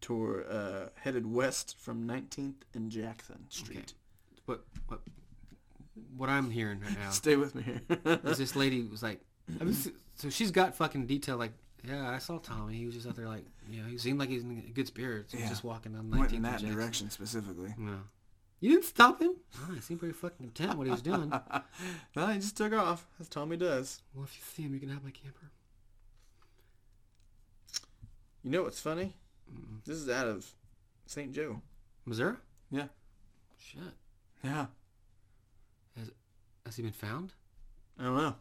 B: Tour uh, headed west from 19th and Jackson Street.
A: What, what, what I'm hearing right now
B: Stay with me here.
A: is this lady was like, I was- so she's got fucking detail like, yeah, I saw Tommy. He was just out there like, you know, he seemed like he's in good spirits. He was
B: Yeah.
A: just walking down 19th
B: Went in
A: and
B: that
A: Jackson.
B: direction specifically.
A: No. You didn't stop him? Oh, he seemed pretty fucking content what he was doing. well,
B: Well, he just took off, as Tommy does.
A: if you see him, you can have my camper.
B: You know what's funny? This is out of St. Joe.
A: Missouri?
B: Yeah.
A: Shit.
B: Yeah.
A: Has he been found?
B: I don't know.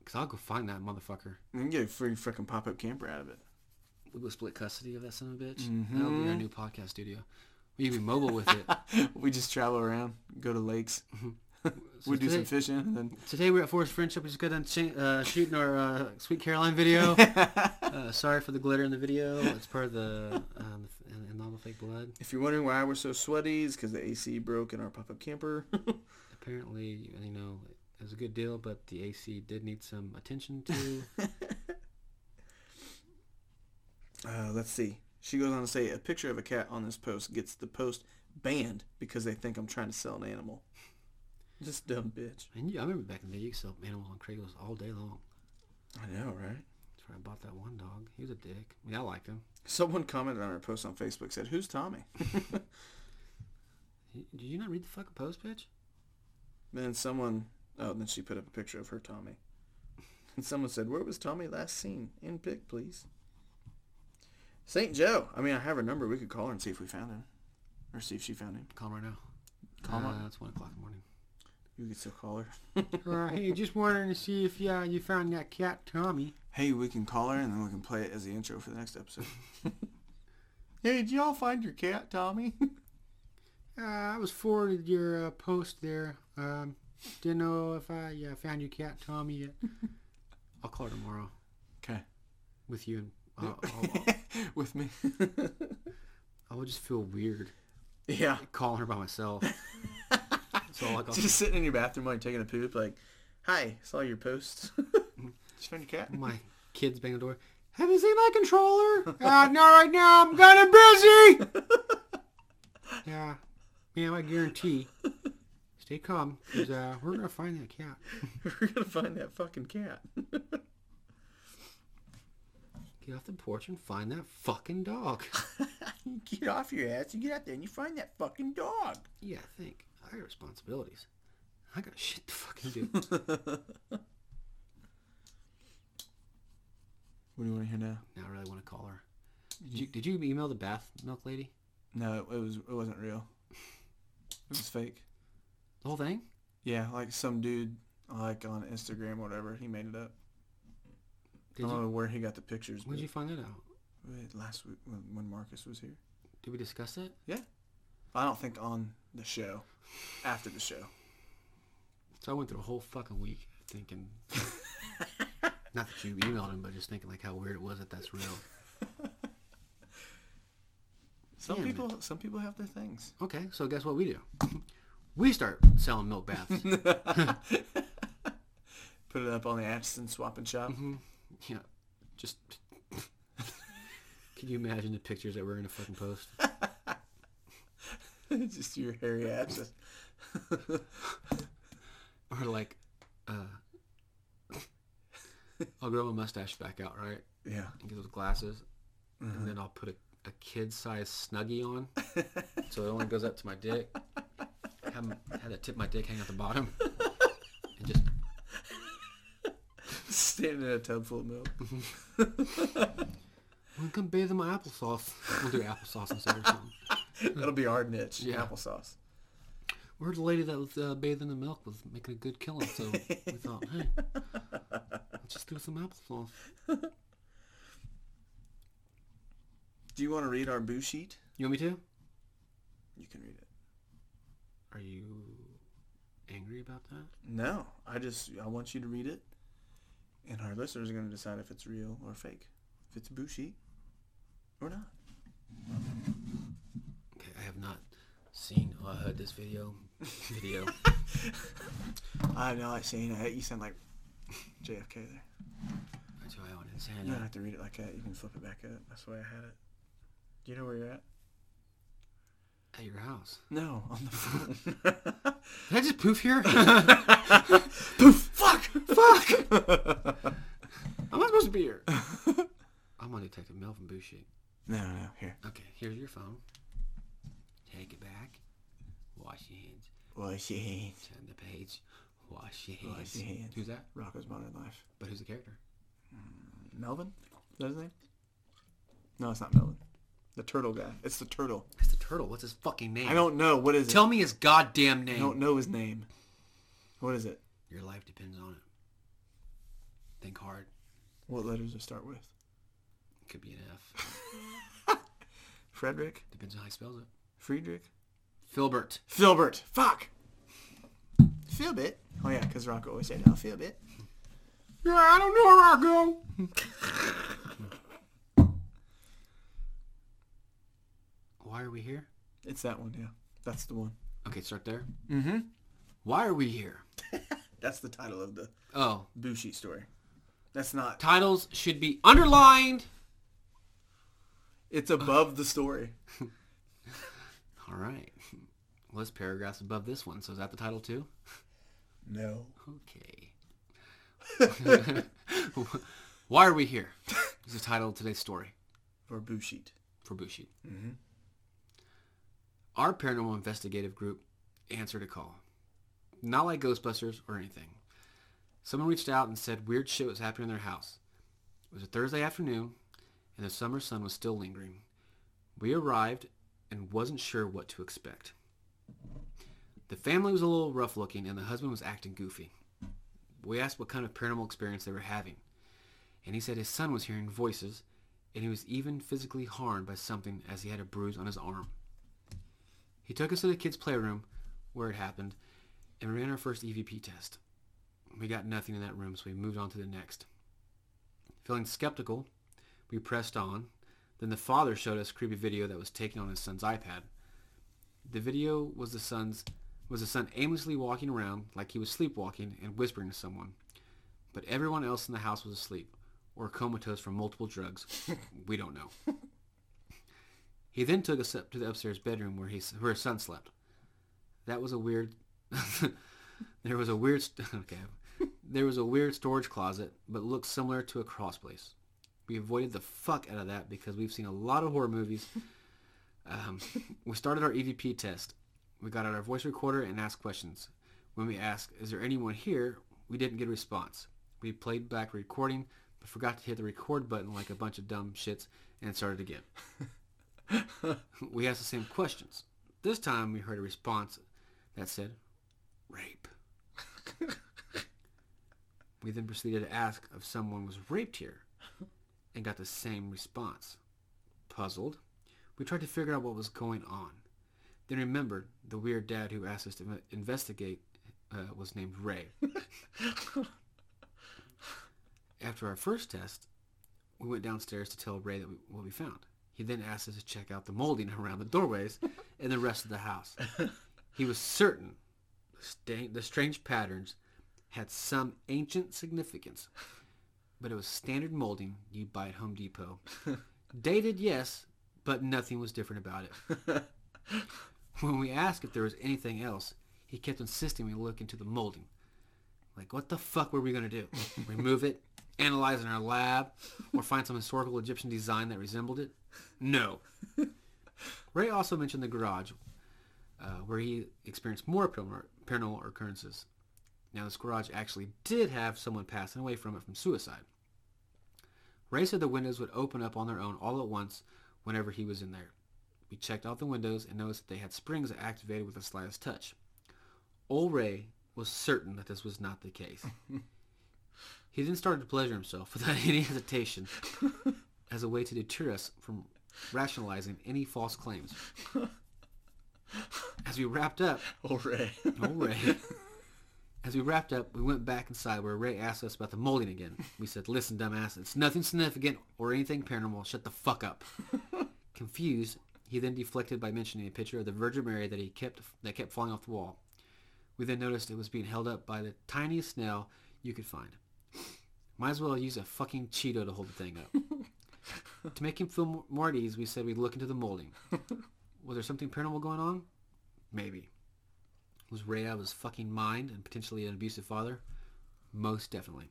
A: Because I'll go find that motherfucker.
B: You can get a free freaking pop-up camper out of it.
A: We will split custody of that son of a bitch.
B: Mm-hmm.
A: That'll be our new podcast studio. We can be mobile with it.
B: We just travel around, go to lakes.
A: So
B: We do some
A: today,
B: fishing, and then
A: today we're at Forest Friendship. We just got done cha- uh, shooting our uh, Sweet Caroline video. uh, sorry for the glitter in the video. It's part of the um, and, and all the fake blood.
B: if you're wondering why we're so sweaty, it's because the AC broke in our pop-up camper.
A: Apparently, you know, it was a good deal, but the AC did need some attention to.
B: Uh, let's see. She goes on to say, a picture of a cat on this post gets the post banned because they think I'm trying to sell an animal. This dumb bitch.
A: and you, I remember back in the day, you could sell animals on Craigslist all day long.
B: I know, right?
A: It's After I bought that one dog, he was a dick. I mean, I liked him.
B: Someone commented on our post on Facebook said, "Who's Tommy?"
A: He- Did you not read the fucking post, bitch?
B: then someone, oh, then she put up a picture of her Tommy, and someone said, "Where was Tommy last seen? In pic, please." Saint Joe. I mean, I have her number. We could call her and see if we found him, or see if she found him.
A: Call him right now.
B: Call him
A: uh,
B: up.
A: It's one o'clock in the morning.
B: You could still call her.
A: Uh, hey, just wanted to see if yeah you found that cat Tommy.
B: Hey, we can call her and then we can play it as the intro for the next episode. hey, did y'all find your cat, Tommy?
A: Uh, I was forwarded your uh, post there. Um, didn't know if I yeah found your cat Tommy yet. I'll call her tomorrow
B: Okay.
A: with you, and I'll, I'll,
B: With me.
A: I'll, I'll just feel weird
B: yeah.
A: calling her by myself. so I'll, I'll,
B: Just sitting in your bathroom while you're taking a poop, like, hi, saw your post. Just found your cat.
A: my kids bang the door. Have you seen my controller? uh, no, right now I'm kind of busy. yeah, ma'am, I guarantee. Stay calm, cause uh, we're gonna find that cat.
B: We're gonna find that fucking cat.
A: Get off the porch and find that fucking dog.
B: get off your ass and get out there and you find that fucking dog.
A: yeah, I think I got responsibilities. I got shit to fucking do.
B: What do you want to hear now?
A: now I really want to call her. Did you, did you email the bath milk lady?
B: No, it, it was it wasn't real. It was fake.
A: The whole thing?
B: Yeah, like some dude like on Instagram or whatever, he made it up.
A: Did
B: I don't
A: you?
B: know where he got the pictures.
A: When
B: but
A: did you find that out?
B: wait, last week when, when Marcus was here.
A: Did we discuss that?
B: I don't think on the show. After the show.
A: So I went through a whole fucking week thinking, not that you emailed him, but just thinking like how weird it was that that's real.
B: Some
A: Damn it.
B: people some people have their things.
A: Okay, so guess what we do? We start selling milk baths.
B: Put it up on the Ashton swap and shop.
A: Mm-hmm. yeah, just. Can you imagine the pictures that were in a fucking post?
B: Just your hairy ass.
A: Or like, uh, I'll grow my mustache back out, right?
B: Yeah.
A: And get those glasses, and then I'll put a, a kid-sized snuggie on, so it only goes up to my dick. Have, 'em- have that tip of my dick hang out the bottom, and just
B: Standing in a tub full of milk.
A: Well, come bathe in my applesauce. We'll do applesauce instead or something.
B: That'll be our niche.
A: Yeah.
B: Applesauce.
A: We're the lady that was uh, bathing the milk was making a good killing, so we thought, hey, let's just do some applesauce.
B: Do you want to read our boo sheet?
A: You want me to?
B: You can read it.
A: Are you angry about that?
B: No, I just I want you to read it, and our listeners are going to decide if it's real or fake, if it's boo sheet or not.
A: Okay, I have not seen or heard this video. Video.
B: I know, I seen it. You sound like JFK there.
A: That's why I want
B: You don't
A: insanity.
B: have to read it like that. You can flip it back up. That's the way I had it. Do you know where you're at?
A: At your house.
B: No, on the phone.
A: Did I just poof here?
B: Fuck! Fuck!
A: I'm not supposed to be here. I'm on Detective Melvin Boucher.
B: No, no, no. Here.
A: Okay, here's your phone. Take it back. Wash your hands.
B: Wash your hands.
A: Turn the page. Wash your hands.
B: Wash your hands.
A: Who's that?
B: Rocco's Modern Life.
A: But who's the character?
B: Melvin? Is that his name? No, it's not Melvin. The turtle guy. It's the turtle.
A: It's the turtle. What's his fucking name?
B: I don't know. What is it?
A: Tell me his goddamn
B: I
A: name.
B: don't know his name. What is it?
A: Your life depends on it. Think hard.
B: What letters to start with?
A: It could be an F.
B: Frederick?
A: Depends on how he spells it.
B: Friedrich?
A: Filbert.
B: Filbert. Fuck! Filbert? Oh, yeah, because Rocco always said, oh, Filbert.
A: Yeah, I don't know where I go. Why are we here?
B: It's that one, yeah. That's the one.
A: Okay, start there.
B: Mm-hmm.
A: Why are we here?
B: That's the title of the
A: Oh,
B: Bushi story. That's not.
A: titles should be underlined.
B: It's above the story.
A: All right. Well, this paragraph's above this one, so is that the title too?
B: No.
A: Okay. Why are we here? This is the title of today's story
B: Or boo sheet.
A: for Bushi.
B: Mm-hmm.
A: Our paranormal investigative group answered a call. Not like Ghostbusters or anything. Someone reached out and said weird shit was happening in their house. It was a Thursday afternoon, and the summer sun was still lingering. We arrived and wasn't sure what to expect. The family was a little rough looking, and the husband was acting goofy. We asked what kind of paranormal experience they were having, and he said his son was hearing voices, and he was even physically harmed by something as he had a bruise on his arm. He took us to the kids' playroom, where it happened, and ran our first EVP test. We got nothing in that room, so we moved on to the next. Feeling skeptical, we pressed on. Then the father showed us a creepy video that was taken on his son's iPad. The video was the son's was the son aimlessly walking around like he was sleepwalking and whispering to someone. But everyone else in the house was asleep or comatose from multiple drugs. we don't know. He then took us up to the upstairs bedroom where he where his son slept. That was a weird. there was a weird. st- Okay, there was a weird storage closet, but looked similar to a cross place. We avoided the fuck out of that because we've seen a lot of horror movies. Um, we started our EVP test. We got out our voice recorder and asked questions. When we asked, "Is there anyone here?" we didn't get a response. We played back a recording, but forgot to hit the record button like a bunch of dumb shits and started again we asked the same questions. This time we heard a response that said, rape. we then proceeded to ask if someone was raped here and got the same response. Puzzled, we tried to figure out what was going on. Then remembered the weird dad who asked us to inve- investigate uh, was named Ray. After our first test, we went downstairs to tell Ray that we, what we found. He then asked us to check out the molding around the doorways and the rest of the house. He was certain the, sta- the strange patterns had some ancient significance, but it was standard molding you'd buy at Home Depot. Dated, yes, but nothing was different about it. when we asked if there was anything else, he kept insisting we look into the molding. Like, what the fuck were we going to do? Remove it? Analyze in our lab? Or find some historical Egyptian design that resembled it? No. Ray also mentioned the garage, uh, where he experienced more paranormal paranormal occurrences. Now, this garage actually did have someone passing away from it from suicide. Ray said the windows would open up on their own all at once whenever he was in there. We checked out the windows and noticed that they had springs that activated with the slightest touch. Old Ray was certain that this was not the case. he then started to pleasure himself without any hesitation as a way to deter us from rationalizing any false claims. As we wrapped up,
B: Oh, Ray.
A: Oh, Ray. As we wrapped up, we went back inside where Ray asked us about the molding again. We said, listen, dumbass, it's nothing significant or anything paranormal. Shut the fuck up. Confused, he then deflected by mentioning a picture of the Virgin Mary that he kept that kept falling off the wall. We then noticed it was being held up by the tiniest snail you could find. Might as well use a fucking Cheeto to hold the thing up. to make him feel mo- more at ease, we said we'd look into the molding. Was there something paranormal going on? Maybe. Was Ray out of his fucking mind and potentially an abusive father? Most definitely.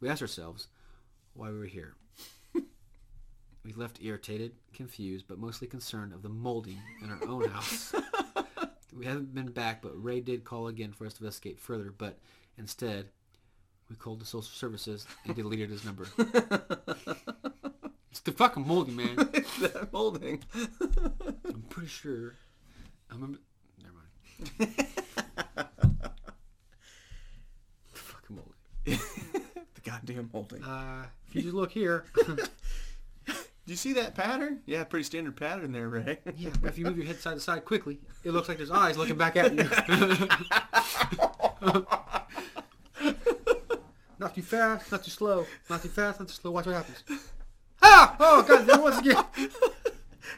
A: We asked ourselves why we were here. we left irritated, confused, but mostly concerned of the molding in our own house. we haven't been back, but Ray did call again for us to investigate further, but instead, we called the social services and deleted his number. it's the fucking molding, man.
B: It's that molding.
A: I'm pretty sure. I remember. Never mind. Fucking molding.
B: The goddamn molding.
A: Uh, if you just look here,
B: Do you see that pattern? Yeah, pretty standard pattern there, Ray.
A: yeah, if you move your head side to side quickly, it looks like there's eyes looking back at you. not too fast, not too slow, not too fast, not too slow. Watch what happens. Ah! Oh god, there once again.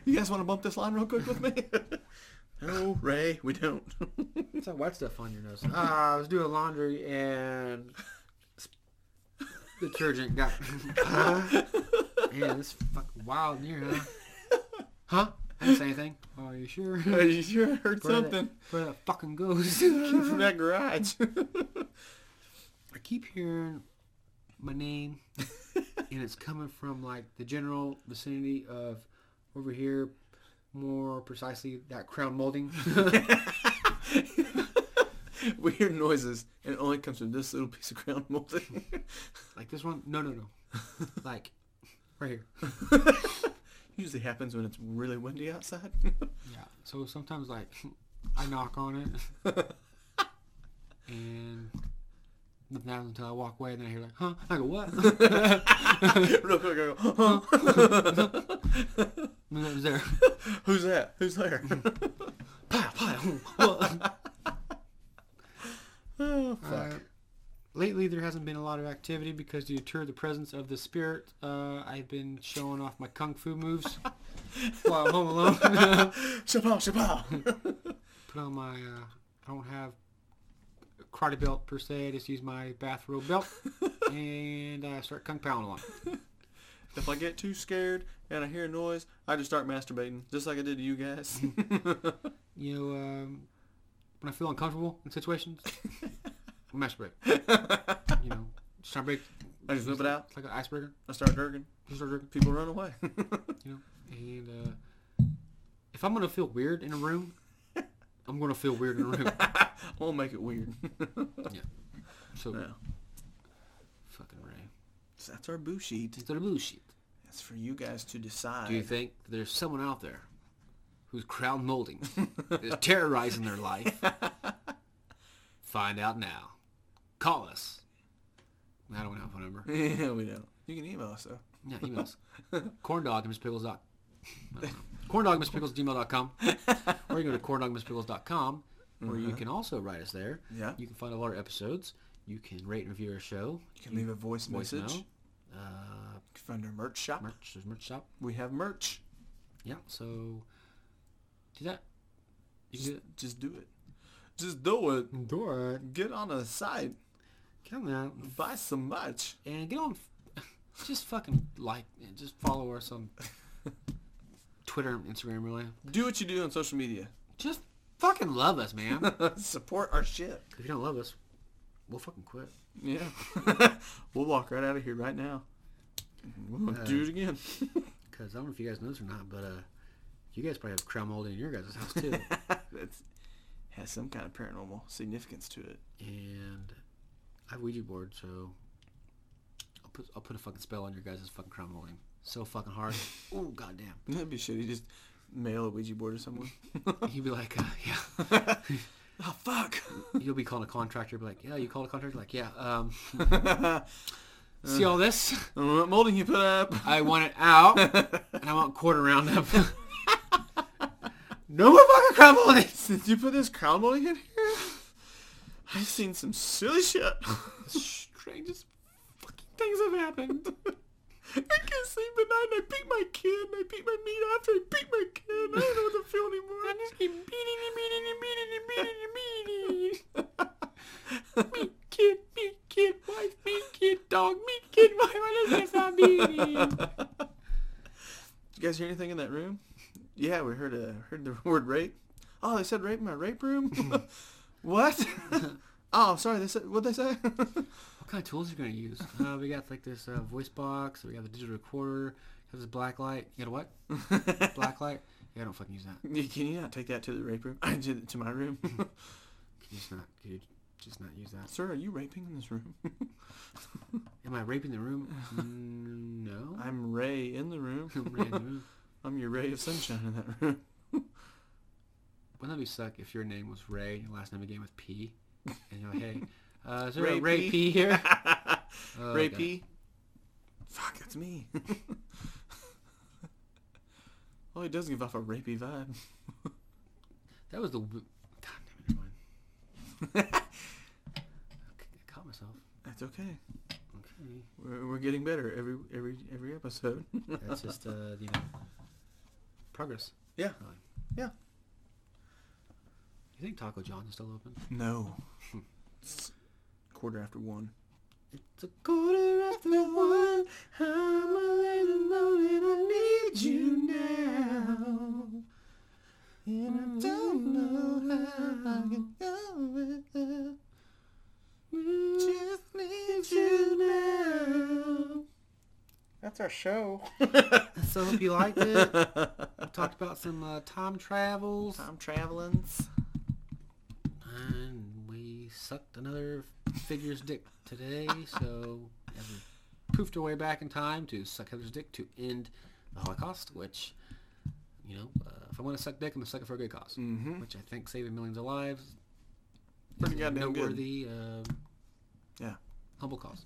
B: You guys want to bump this line real quick with me? no, Ray, we don't.
A: What's that white stuff on your nose? Ah, I was doing laundry and detergent got. Ah. Man, this fucking wild in here, huh? Huh? I didn't say anything. Are you sure?
B: Are you sure I heard
A: Where that-
B: something?
A: Where that fucking goes.
B: Came from that garage.
A: I keep hearing my name, and it's coming from like the general vicinity of over here, more precisely that crown molding.
B: we hear noises, and it only comes from this little piece of ground molding.
A: like this one? No, no, no. Like right here.
B: Usually happens when it's really windy outside.
A: Yeah. So sometimes like I knock on it and nothing happens until I walk away and then I hear like, huh? I go, what?
B: Real quick, I go, huh?
A: And it was there.
B: Who's that? Who's there?
A: Pow, pow, what?
B: oh, fuck.
A: Uh, lately, there hasn't been a lot of activity because to deter the presence of the spirit, uh, I've been showing off my kung fu moves while I'm home alone.
B: Shabal, shabal.
A: Put on my, uh, I don't have a karate belt per se. I just use my bathrobe belt and I start kung pow along.
B: if I get too scared and I hear a noise, I just start masturbating, just like I did to you guys.
A: You know, um, when I feel uncomfortable in situations, I masturbate. You know, just try to break.
B: I just whip it out.
A: It's like an icebreaker.
B: I start jerking.
A: Just start drinking.
B: People run away.
A: And uh, if I'm gonna feel weird in a room, I'm gonna feel weird in a room.
B: I'll make it weird.
A: So
B: yeah.
A: fucking Ray,
B: So that's our boo sheet.
A: it's the bullshit.
B: That's for you guys to decide.
A: Do you think there's someone out there who's crowd molding, is terrorizing their life? Find out now. Call us. I don't have a phone number.
B: yeah, we know. You can email us though.
A: Yeah, emails. Corndog and Mispickles dot. Corndog Mispickles gmail.com. Or you can go to corndogmispickles.com where you can also write us there.
B: Yeah.
A: You can find all our episodes. You can rate and review our show.
B: You can leave a voice message.
A: Voicemail.
B: You
A: Uh,
B: can find our merch shop.
A: merch. There's merch shop.
B: We have merch.
A: Yeah. So do that. You can do that.
B: Just do it. Just do it.
A: Do it.
B: Get on a site.
A: Come out
B: Buy some merch.
A: and get on. Just fucking like and just follow us on Twitter and Instagram. Really,
B: Do what you do on social media.
A: just fucking love us, man.
B: Support our shit.
A: if you don't love us, we'll fucking quit.
B: Yeah. we'll walk right out of here right now. We'll
A: Uh,
B: do it again.
A: Because I don't know if you guys know this or not, but uh, you guys probably have crown molding in your guys' house too.
B: That's has some kind of paranormal significance to it.
A: and I have Ouija board, so I'll put I'll put a fucking spell on your guys' fucking crown molding. So fucking hard. oh goddamn.
B: That'd be shitty. Just mail a Ouija board to someone.
A: He'd be like, uh, yeah.
B: oh fuck.
A: You'll be calling a contractor, be like, yeah, you called a contractor, like, yeah. Um, see all this?
B: I don't know what molding you put up.
A: I want it out, and I want quarter round up. no more fucking crown molding.
B: Did you put this crown molding in here? I've seen some silly shit. Strangest fucking things have happened. I can't sleep at night and I beat my kid and I beat my meat after I beat my kid. I don't know what to feel anymore. I just keep beating and beating and beating and beating and beating. meat kid, meat kid, wife, meat kid, dog, meat kid, wife. What is this I'm beating? Did you guys hear anything in that room? Yeah, we heard uh, heard the word rape. Oh, they said rape in my rape room. what? oh, sorry. They said what they say.
A: What kind of tools are you gonna use? Uh, we got like this uh, voice box. We got the digital recorder. We got this black light. You got a what? black light? Yeah, I don't fucking use that.
B: Yeah, Can you not take that to the rape room? I did it to my room.
A: Can you just not? Can you just not use that?
B: Sir, are you raping in this room?
A: Am I raping the room? Mm, no.
B: I'm Ray in the room.
A: I'm raping the room.
B: I'm your ray of sunshine in that room.
A: Wouldn't that be suck if your name was Ray and your last name began with P? And you're like, hey, uh, is there
B: Ray
A: a Ray
B: P?
A: P, here? Oh,
B: Ray
A: God.
B: P. Fuck, that's me. well, he does give off a rapey vibe.
A: That was the. w- God damn it, never mind. Okay, I caught myself.
B: That's okay.
A: Okay.
B: We're, we're getting better every every every episode.
A: That's just, uh, you know, progress.
B: Yeah.
A: really.
B: Yeah.
A: You think Taco John's is still open?
B: No. It's quarter after one.
A: It's a quarter after one. I'm alone and I need you now. And I don't know how I can go without. Just need you now.
B: that's our show.
A: So hope you liked it. We talked about some uh, time travels,
B: Time travelings.
A: and we sucked another figure's dick today. So as we poofed our way back in time to suck Hitler's dick to end the Holocaust, which you know, uh, if I want to suck dick, I'm gonna suck it for a good because
B: Mm-hmm.
A: which I think saving millions of lives
B: Pretty
A: is a
B: goddamn good.
A: noteworthy, uh,
B: Yeah.
A: humble cause.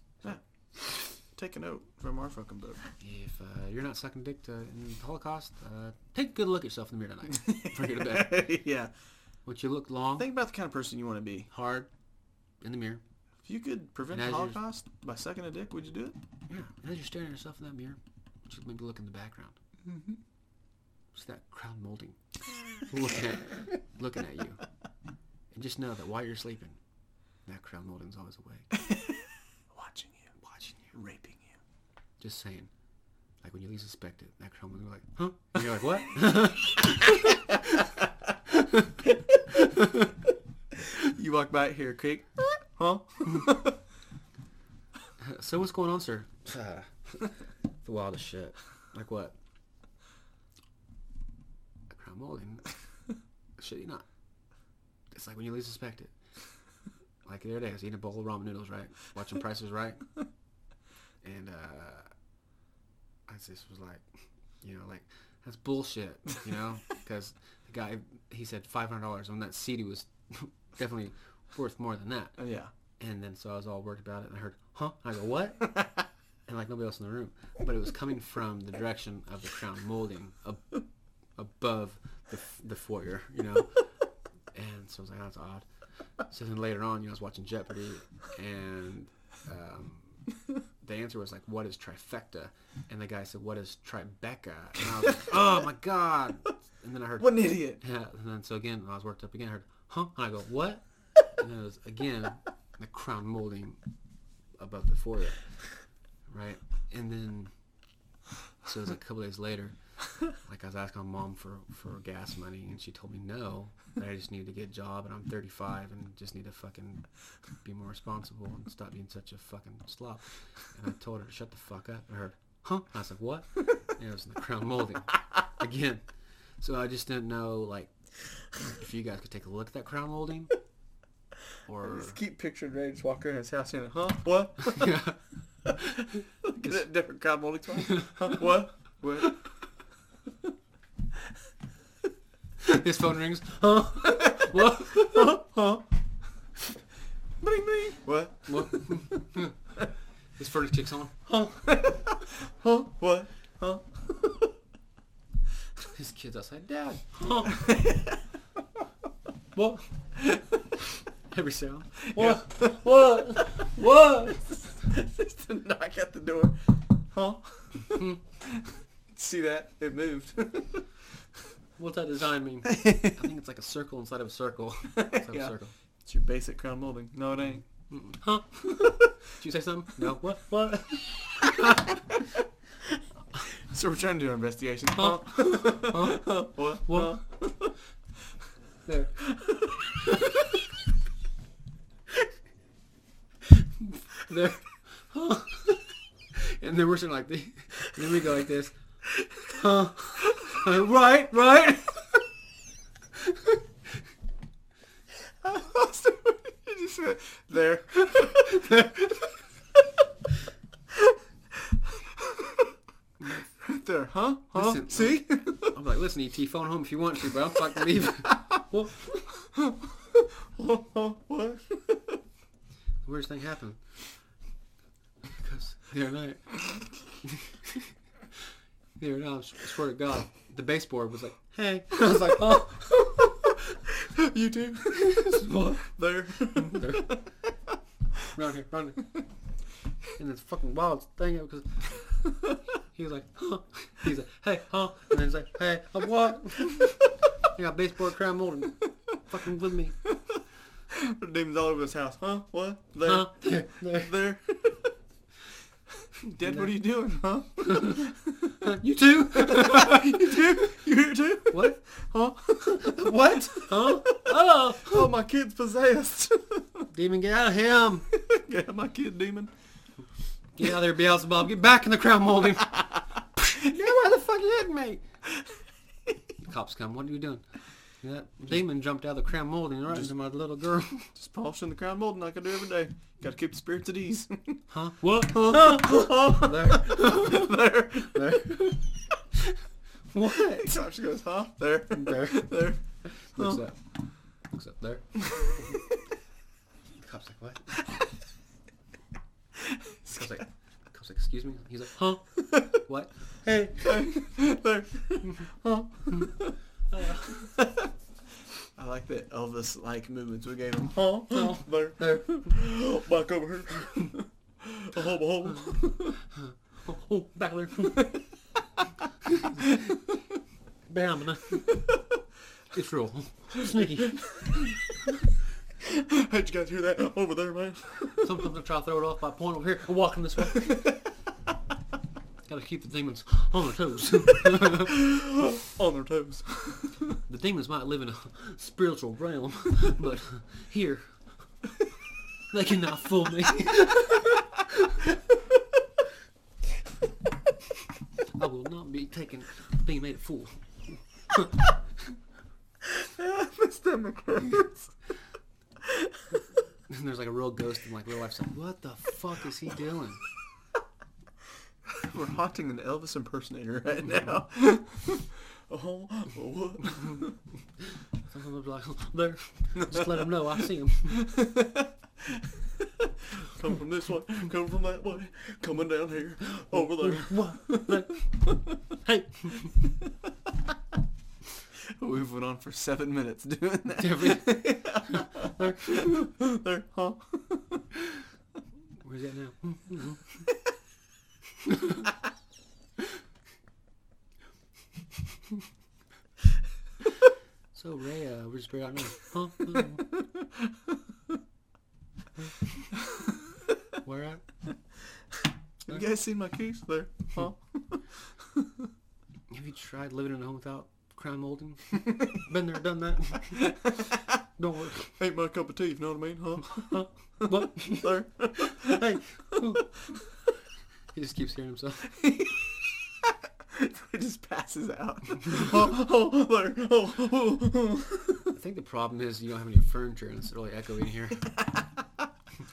B: Take a note from our fucking book.
A: If uh, you're not sucking dick to in the Holocaust, uh, take a good look at yourself in the mirror tonight. Before you go to bed.
B: yeah.
A: Would you look long,
B: Think about the kind of person you want to be.
A: hard, in the mirror?
B: If you could prevent
A: And
B: the
A: as you're-
B: Holocaust by sucking a dick, would you do it?
A: Yeah. And as you're staring at yourself in that mirror, would you maybe look in the background? See that crowd molding, looking at, looking at you, and just know that while you're sleeping, that crowd molding's always awake,
B: Watching you,
A: watching you.
B: raping you.
A: Just saying. Like when you least suspect it, that crowd molding's like, huh? And you're like, what?
B: You walk by here, creek. Huh?
A: so what's going on, sir? Uh, the wildest shit. Like what? A crown molding. Shit, you not. It's like when you least suspect it. Like the other day, I was eating a bowl of ramen noodles, right? Watching Prices Right, and uh, I just was like, you know, like that's bullshit, you know, because the guy he said five hundred dollars on that CD was definitely worth more than that.
B: Uh, yeah.
A: And then so I was all worried about it, and I heard, "Huh?" And I go, "What?" and like nobody else in the room, but it was coming from the direction of the crown molding ab- above the, f- the foyer, you know. and so I was like, "That's odd." So then later on, you know, I was watching Jeopardy, and um, the answer was like, "What is trifecta?" And the guy said, "What is Tribeca?" And I was like, "Oh my god!" And then I heard,
B: What an idiot.
A: yeah, and then so again, I was worked up again. I heard, huh? And I go, what? And then it was again the crown molding above the forehead, right? And then so it was a couple days later. Like I was asking my mom for for gas money, and she told me no. That I just needed to get a job, and I'm 35, and just need to fucking be more responsible and stop being such a fucking slob. And I told her to shut the fuck up. And I heard, huh? And I was like, what? And it was in the crown molding again. So I just didn't know, like, if you guys could take a look at that crown molding, or
B: Just keep picturing Ray just walking in his house and huh? What?
A: yeah,
B: Look at that different crowd molding twice. Huh? What? What?
A: his phone rings. Huh? what?
B: Bling bling. What?
A: What? his furnace kicks on.
B: Huh? What? Huh?
A: His kid's outside. Dad. Huh? what? Every sound. What? What? What?
B: Just to knock at the door. Huh?
A: Hmm.
B: See that? It moved.
A: What's that design mean? I think it's like a circle inside of a circle. Inside of
B: Yeah.
A: a circle.
B: it's your basic crown molding. No, it ain't.
A: Mm-mm. Huh? Did you say something? No. What? What?
B: So we're trying to do our investigation.
A: Huh? Huh?
B: What?
A: What? There. there. Huh? And then we're sitting like this. And then we go like this. Huh? Uh, right, right.
B: I lost it. You just said, there. right there, huh? Huh?
A: Listen,
B: See?
A: I'm like, listen, ET, phone home if you want to, but I'm fucking leaving. well,
B: what?
A: the weirdest thing happened. Because the other night, the other night, I swear to God, the baseboard was like, hey. I was like, oh.
B: you too.
A: What?
B: there.
A: There. round here, round here. And it's fucking wild thing because he was like, huh? He's like, hey, huh? And then he's like, hey, uh, what? I got baseboard crown molding. Fucking with me.
B: The demons all over this house. Huh? What? There.
A: Huh? There, there.
B: There. Dad, what are you doing? Huh?
A: You too?
B: you too? You here too?
A: what?
B: Huh?
A: What? Huh? Oh!
B: Oh, my kid's possessed.
A: Demon, get out of him!
B: yeah, my kid demon.
A: Get out of there, Beelzebub. Get back in the crown molding. yeah, why the fuck you hitting me? Cops come. What are you doing? That demon jumped out of the crown molding right into my little girl.
B: Just polishing the crown molding like I do every day. Got to keep the spirits at ease.
A: huh?
D: What?
A: There.
B: there.
A: There. what?
B: Stop, She goes, huh? There.
A: There.
B: There.
A: Looks up. Looks up there. Cop's like, what? Cop's like, Cop's like, excuse me? He's like, huh? What?
B: Hey. there. Huh? I like that Elvis-like movements we gave him. Huh? There.
A: There.
B: Back over here. Oh, oh, oh.
D: Oh, back there. Bam.
A: It's real.
D: Sneaky.
B: How'd you guys hear that? Over there, man.
D: Sometimes I try to throw it off by point over here and walking this way. Gotta keep the demons on their toes.
B: On their toes.
D: The demons might live in a spiritual realm, but here, they cannot fool me. I will not be taken being made a fool.
B: My stomach hurts.
A: And there's like a real ghost in like real life. It's like, what the fuck is he doing?
B: We're haunting an Elvis impersonator right now. oh, oh,
D: Sometimes I'll be like, there, just let them know I see them.
B: come from this way, come from that way, coming down here, over there.
D: Hey,
B: We've went on for seven minutes doing that.
A: Every-
B: there, huh?
D: where's that now? so Ray, uh, we're just out now. Huh? Where at?
B: Have you guys seen my keys? There, huh?
A: Have you tried living in a home without crown molding? Been there, done that.
D: Don't worry.
B: Ain't my cup of tea, you know what I mean, huh?
D: What?
B: There.
D: Hey,
A: He just keeps hearing himself.
B: It just passes out. oh, oh, there. Oh, oh, oh.
A: I think the problem is you don't have any furniture and it's really echoing here.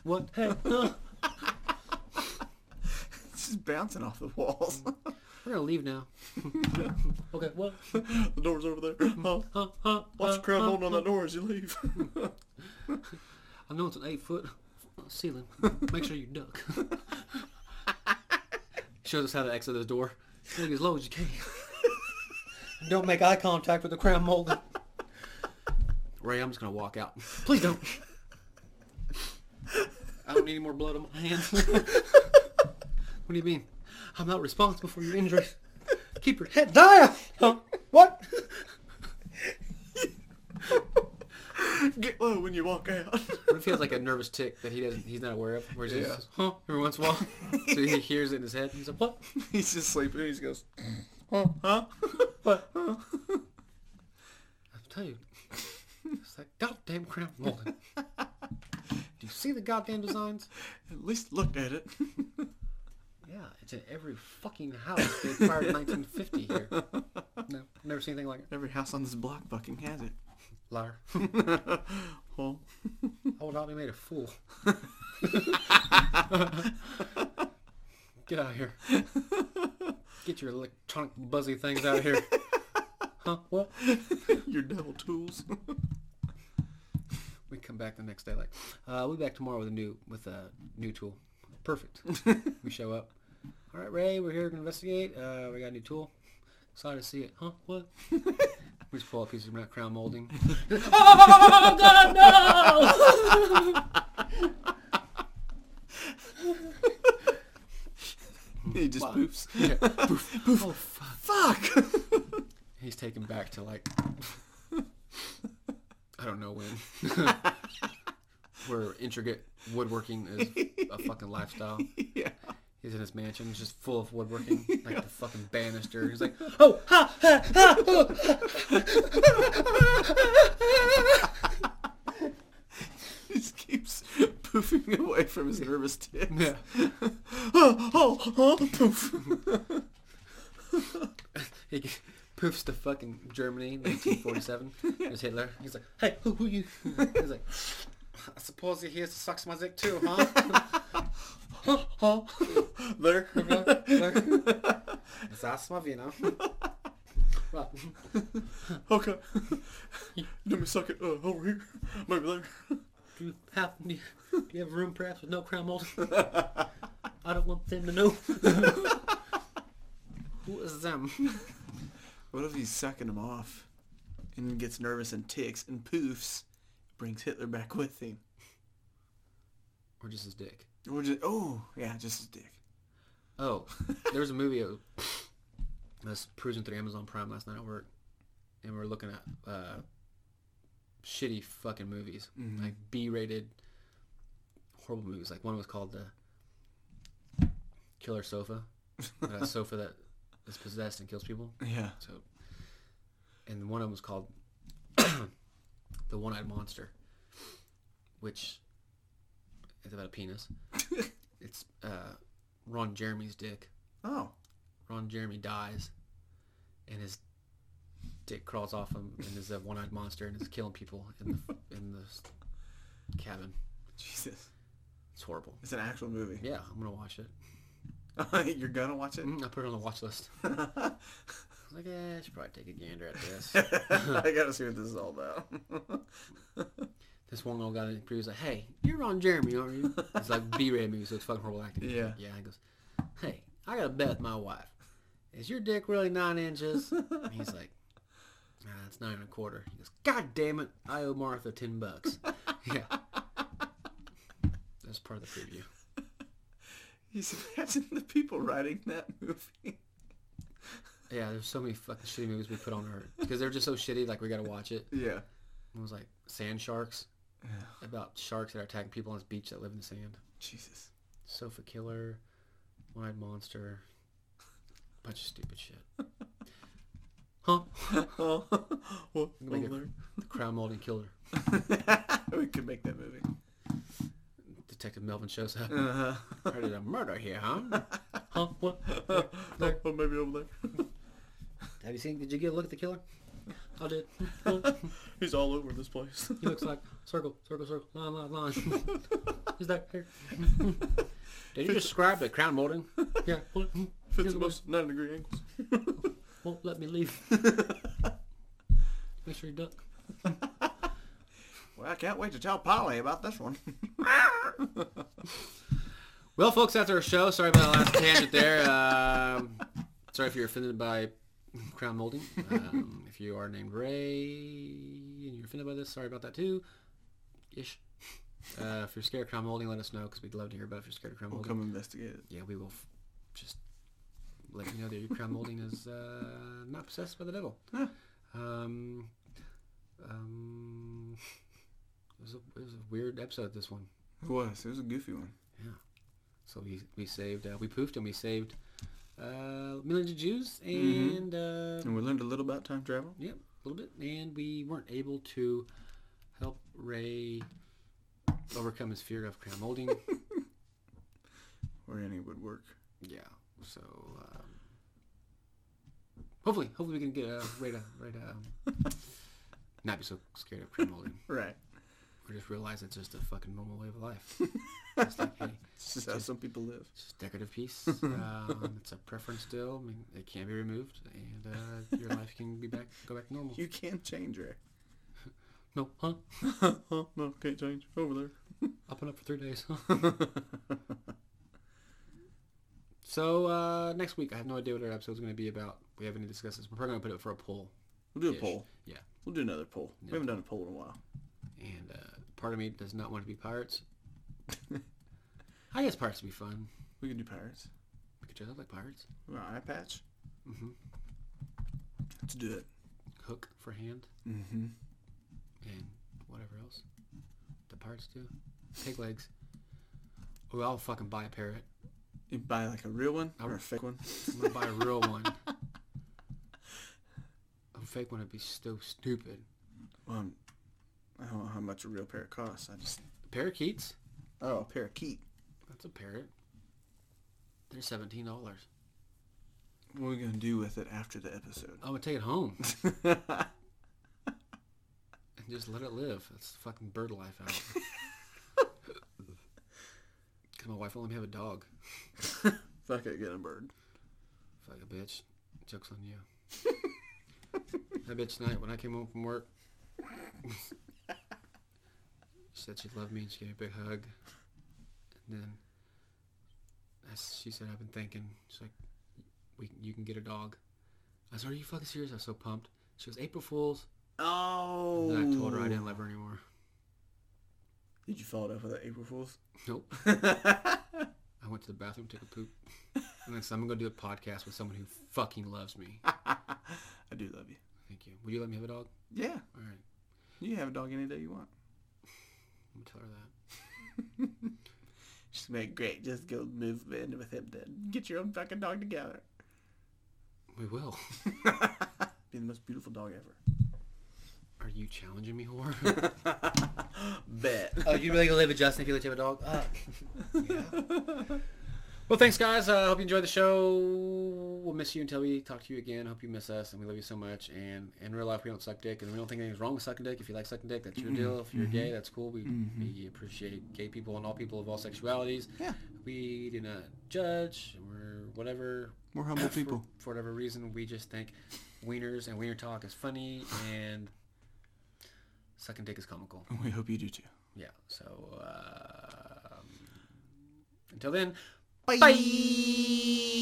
D: what? Hey, uh,
B: It's just bouncing off the walls.
A: We're gonna leave now.
D: okay, what?
B: the door's over there. Huh?
D: Huh, huh,
B: Watch
D: uh,
B: the crowd
D: huh,
B: holding on
D: huh.
B: that door as you leave.
D: I know it's an eight foot ceiling. Make sure you duck.
A: Shows us how to exit the door.
D: Look as low as you can. Don't make eye contact with the crown molding.
A: Ray, I'm just gonna walk out.
D: Please don't.
A: I don't need any more blood on my hands.
D: What do you mean? I'm not responsible for your injuries. Keep your head down. Huh? What?
B: Get low when you walk out.
A: What if he has like a nervous tick that he doesn't he's not aware of? Where he's
B: Yeah.
A: just, huh? Every once in a while. So he hears it in his head. He's like, What?
B: He's just sleeping. He just goes, huh? Huh?
D: What?
B: Huh?
D: I tell you, it's that goddamn crown molding. Do you see the goddamn designs?
B: At least looked at it.
D: Yeah, it's in every fucking house they acquired in 1950 here. No, never seen anything like it.
B: Every house on this block fucking has it.
D: Liar.
B: Huh?
D: I will not be made a fool. Get out of here. Get your electronic buzzy things out of here. Huh? What?
B: Your devil tools.
A: We come back the next day like uh, we'll be back tomorrow with a new with a new tool. Perfect. we show up. All right, Ray, we're here to investigate. Uh, we got a new tool. Excited to see it. Huh? What? we just pull out pieces of that crown molding.
D: Oh God, no!
B: he just poofs.
A: Yeah.
D: Oh fuck!
B: Fuck!
A: He's taken back to like I don't know when. Where intricate woodworking is a fucking lifestyle.
B: yeah.
A: He's in his mansion, it's just full of woodworking, like the fucking banister. He's like,
D: Oh ha ha ha! Oh.
B: He just keeps poofing away from his nervous tick.
A: yeah,
B: oh,
A: He poofs to fucking Germany, 1947. There's Hitler.
D: He's like, hey, who, who you? He's like, I suppose he hears the sucks my dick too, huh?
B: there.
D: That's my vino.
B: Okay. Let me suck it uh, over here. Maybe there.
D: Do you have, do you- do you have room perhaps with no crown mold? I don't want them to know. Who is them?
B: What if he's sucking him off and gets nervous and ticks and poofs, brings Hitler back with him?
A: Or just his dick.
B: Or just, oh, yeah, just his dick.
A: Oh, there was a movie I was- I was cruising through Amazon Prime last night at work, and we were looking at uh, shitty fucking movies,
B: Mm-hmm. Mm,
A: like B-rated horrible movies. Like one was called the Killer Sofa, that sofa that is possessed and kills people.
B: Yeah.
A: So, and one of them was called the One-Eyed Monster, which is about a penis. it's uh, Ron Jeremy's dick.
B: Oh.
A: Ron Jeremy dies, and his dick crawls off him, and is a one-eyed monster, and is killing people in the in the s- cabin.
B: Jesus.
A: It's horrible.
B: It's an actual movie.
A: Yeah, I'm gonna watch it.
B: You're going to watch it?
A: Mm, I put it on the watch list. I was like, eh, I should probably take a gander at this.
B: I got to see what this is all about.
A: this one little guy in the crew was like, "Hey, you're Ron Jeremy, aren't you?" It's like B-rated movie, so it's fucking horrible acting.
B: Yeah.
A: Yeah. He goes, "Hey, I got a bet with my wife. Is your dick really nine inches?" And he's like, "Nah, it's nine and a quarter." He goes, "God damn it, I owe Martha ten bucks." yeah. That's part of the preview.
B: He's imagine the people writing that movie.
A: Yeah, there's so many fucking shitty movies we put on our because they're just so shitty. Like we gotta watch it.
B: Yeah.
A: It was like sand sharks, about sharks that are attacking people on this beach that live in the sand.
B: Jesus.
A: Sofa Killer, One Eyed Monster, bunch of stupid shit. Huh?
B: Oh, well,
A: Make it-
B: well, there.
A: The Crown Molding Killer.
B: we could make that movie.
A: Detective Melvin shows up.
B: Uh-huh.
A: Heard of a murder here, huh? huh? What?
B: oh, oh, maybe over there.
A: Have you seen? Did you get a look at the killer? I did.
B: He's all over this place.
A: he looks like circle, circle, circle, line, line, line. He's that here. did you describe the crown molding?
D: Yeah, what?
B: Fits the most 90 degree angles.
A: Won't hmm, let me leave. Make sure you duck.
B: Well, I can't wait to tell Polly about this one.
A: Well, folks, that's our show. Sorry about the last tangent there. Um, sorry if you're offended by crown molding. Um, if you are named Ray and you're offended by this, sorry about that too. Ish. Uh, if you're scared of crown molding, let us know because we'd love to hear about if you're scared of crown
B: We'll
A: molding.
B: come investigate it.
A: Yeah, we will f- just let you know that your crown molding is uh, not possessed by the devil.
B: Yeah.
A: Um, um, it, was a, it was a weird episode, this one.
B: It was. It was a goofy one.
A: So we we saved, uh, we poofed, and we saved uh, millions of Jews,
B: Mm-hmm.
A: and uh,
B: And we learned a little about time travel.
A: yeah, a little bit, and we weren't able to help Ray overcome his fear of crown molding.
B: Or any would work.
A: yeah, so um, hopefully, hopefully we can get uh, Ray to Ray to um, not be so scared of crown molding,
B: Right.
A: or just realize it's just a fucking normal way of life. Just like, hey,
B: It's just how some people live.
A: It's just a decorative piece. um, it's a preference still. I mean, it can be removed, and uh, your life can be back, go back to normal.
B: You can't change, Ray.
A: No, huh?
B: oh, no, can't change. Over there.
A: I've been up for three days. so uh, next week, I have no idea what our episode's going to be about. We haven't discussed this. We're probably going to put it for a poll,
B: We'll do a
A: Ish.
B: poll.
A: Yeah.
B: We'll do another poll. We
A: Yeah.
B: haven't done a poll in a while.
A: and uh, part of me does not want to be pirates. I guess pirates would be fun.
B: We can do pirates.
A: We could dress up like pirates.
B: An eye patch.
A: hmm
B: Let's do it.
A: Hook for hand
B: Mm-hmm.
A: and whatever else the pirates do. Pig legs. Or I'll fucking buy a parrot.
B: You buy like a real one
A: I
B: or a
A: would-
B: fake one.
A: I'm gonna buy a real one. A fake one would be so stupid.
B: Well, I'm- Um, I don't know how much a real parrot costs. I just
A: Parakeets?
B: oh, a parakeet.
A: That's a parrot. They're seventeen dollars.
B: What are we gonna do with it after the episode?
A: I would take it home and just let it live. That's fucking bird life out. Cause my wife won't let me have a dog.
B: Fuck it, get a bird.
A: Fuck a bitch. Joke's on you. that bitch tonight when I came home from work she said she loved me and she gave me a big hug. And then I s she said, I've been thinking. She's like, we, you can get a dog. I said, are you fucking serious? I was so pumped. She goes, April Fool's.
B: Oh.
A: And then I told her I didn't love her anymore.
B: Did you follow it up with that April Fool's?
A: Nope. I went to the bathroom, took a poop. And then said, I'm going to do a podcast with someone who fucking loves me.
B: I do love you.
A: Thank you. Will you let me have a dog?
B: Yeah,
A: All right.
B: you can have a dog any day you want.
A: I'm going to tell her that.
B: She's like, great, just go move in with him then. Get your own fucking dog together.
A: We will.
B: Be the most beautiful dog ever.
A: Are you challenging me, whore?
B: Bet.
A: oh, you'd really live with Justin if you let you have a dog? Uh, Well, thanks, guys. I uh, hope you enjoyed the show. We'll miss you until we talk to you again. Hope you miss us, and we love you so much. And in real life, we don't suck dick, and we don't think anything's wrong with sucking dick. If you like sucking dick, that's your deal. If you're gay, that's cool. We, we appreciate gay people and all people of all sexualities.
B: Yeah.
A: We do not judge. We're whatever.
B: We're humble
A: for-
B: people.
A: For, whatever reason, we just think wieners and wiener talk is funny, and sucking dick is comical.
B: We hope you do too.
A: Yeah. So um, until then,
B: Bye.